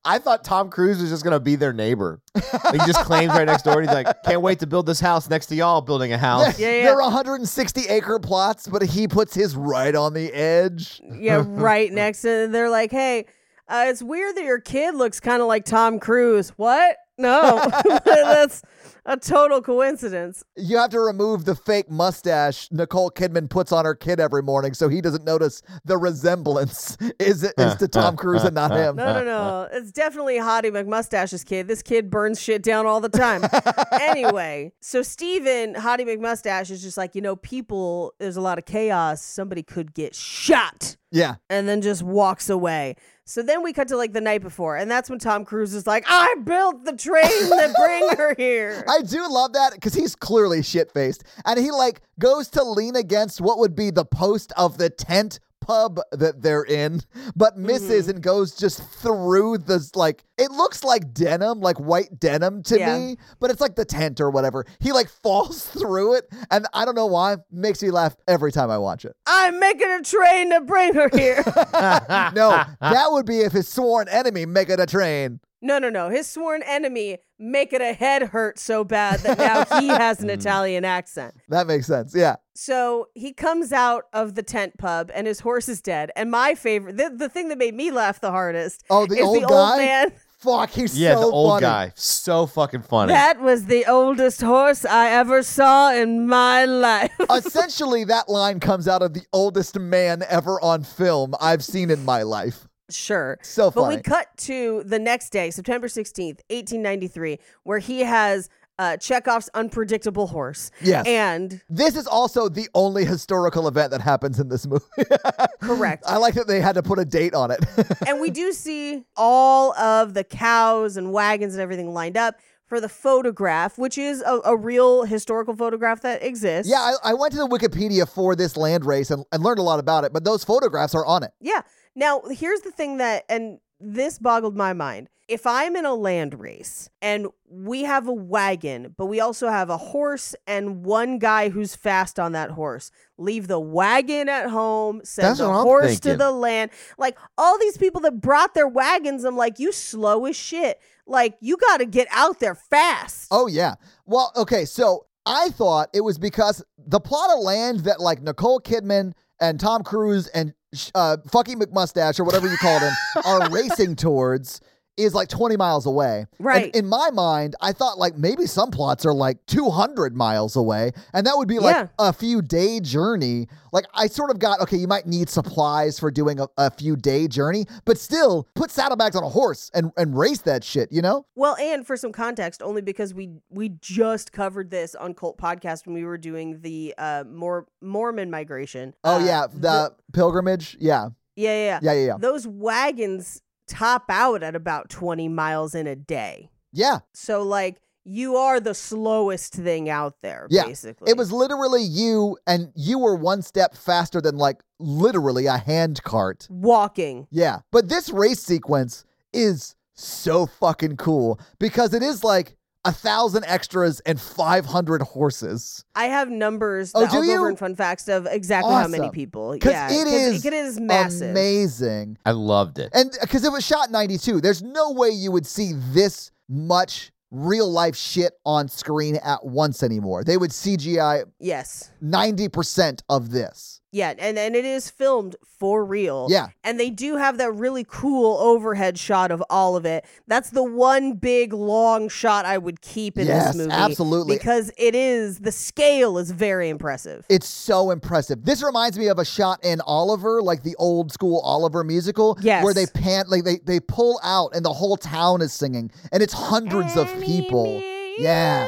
S4: I thought Tom Cruise was just gonna be their neighbor. he just claims right next door. And he's like, can't wait to build this house next to y'all building a house.
S3: Yeah, yeah.
S5: They're 160 acre plots, but he puts his right on the edge.
S3: yeah, right next to and They're like, hey, uh, it's weird that your kid looks kind of like Tom Cruise. What? No, that's a total coincidence.
S5: You have to remove the fake mustache Nicole Kidman puts on her kid every morning so he doesn't notice the resemblance is, is to Tom Cruise and not him.
S3: No, no, no. It's definitely Hottie McMustache's kid. This kid burns shit down all the time. anyway, so Steven, Hottie McMustache, is just like, you know, people, there's a lot of chaos. Somebody could get shot.
S5: Yeah.
S3: and then just walks away. So then we cut to like the night before, and that's when Tom Cruise is like, "I built the train that bring her here."
S5: I do love that because he's clearly shit faced. And he like goes to lean against what would be the post of the tent pub that they're in, but misses and goes just through this like it looks like denim, like white denim to
S3: Yeah.
S5: me, but it's like the tent or whatever. He like falls through it and I don't know why. Makes me laugh every time I watch it.
S3: I'm making a train to bring her here.
S5: no, that would be if his sworn enemy make it a train.
S3: no, no, no. His sworn enemy making a head hurt so bad that now he has
S5: Hmm.
S3: an Italian accent.
S5: That makes sense. Yeah.
S3: So he comes out of the tent pub, and his horse is dead. And my favorite, the, the thing that made me laugh the hardest,
S5: Oh, the
S3: is
S5: old
S3: the
S5: guy?
S3: old man.
S5: Fuck, he's
S4: Yeah,
S5: so
S4: the old
S5: funny.
S4: guy, so fucking funny.
S3: That was the oldest horse I ever saw in my life.
S5: Uh, Essentially, that line comes out of the oldest man ever on film I've seen in my life.
S3: Sure.
S5: So
S3: but
S5: funny.
S3: we cut to the next day, September 16th, 1893, where he has uh, Chekhov's unpredictable horse.
S5: Yes.
S3: And
S5: This is also the only historical event that happens in this movie.
S3: correct.
S5: I like that they had to put a date on it.
S3: and we do see all of the cows and wagons and everything lined up for the photograph, which is a, a real historical photograph that exists.
S5: yeah, I, I went to the Wikipedia for this land race and, and learned a lot about it, but those photographs are on it.
S3: Yeah. Now, here's the thing that, and this boggled my mind. If I'm in a land race and we have a wagon, but we also have a horse and one guy who's fast on that horse, leave the wagon at home, send
S4: That's
S3: the
S4: what I'm
S3: horse to
S4: thinking.
S3: the land. Like all these people that brought their wagons, I'm like, you slow as shit. Like you got to get out there fast.
S5: Oh yeah. Well, okay. So I thought it was because the plot of land that like Nicole Kidman and Tom Cruise and sh- uh, fucking McMustache or whatever you called him are racing towards is like 20 miles away. And
S3: Right.
S5: in my mind, I thought like maybe some plots are like 200 miles away and that would be like
S3: Yeah.
S5: a few day journey. Like I sort of got okay, you might need supplies for doing a, a few day journey, but still put saddlebags on a horse and and race that shit, you know?
S3: Well, and for some context, only because we we just covered this on Cult Podcast when we were doing the uh Mor- Mormon migration.
S5: Oh
S3: Uh,
S5: yeah, the, pilgrimage. Yeah,
S3: yeah, yeah, yeah.
S5: yeah, yeah, yeah.
S3: Those wagons top out at about 20 miles in a day.
S5: Yeah,
S3: So like you are the slowest thing out there
S5: Yeah.
S3: basically.
S5: it was literally you, and you were one step faster than like literally a hand cart.
S3: walking.
S5: Yeah, but this race sequence is so fucking cool because it is like a thousand extras and five hundred horses.
S3: I have numbers
S5: Oh,
S3: that
S5: do
S3: I'll go
S5: you?
S3: over in fun facts of exactly how many
S5: Awesome.
S3: people.
S5: Because
S3: Yeah,
S5: it is
S3: it is massive.
S5: amazing,
S4: I loved it.
S5: and because it was shot in '92, there's no way you would see this much real life shit on screen at once anymore. They would CGI
S3: Yes.
S5: 90% of this.
S3: Yeah, and and it is filmed for real.
S5: Yeah.
S3: And they do have that really cool overhead shot of all of it. That's the one big long shot I would keep in
S5: Yes,
S3: this movie.
S5: absolutely.
S3: Because it is the scale is very impressive.
S5: It's so impressive. This reminds me of a shot in Oliver, like the old school Oliver musical,
S3: Yes.
S5: where they pant, like they, they pull out and the whole town is singing, and it's hundreds of people. Yeah.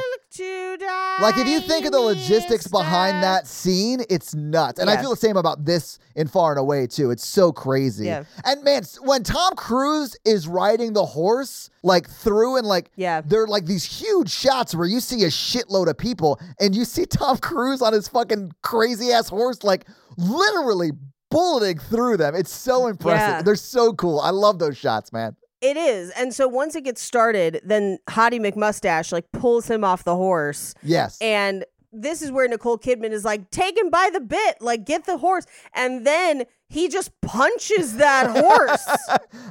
S5: Like if you think of the logistics behind that scene, it's nuts. And I
S3: Yeah.
S5: feel the same about this in Far and Away too. It's so crazy.
S3: Yeah.
S5: And man, s- when Tom Cruise is riding the horse like through and like
S3: Yeah.
S5: they're like these huge shots where you see a shitload of people and you see Tom Cruise on his fucking crazy ass horse like literally bulleting through them. It's so impressive.
S3: Yeah.
S5: They're so cool. I love those shots, man.
S3: It is. And so once it gets started, then Hottie McMustache like pulls him off the horse
S5: Yes.
S3: And this is where Nicole Kidman is like, take him by the bit, like get the horse. And then he just punches that horse.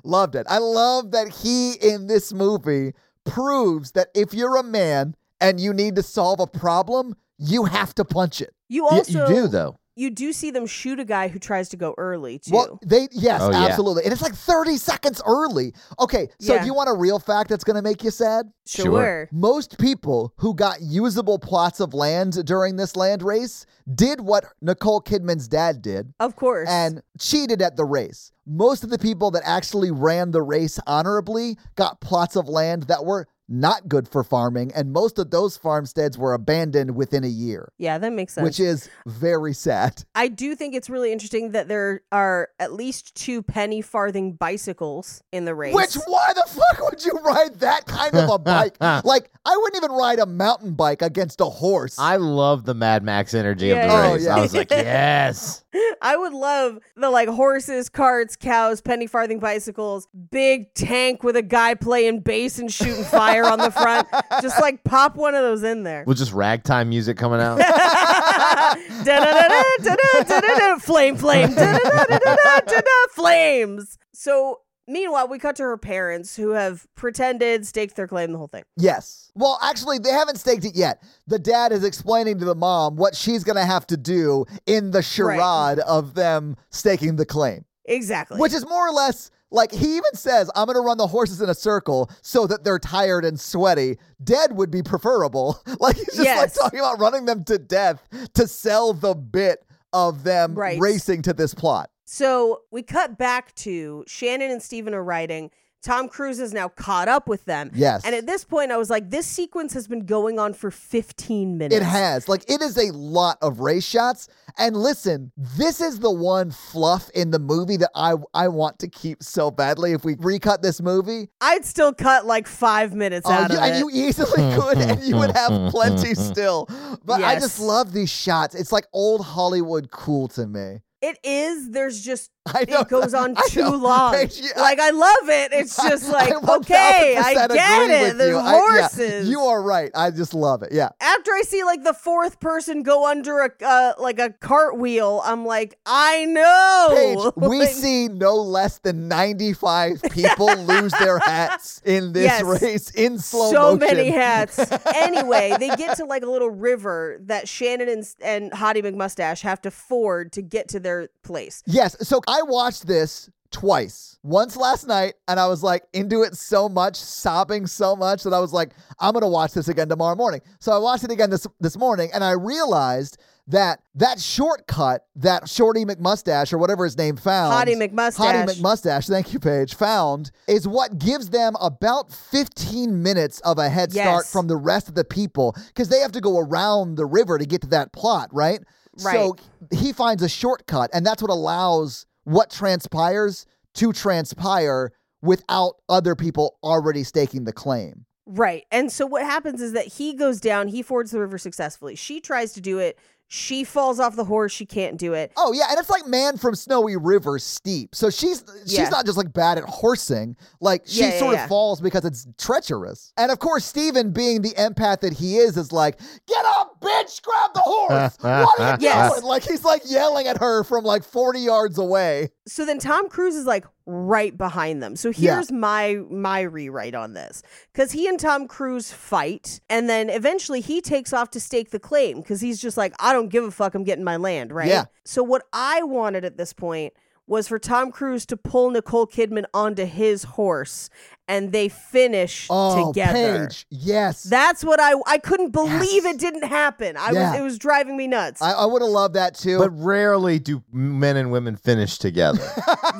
S5: Loved it. I love that he in this movie proves that if you're a man and you need to solve a problem, you have to punch it.
S3: You
S4: Y-
S3: also
S4: you do though.
S3: you do see them shoot a guy who tries to go early too.
S5: Well, they yes,
S4: Oh, yeah.
S5: absolutely. And it's like 30 seconds early. Okay, so
S3: Yeah.
S5: do you want a real fact that's going to make you sad?
S3: sure.
S4: sure.
S5: Most people who got usable plots of land during this land race did what Nicole Kidman's dad did.
S3: Of course.
S5: and cheated at the race. Most of the people that actually ran the race honorably got plots of land that were not good for farming, and most of those farmsteads were abandoned within a year,
S3: yeah, that makes sense.
S5: which is very sad.
S3: I do think it's really interesting that there are at least two penny farthing bicycles in the race.
S5: Which why the fuck would you ride that kind of a bike? like I wouldn't even ride a mountain bike against a horse.
S4: I love the Mad Max energy
S3: Yeah,
S4: of the
S5: yeah,
S4: race.
S5: yeah.
S4: I was like, yes.
S3: I would love the like horses, carts, cows, penny farthing bicycles, big tank with a guy playing bass and shooting fire on the front. Just like pop one of those in there.
S4: With just ragtime music coming out.
S3: Da-da-da-da, da-da, da-da-da, Flame, flame, da-da-da, da-da-da, da-da, flames. So meanwhile, we cut to her parents who have pretended, staked their claim, the whole thing.
S5: Yes. Well, actually, they haven't staked it yet. The dad is explaining to the mom what she's going to have to do in the charade of them staking the claim.
S3: Exactly.
S5: Which is more or less like he even says, I'm going to run the horses in a circle so that they're tired and sweaty. Dead would be preferable. Like he's just like
S3: Yes.
S5: talking about running them to death to sell the bit of them
S3: Right.
S5: racing to this plot.
S3: So we cut back to Shannon and Steven are writing. Tom Cruise is now caught up with them.
S5: Yes.
S3: And at this point, I was like, this sequence has been going on for 15 minutes.
S5: It has. Like, it is a lot of race shots. And listen, this is the one fluff in the movie that I, I want to keep so badly. If we recut this movie,
S3: I'd still cut like five minutes
S5: Oh,
S3: out
S5: you-
S3: of
S5: and
S3: it.
S5: you easily could, and you would have plenty still. But I
S3: Yes.
S5: just love these shots. It's like old Hollywood cool to me.
S3: It is. There's just
S5: I know
S3: it goes on
S5: I
S3: too
S5: know.
S3: long.
S5: I- yeah, I-
S3: like I love it. It's just like okay, I
S5: 1000%
S3: get
S5: agree
S3: it.
S5: with
S3: There's
S5: you. I- yeah,
S3: horses.
S5: you are right. I just love it. Yeah.
S3: After I see like the fourth person go under a uh, like a cartwheel, I'm like, I know.
S5: Paige, we
S3: Oh, Like,
S5: see no less than 95 people lose their hats in this
S3: Yes.
S5: race in slow
S3: so
S5: motion.
S3: many hats. anyway, they get to like a little river that Shannon and, and Hottie McMustache have to ford to get to their place.
S5: Yes. So I watched this twice. Once last night, and I was like into it so much, sobbing so much that I was like, I'm gonna watch this again tomorrow morning. So I watched it again this this morning, and I realized that that shortcut that Shorty McMustache or whatever his name found,
S3: Hottie McMustache.
S5: Hottie McMustache, thank you, Paige, found is what gives them about 15 minutes of a head start
S3: Yes.
S5: from the rest of the people because they have to go around the river to get to that plot, right? So
S3: Right.
S5: he finds a shortcut, and that's what allows what transpires to transpire without other people already staking the claim.
S3: Right. And so what happens is that he goes down, he fords the river successfully. She tries to do it. She falls off the horse. She can't do it.
S5: Oh yeah, and it's like man from Snowy River steep. So she's she's
S3: Yeah.
S5: not just like bad at horsing. Like she
S3: Yeah, yeah,
S5: sort
S3: yeah.
S5: of falls because it's treacherous. And of course, Steven, being the empath that he is, is like, "Get up, bitch! Grab the horse! what are you
S3: Yes.
S5: doing?" Like he's like yelling at her from like forty yards away.
S3: So then Tom Cruise is like right behind them. So
S5: Yeah.
S3: here's my my rewrite on this. Cuz he and Tom Cruise fight and then eventually he takes off to stake the claim cuz he's just like I don't give a fuck I'm getting my land, right?
S5: Yeah.
S3: So what I wanted at this point was for Tom Cruise to pull Nicole Kidman onto his horse and they finish
S5: Oh,
S3: together.
S5: Paige, yes.
S3: That's what I I couldn't believe
S5: Yes.
S3: it didn't happen. I
S5: Yeah.
S3: was it was driving me nuts.
S5: I, I would have loved that too.
S4: But rarely do men and women finish together.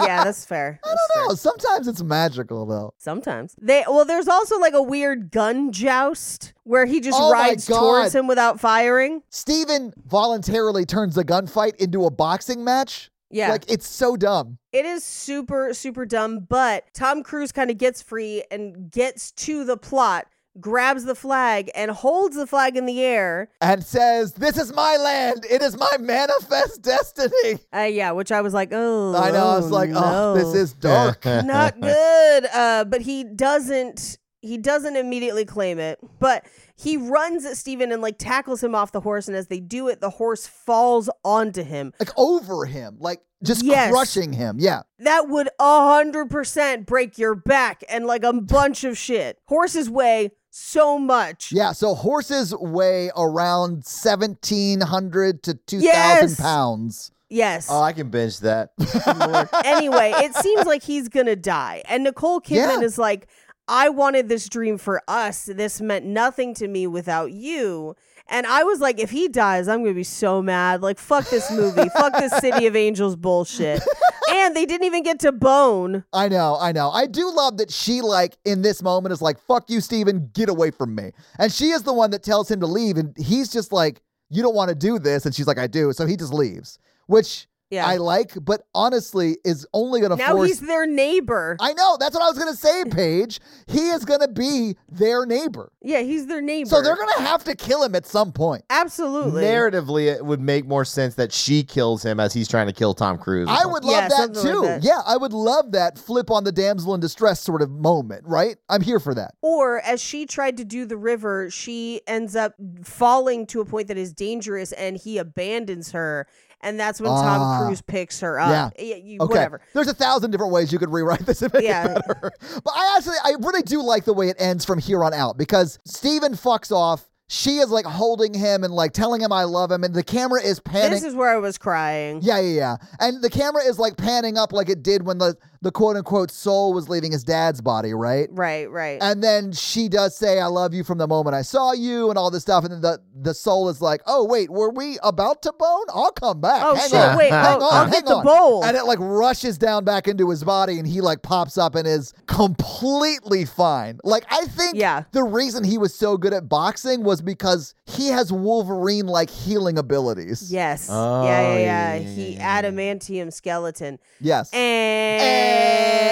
S3: yeah, that's fair.
S5: I
S3: That's fair.
S5: don't know. Sometimes it's magical though.
S3: Sometimes they well, there's also like a weird gun joust where he just
S5: Oh my
S3: rides towards
S5: God.
S3: him without firing.
S5: Steven voluntarily turns the gunfight into a boxing match.
S3: Yeah,
S5: Like it's so dumb.
S3: it is super super dumb. But Tom Cruise kind of gets free and gets to the plot, grabs the flag and holds the flag in the air.
S5: and says, This is my land. It is my manifest destiny.
S3: Uh, yeah, which I was like, oh,
S5: I know. I was like, Oh,
S3: no."
S5: this is dark.
S3: not good. Uh, but he doesn't. He doesn't immediately claim it, but he runs at Steven and like tackles him off the horse. And as they do it, the horse falls onto him.
S5: like over him, like just
S3: Yes.
S5: crushing him. Yeah.
S3: That would a hundred percent break your back and like a bunch of shit. Horses weigh so much.
S5: Yeah. So horses weigh around 1,700 to 2,000
S3: Yes.
S5: pounds.
S3: Yes.
S5: Uh,
S4: oh, I can binge that.
S3: anyway, it seems like he's gonna die. And Nicole Kidman
S5: Yeah.
S3: is like, I wanted this dream for us. This meant nothing to me without you. And I was like, if he dies, I'm gonna be so mad. Like, fuck this movie. fuck this City of Angels bullshit. And they didn't even get to bone.
S5: I know, I know. I do love that she, like, in this moment is like, fuck you, Steven, get away from me. And she is the one that tells him to leave. And he's just like, you don't want to do this. And she's like, I do. So he just leaves, which
S3: Yeah.
S5: I like, but honestly is only going to
S3: now
S5: force
S3: he's their neighbor.
S5: I know. That's what I was going to say, Paige. He is going to be their neighbor.
S3: yeah, he's their neighbor.
S5: So they're going to have to kill him at some point.
S3: absolutely.
S4: Narratively, it would make more sense that she kills him as he's trying to kill Tom Cruise. or
S5: I
S4: something.
S5: would
S3: Yeah,
S5: love that
S3: something like
S5: too.
S3: that.
S5: Yeah, I would love that flip on the damsel in distress sort of moment, right? I'm here for that.
S3: Or as she tried to do the river, she ends up falling to a point that is dangerous and he abandons her. And that's when Tom
S5: Ah.
S3: Cruise picks her up. Uh, Yeah. you-
S5: Okay.
S3: Whatever.
S5: There's a thousand different ways you could rewrite this and make
S3: Yeah.
S5: it better. But I actually, I really do like the way it ends from here on out because Steven fucks off. She is like holding him and like telling him I love him, and the camera is panning.
S3: This is where I was crying.
S5: Yeah, yeah, yeah. And the camera is like panning up like it did when the, the quote unquote soul was leaving his dad's body, right?
S3: Right, right.
S5: And then she does say, I love you from the moment I saw you and all this stuff. And then the, the soul is like, oh, wait, were we about to bone? I'll come back.
S3: Oh,
S5: hang
S3: shit,
S5: on.
S3: wait,
S5: hang
S3: I'll-
S5: on,
S3: I'll
S5: hang
S3: get the
S5: on."
S3: bowl.
S5: And it like rushes down back into his body and he like pops up and is completely fine. Like, I think
S3: Yeah.
S5: the reason he was so good at boxing was because he has Wolverine like healing abilities.
S3: yes.
S4: Oh,
S3: yeah, yeah,
S4: yeah,
S3: yeah.
S4: yeah, yeah,
S3: He
S4: yeah, yeah.
S3: adamantium skeleton.
S5: Yes.
S3: And,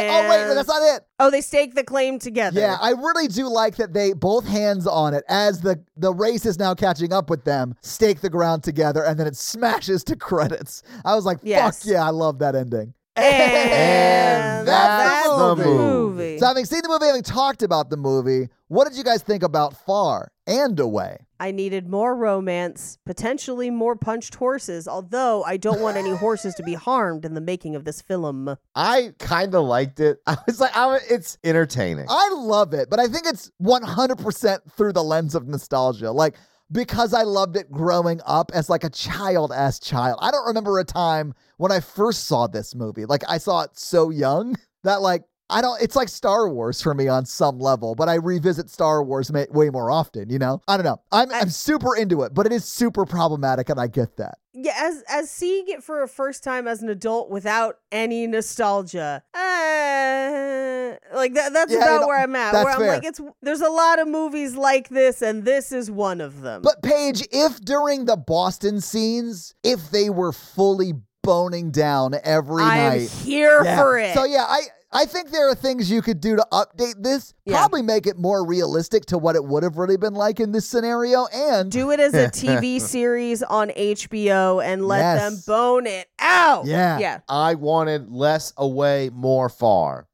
S5: Oh wait, no, that's not it.
S3: Oh, they stake the claim together.
S5: Yeah, I really do like that they both hands on it as the the race is now catching up with them, stake the ground together, and then it smashes to credits. I was like,
S3: Yes.
S5: fuck yeah, I love that ending.
S3: and
S4: And
S3: that's
S4: that's
S3: the
S4: the
S3: movie.
S5: So having seen the movie, having talked about the movie, what did you guys think about Far and Away?
S3: I needed more romance, potentially more punched horses, although I don't want any horses to be harmed in the making of this film.
S4: I kind of liked it. I was like, I, it's entertaining.
S5: I love it, but I think it's 100% through the lens of nostalgia. Like, because I loved it growing up as like a child as child. I don't remember a time when I first saw this movie. Like I saw it so young that like I don't it's like Star Wars for me on some level, but I revisit Star Wars ma- way more often, you know? I don't know. I'm I'm super into it, but it is super problematic and I get that.
S3: Yeah, as as seeing it for a first time as an adult without any nostalgia, uh, like that, that's
S5: Yeah, you
S3: about
S5: know,
S3: where I'm at.
S5: that's
S3: Where I'm
S5: fair.
S3: like, it's there's a lot of movies like this, and this is one of them.
S5: But Paige, if during the Boston scenes, if they were fully boning down every
S3: I am
S5: night
S3: here
S5: Yeah.
S3: for it.
S5: So yeah, I I think there are things you could do to update this,
S3: Yeah.
S5: probably make it more realistic to what it would have really been like in this scenario, and
S3: Do it as a TV series on HBO and let
S5: Yes.
S3: them bone it out.
S5: Yeah.
S3: yeah.
S4: I wanted less away, more far.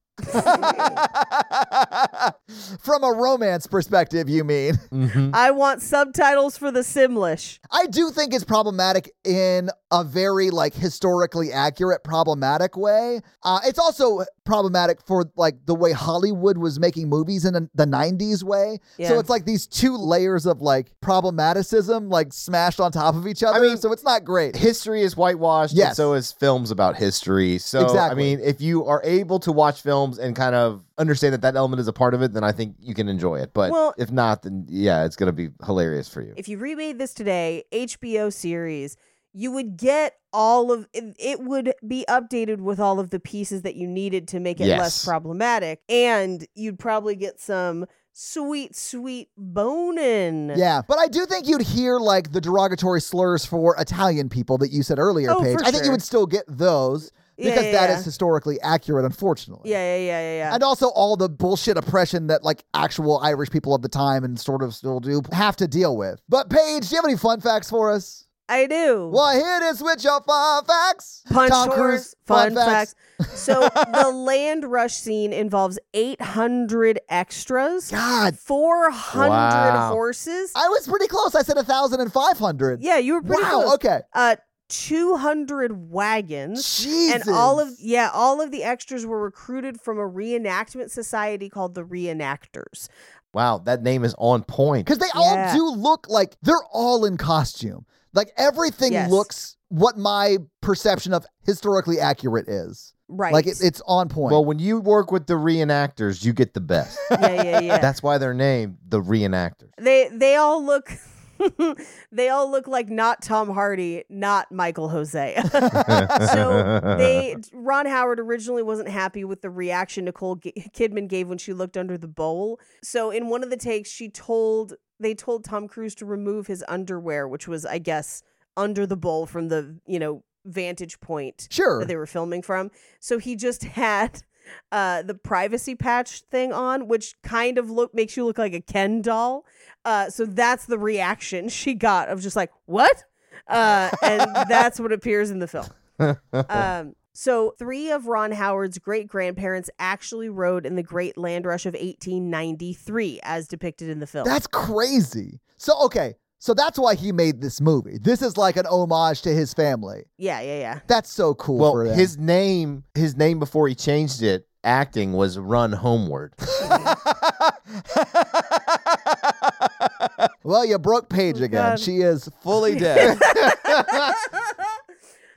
S5: from a romance perspective, you mean?
S4: Mm-hmm.
S3: I want subtitles for the Simlish.
S5: I do think it's problematic in a very like historically accurate problematic way. Uh, it's also problematic for like the way Hollywood was making movies in the 90s way.
S3: Yeah.
S5: So it's like these two layers of like problematicism like smashed on top of each other.
S4: mean-
S5: so it's not great.
S4: History is whitewashed, Yeah.
S5: Yes.
S4: and so is films about history. So, I
S5: Exactly.
S4: mean, if you are able to watch films and kind of understand that that element is a part of it, then I think you can enjoy it. But
S3: Well-
S4: if not, then yeah, it's going to be hilarious for you.
S3: If you remade this today, HBO series, you would get all of it, it would be updated with all of the pieces that you needed to make it less
S4: Yes.
S3: problematic and you'd probably get some sweet sweet boning.
S5: Yeah, but I do think you'd hear like the derogatory slurs for Italian people that you said earlier,
S3: Oh, for
S5: Paige. I think
S3: sure.
S5: you would still get those
S3: Yeah,
S5: because that
S3: yeah,
S5: is
S3: yeah.
S5: historically accurate, unfortunately.
S3: Yeah, yeah, yeah, yeah, yeah.
S5: And also all the bullshit oppression that like actual Irish people of the time and sort of still do have to deal with. But Paige, do you have any fun facts for us?
S3: I do.
S5: Well, here it is with your fun facts.
S3: Punch
S5: Tom
S3: horse,
S5: Cruise,
S3: fun, facts. So the land rush scene involves 800 extras,
S5: God,
S3: 400
S4: Wow.
S3: horses.
S5: I was pretty close. I said a thousand and five hundred.
S3: yeah, you were pretty
S5: Wow.
S3: close.
S5: Okay.
S3: uh 200 wagons
S5: Jesus.
S3: and all of yeah all of the extras were recruited from a reenactment society called the reenactors
S4: Wow, that name is on point.
S5: Because they
S3: Yeah.
S5: all do look like they're all in costume. Like everything
S3: Yes.
S5: looks what my perception of historically accurate is.
S3: right
S5: Like it, it's on point.
S4: Well, when you work with the reenactors, you get the best.
S3: yeah yeah yeah
S4: That's why they're named the reenactors.
S3: they they all look they all look like not Tom Hardy, not Michael Jose. so they Ron Howard originally wasn't happy with the reaction Nicole G- Kidman gave when she looked under the bowl. So in one of the takes, she told they told Tom Cruise to remove his underwear, which was I guess under the bowl from the you know vantage point
S5: sure.
S3: that they were filming from. So he just had uh the privacy patch thing on which kind of look makes you look like a ken doll uh so that's the reaction she got of just like what uh and that's what appears in the film um so three of ron howard's great grandparents actually rode in the great land rush of 1893 as depicted in the film
S5: That's crazy. So okay, so that's why he made this movie. This is like an homage to his family.
S3: yeah yeah yeah
S5: That's so cool.
S4: Well,
S5: for them.
S4: his name, his name before he changed it, acting was Run Homeward.
S5: well, you broke Paige again.
S3: Oh, God.
S5: She is
S4: Fully dead.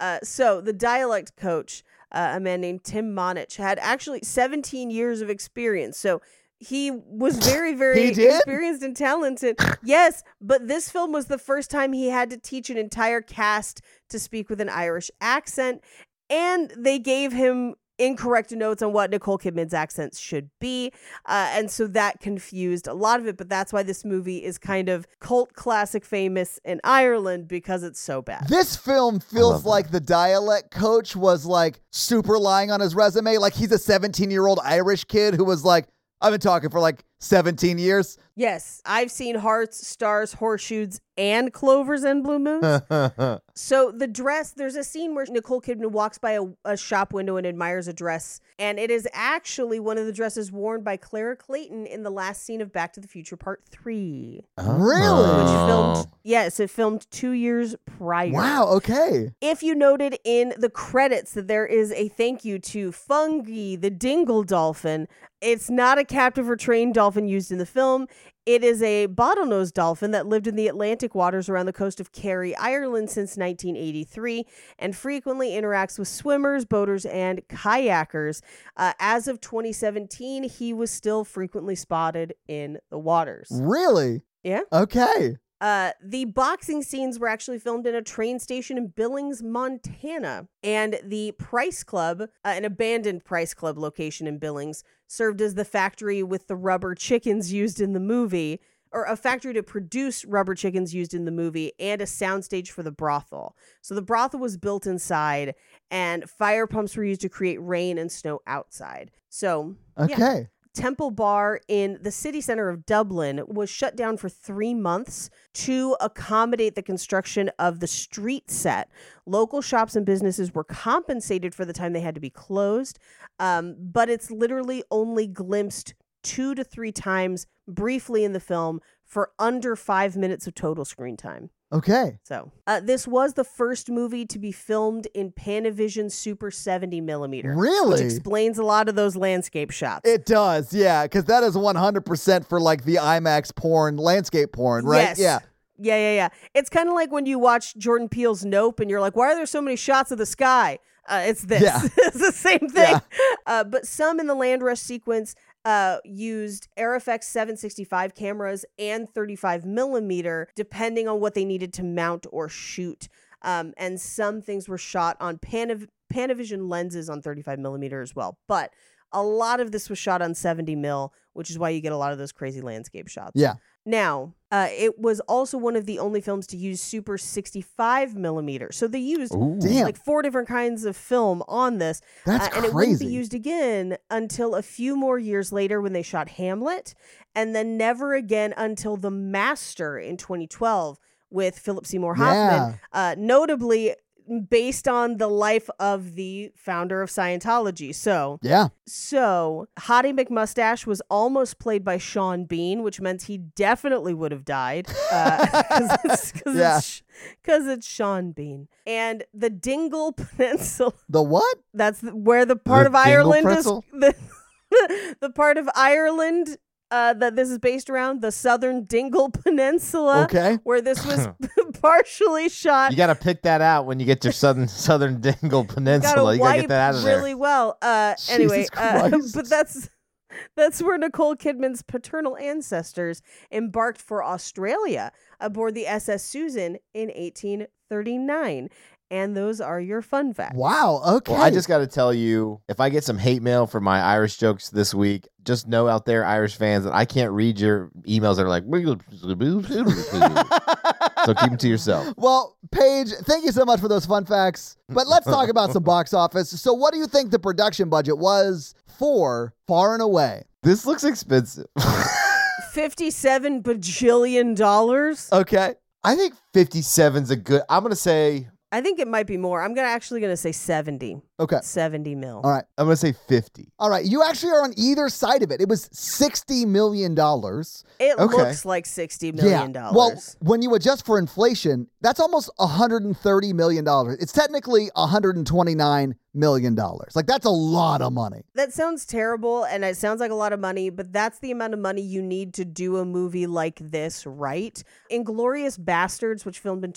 S3: Uh, so the dialect coach, uh, a man named Tim Monich, had actually 17 years of experience. So he was very, very
S5: He did?
S3: experienced and talented. yes, but this film was the first time he had to teach an entire cast to speak with an Irish accent, and they gave him incorrect notes on what Nicole Kidman's accents should be. Uh, and so that confused a lot of it, but that's why this movie is kind of cult classic famous in Ireland because it's so bad.
S5: This film feels like the dialect coach was like super lying on his resume. Like he's a 17 year old Irish kid who was like, I've been talking for like 17 years.
S3: Yes, I've seen hearts, stars, horseshoes, and clovers and blue moons. so the dress, there's a scene where Nicole Kidman walks by a, a shop window and admires a dress, and it is actually one of the dresses worn by Clara Clayton in the last scene of Back to the Future Part Three,
S4: Uh-huh.
S3: which
S5: Really? Oh.
S3: filmed yes, it filmed two years prior.
S5: Wow. Okay.
S3: If you noted in the credits that there is a thank you to Fungi, the dingle dolphin, it's not a captive or trained dolphin used in the film. It is a bottlenose dolphin that lived in the Atlantic waters around the coast of Kerry, Ireland since 1983 and frequently interacts with swimmers, boaters, and kayakers. Uh, as of 2017, he was still frequently spotted in the waters.
S5: Really?
S3: Yeah.
S5: Okay.
S3: Uh, the boxing scenes were actually filmed in a train station in Billings, Montana, and the Price Club, uh, an abandoned Price Club location in Billings, served as the factory with the rubber chickens used in the movie, or a factory to produce rubber chickens used in the movie, and a soundstage for the brothel. So the brothel was built inside, and fire pumps were used to create rain and snow outside. So yeah.
S5: Okay.
S3: Temple Bar in the city center of Dublin was shut down for three months to accommodate the construction of the street set. Local shops and businesses were compensated for the time they had to be closed, um, but it's literally only glimpsed two to three times briefly in the film for under five minutes of total screen time.
S5: Okay.
S3: So, uh, this was the first movie to be filmed in Panavision Super 70 millimeter. Which
S5: Really?
S3: explains a lot of those landscape shots.
S5: It does, yeah, because that is 100% for like the IMAX porn, landscape porn,
S3: Yes.
S5: right? Yeah.
S3: Yeah, yeah, yeah. It's kind of like when you watch Jordan Peele's Nope and you're like, why are there so many shots of the sky? Uh, it's this.
S5: Yeah.
S3: it's the same thing.
S5: Yeah.
S3: Uh, but some in the land rush sequence uh, used Airfx 765 cameras and 35 millimeter, depending on what they needed to mount or shoot. Um, and some things were shot on Panav- Panavision lenses on 35 millimeter as well. But a lot of this was shot on 70 mil, which is why you get a lot of those crazy landscape shots.
S5: Yeah.
S3: Now, uh, it was also one of the only films to use Super 65 millimeter. So they used
S5: Damn.
S3: like four different kinds of film on this. uh,
S5: That's
S3: and it wouldn't be
S5: crazy.
S3: used again until a few more years later when they shot Hamlet, and then never again until The Master in 2012 with Philip Seymour Hoffman, uh, notably based on the life of the founder of Scientology. So.
S5: yeah.
S3: So, Hottie McMustache was almost played by Sean Bean, which meant he definitely would have died because it's, 'cause
S5: Yeah.
S3: it's, because it's Sean Bean. And the Dingle Peninsula,
S5: The what?
S3: that's the, where the part
S4: The
S3: of
S4: Dingle
S3: Ireland is.
S4: pretzel?
S3: The, the part of Ireland uh, that this is based around, the southern Dingle Peninsula,
S5: Okay.
S3: where this was partially shot.
S4: You got to pick that out when you get your southern southern Dingle
S3: gotta
S4: Peninsula. You got to get
S3: wipe
S4: that out of there.
S3: really well. Uh, anyway,
S5: Jesus
S3: uh,
S5: Christ.
S3: but that's that's where Nicole Kidman's paternal ancestors embarked for Australia aboard the SS Susan in 1839, and those are your fun facts.
S5: Wow. Okay.
S4: Well, I just got to tell you, if I get some hate mail for my Irish jokes this week, just know out there, Irish fans, that I can't read your emails that are like, so keep them to yourself.
S5: Well, Paige, thank you so much for those fun facts. But let's talk about some box office. So, what do you think the production budget was for Far and Away?
S4: This looks expensive.
S3: 57 bajillion dollars.
S5: Okay.
S4: I think 57's a good, I'm going to say,
S3: I think it might be more. I'm gonna actually gonna say 70,
S5: Okay.
S3: 70 mil.
S5: Uh, All right.
S4: I'm going to say 50.
S5: All right. You actually are on either side of it. It was $60 million.
S3: It
S4: Okay.
S3: looks like 60 million
S5: yeah.
S3: dollars.
S5: Well, when you adjust for inflation, that's almost $130 million. It's technically $129 million. Like, that's a lot of money.
S3: That sounds terrible and it sounds like a lot of money, but that's the amount of money you need to do a movie like this, right? Inglorious Bastards, which filmed in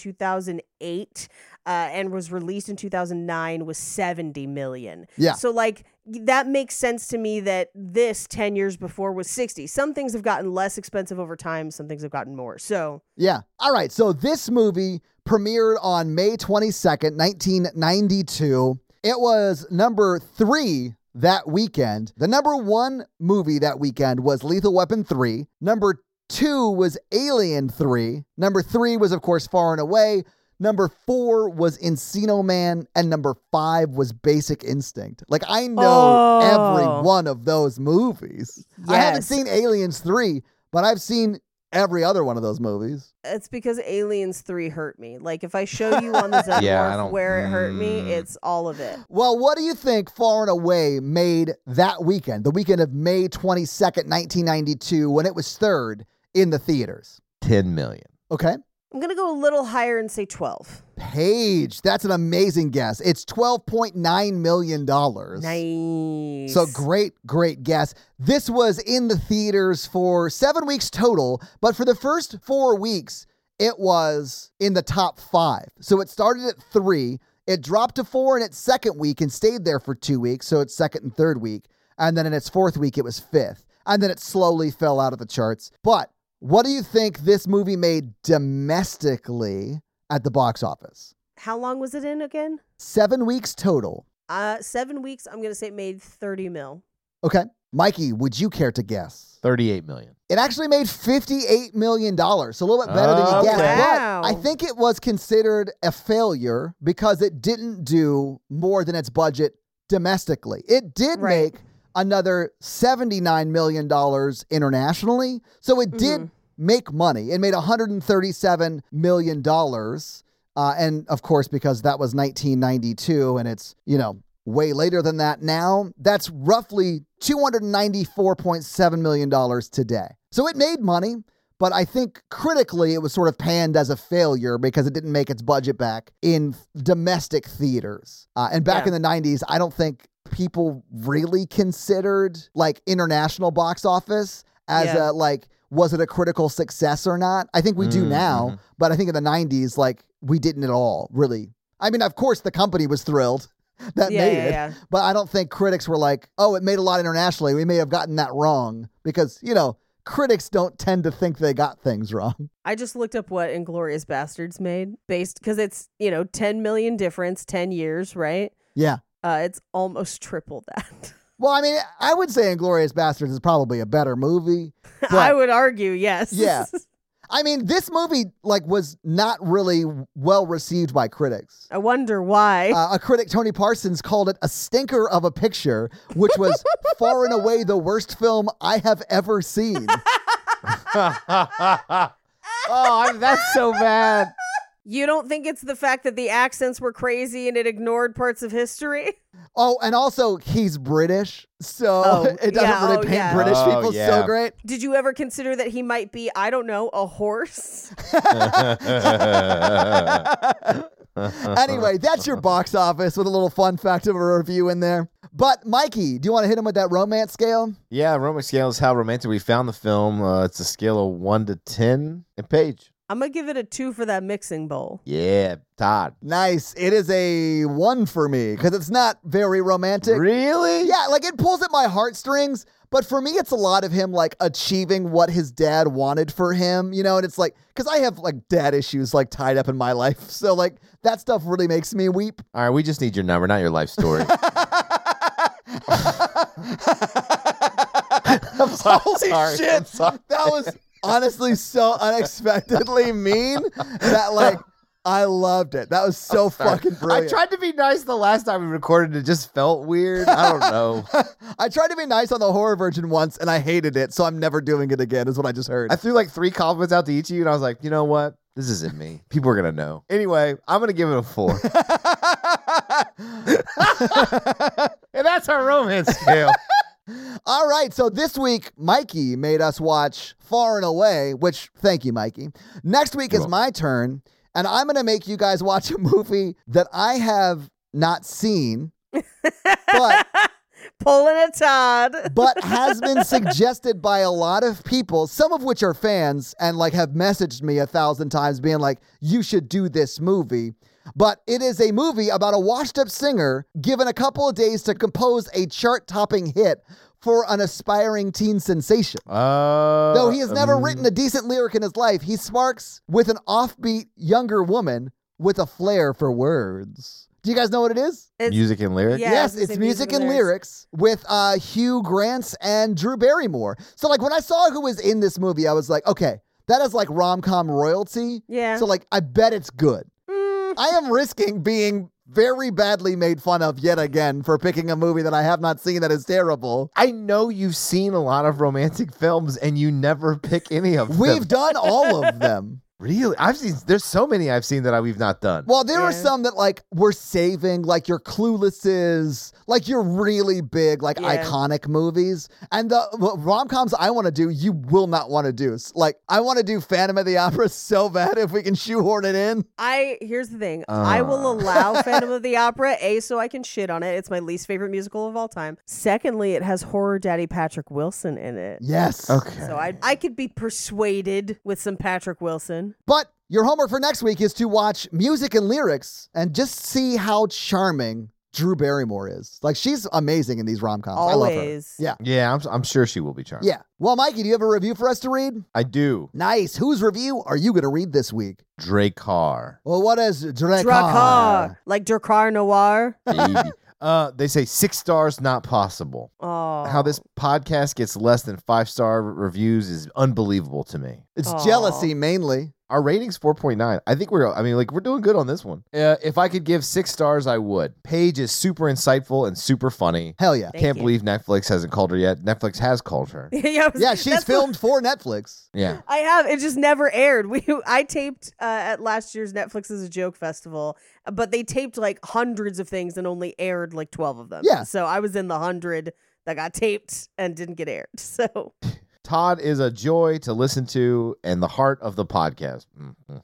S3: 2008 uh, and was released in 2009, was 70 million.
S5: Yeah.
S3: So, like, that makes sense to me that this 10 years before was 60. Some things have gotten less expensive over time, some things have gotten more. So,
S5: Yeah. All right. So this movie premiered on May 22nd, 1992. It was number three that weekend. The number one movie that weekend was Lethal Weapon 3. Number two was Alien 3. Number three was, of course, Far and Away. Number four was Encino Man, and number five was Basic Instinct. Like I know
S3: Oh.
S5: every one of those movies. I haven't
S3: Yes.
S5: seen Aliens three, but I've seen every other one of those movies.
S3: It's because Aliens 3 hurt me. Like, if I show you on the Zed
S4: Yeah, I
S3: Wharf
S4: don't-
S3: where it hurt me,
S4: Mm.
S3: it's all of it.
S5: Well, what do you think Far and Away made that weekend, the weekend of May 22nd, 1992, when it was third in the theaters?
S4: 10 million.
S5: Okay.
S3: I'm going to go a little higher and say 12.
S5: Page, that's an amazing guess. It's $12.9 million.
S3: Nice.
S5: So great, great guess. This was in the theaters for seven weeks total, but for the first four weeks, it was in the top five. So it started at three, it dropped to four in its second week and stayed there for two weeks. So its second and third week. And then in its fourth week, it was fifth. And then it slowly fell out of the charts. But what do you think this movie made domestically at the box office?
S3: How long was it in again?
S5: Seven weeks total.
S3: Uh, seven weeks. I'm going to say it made 30 mil.
S5: Okay. Mikey, would you care to guess?
S4: 38 million.
S5: It actually made $58 million, so a little bit better than you guessed.
S4: Okay.
S3: Wow.
S5: But I think it was considered a failure because it didn't do more than its budget domestically. It did
S3: Right.
S5: make another $79 million internationally, so it did make money. It made $137 million. Uh, and of course, because that was 1992 and it's, you know, way later than that now, that's roughly $294.7 million today. So it made money, but I think critically it was sort of panned as a failure because it didn't make its budget back in domestic theaters. Uh, and back
S3: Yeah.
S5: in the 90s, I don't think people really considered like international box office as
S3: Yeah.
S5: a like, was it a critical success or not? I think we do
S4: Mm,
S5: now,
S4: mhm.
S5: but I think in the 90s, like, we didn't at all really. I mean, of course, the company was thrilled that
S3: Yeah,
S5: made
S3: yeah,
S5: it.
S3: yeah.
S5: But I don't think critics were like, oh, it made a lot internationally. We may have gotten that wrong because, you know, critics don't tend to think they got things wrong.
S3: I just looked up what Inglorious Bastards made based because it's, you know, 10 million difference, 10 years, right?
S5: Yeah.
S3: Uh, it's almost triple that.
S5: Well, I mean, I would say Inglorious Bastards is probably a better movie. But,
S3: I would argue, yes.
S5: Yeah. I mean, this movie like was not really well received by critics.
S3: I wonder why.
S5: uh, a critic Tony Parsons called it a stinker of a picture, which was far and away the worst film I have ever seen.
S4: oh, I'm, that's so bad.
S3: you don't think it's the fact that the accents were crazy and it ignored parts of history?
S5: Oh, and also he's British, so
S3: Oh,
S5: it doesn't
S3: yeah,
S5: really
S3: oh,
S5: paint
S3: yeah.
S5: British
S4: Oh,
S5: people
S4: yeah.
S5: so great.
S3: Did you ever consider that he might be, I don't know, a horse?
S5: Anyway, that's your box office with a little fun fact of a review in there. But Mikey, do you want to hit him with that romance scale?
S4: yeah, romantic scale is how romantic we found the film. Uh, it's a scale of 1 to 10. And Paige.
S3: I'm going to give it a two for that mixing bowl.
S4: Yeah, Todd.
S5: Nice. It is a one for me because it's not very romantic.
S4: Really?
S5: Yeah, like it pulls at my heartstrings. But for me, it's a lot of him like achieving what his dad wanted for him, you know. And it's like, because I have like dad issues like tied up in my life, so like that stuff really makes me weep.
S4: All right, we just need your number, not your life story.
S5: I'm so- Holy
S4: sorry,
S5: shit!
S4: I'm sorry.
S5: That was honestly so unexpectedly mean that like I loved it. That was so fucking brilliant.
S4: I tried to be nice the last time we recorded. It just felt weird. I don't know.
S5: I tried to be nice on the horror virgin once, and I hated it, so I'm never doing it again. Is what I just heard.
S4: I threw like three compliments out to each of you, and I was like, you know what? This isn't me. People are gonna know. Anyway, I'm gonna give it a four. and that's our romance scale.
S5: All right, so this week, Mikey made us watch Far and Away, which, thank you, Mikey. Next week is my turn, and I'm going to make you guys watch a movie that I have not seen, but,
S3: Pulling a Todd.
S5: but has been suggested by a lot of people, some of which are fans and like have messaged me a thousand times being like, you should do this movie. But it is a movie about a washed up singer given a couple of days to compose a chart topping hit for an aspiring teen sensation.
S4: Uh,
S5: Though he has never
S4: um,
S5: written a decent lyric in his life, he sparks with an offbeat younger woman with a flair for words. Do you guys know what it is?
S3: It's-
S4: music and lyrics.
S3: Yeah, I was
S5: yes,
S3: gonna
S5: it's
S3: say
S5: music and lyrics, with uh, Hugh Grants and Drew Barrymore. So like when I saw who was in this movie, I was like, okay, that is like rom com royalty.
S3: Yeah.
S5: So like I bet it's good.
S3: Mm,
S5: I am risking being very badly made fun of yet again for picking a movie that I have not seen that is terrible.
S4: I know you've seen a lot of romantic films and you never pick any of them.
S5: We've done all of them.
S4: really. I've seen. There's so many I've seen that I, we've not done.
S5: Well, there are
S3: Yeah.
S5: some that like we're saving, like your Cluelesses, like your really big, like
S3: Yeah.
S5: iconic movies, and the rom coms I want to do, you will not want to do. S- Like I want to do Phantom of the Opera so bad if we can shoehorn it in.
S3: I here's the thing. I will allow Phantom of the Opera a so I can shit on it. It's my least favorite musical of all time. Secondly, it has horror daddy Patrick Wilson in it.
S5: Yes.
S4: okay.
S3: So I I could be persuaded with some Patrick Wilson.
S5: But your homework for next week is to watch music and lyrics and just see how charming Drew Barrymore is. Like she's amazing in these rom coms. I love her.
S3: Always.
S5: Yeah.
S4: yeah, I'm, I'm sure she will be charmed.
S5: Yeah. Well, Mikey, do you have a review for us to read?
S4: I do.
S5: Nice. Whose review are you going to read this week?
S4: Drake Carr.
S5: Well, what is Drakkar? uh.
S3: Drakkar. Like Drakkar Noir.
S4: Baby. uh, they say six stars not possible.
S3: Oh.
S4: How this podcast gets less than five star reviews is unbelievable to me.
S5: It's
S3: Aw.
S5: jealousy mainly.
S4: Our rating's 4.9. I think we're, I mean, like, we're doing good on this one. Uh, if I could give six stars, I would. Paige is super insightful and super funny.
S5: Hell yeah.
S3: Thank
S4: Can't
S3: you.
S4: believe Netflix hasn't called her yet. Netflix has called her.
S3: yeah, I was-
S5: Yeah, she's
S3: that's what-
S5: filmed for Netflix.
S4: Yeah.
S3: I have. It just never aired. We I taped uh, at last year's Netflix as a joke festival, but they taped like hundreds of things and only aired like twelve of them.
S5: Yeah.
S3: So I was in the hundred that got taped and didn't get aired. So
S4: Todd is a joy to listen to and the heart of the podcast. Mhm.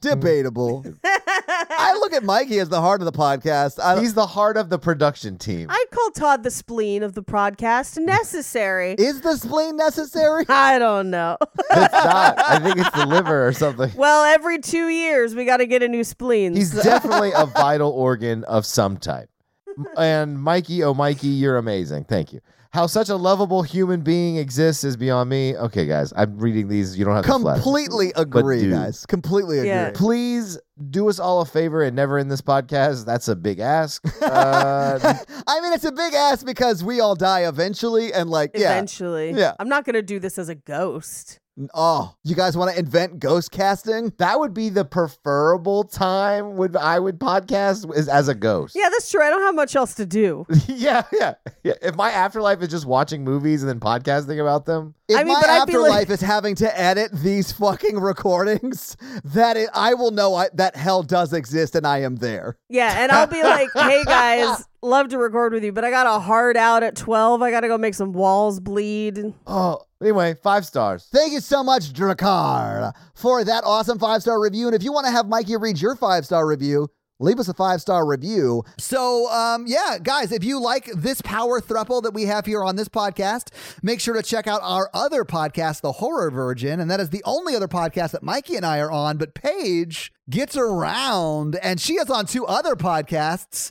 S5: Debatable. I look at Mikey as the heart of the podcast. I,
S4: He's the heart of the production team.
S3: I call Todd the spleen of the podcast. Necessary.
S5: is the spleen necessary?
S3: I don't know.
S4: it's not. I think it's the liver or something.
S3: well, every two years we got to get a new spleen.
S4: He's definitely a vital organ of some type. M- And Mikey, oh Mikey, you're amazing. Thank you. How such a lovable human being exists is beyond me. Okay, guys, I'm reading these. You don't have to flatter. me.
S5: Completely agree,
S4: dude.
S5: guys. Completely agree.
S3: Yeah.
S4: Please do us all a favor and never end this podcast. That's a big ask. Uh,
S5: I mean, it's a big ass because we all die eventually, and like, yeah.
S3: Eventually.
S5: Yeah.
S3: I'm not gonna do this as a ghost.
S5: Oh, you guys want to invent ghost casting?
S4: that would be the preferable time when I would podcast is as a ghost.
S3: Yeah, that's true. I don't have much else to do.
S4: yeah, yeah, yeah. If my afterlife is just watching movies and then podcasting about them,
S5: If
S3: I mean,
S5: my
S3: but I'd be
S5: afterlife
S3: like-
S5: is having to edit these fucking recordings, that it, I will know I, that hell does exist and I am there.
S3: Yeah, and I'll be like, "Hey guys, love to record with you, but I got a hard out at 12. I got to go make some walls bleed."
S4: oh, anyway, five stars.
S5: Thank you so much, Drakkar, for that awesome five star review. And if you want to have Mikey read your five star review, leave us a five star review. So, um, yeah, guys, if you like this power thruple that we have here on this podcast, make sure to check out our other podcast, The Horror Virgin. And that is the only other podcast that Mikey and I are on. But Paige gets around, and she is on two other podcasts.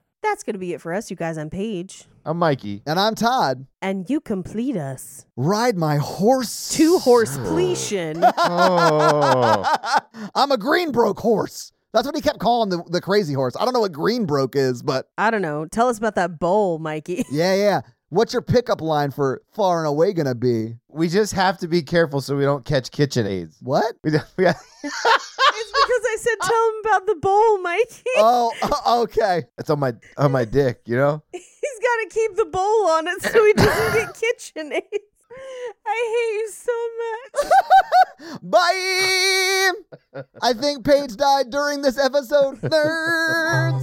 S3: That's going to be it for us, you guys. I'm Paige,
S4: I'm Mikey.
S5: And I'm Todd.
S3: and you complete us.
S5: Ride my horse.
S3: Two horse completion.
S4: Oh.
S5: I'm a Greenbroke horse. That's what he kept calling the, the crazy horse. I don't know what Greenbroke is, but
S3: I don't know. Tell us about that bowl, Mikey.
S5: yeah, yeah. What's your pickup line for far and away gonna be?
S4: We just have to be careful so we don't catch kitchen aids.
S5: What?
S4: We don't- we-
S3: it's because I said
S9: Uh,
S3: tell him about the bowl, Mikey.
S5: Oh, o- okay.
S4: It's on my on my dick, you know?
S3: He's got to keep the bowl on it so he doesn't get kitchen aids. I hate you so much.
S5: Bye. I think Paige died during this episode. Nerds.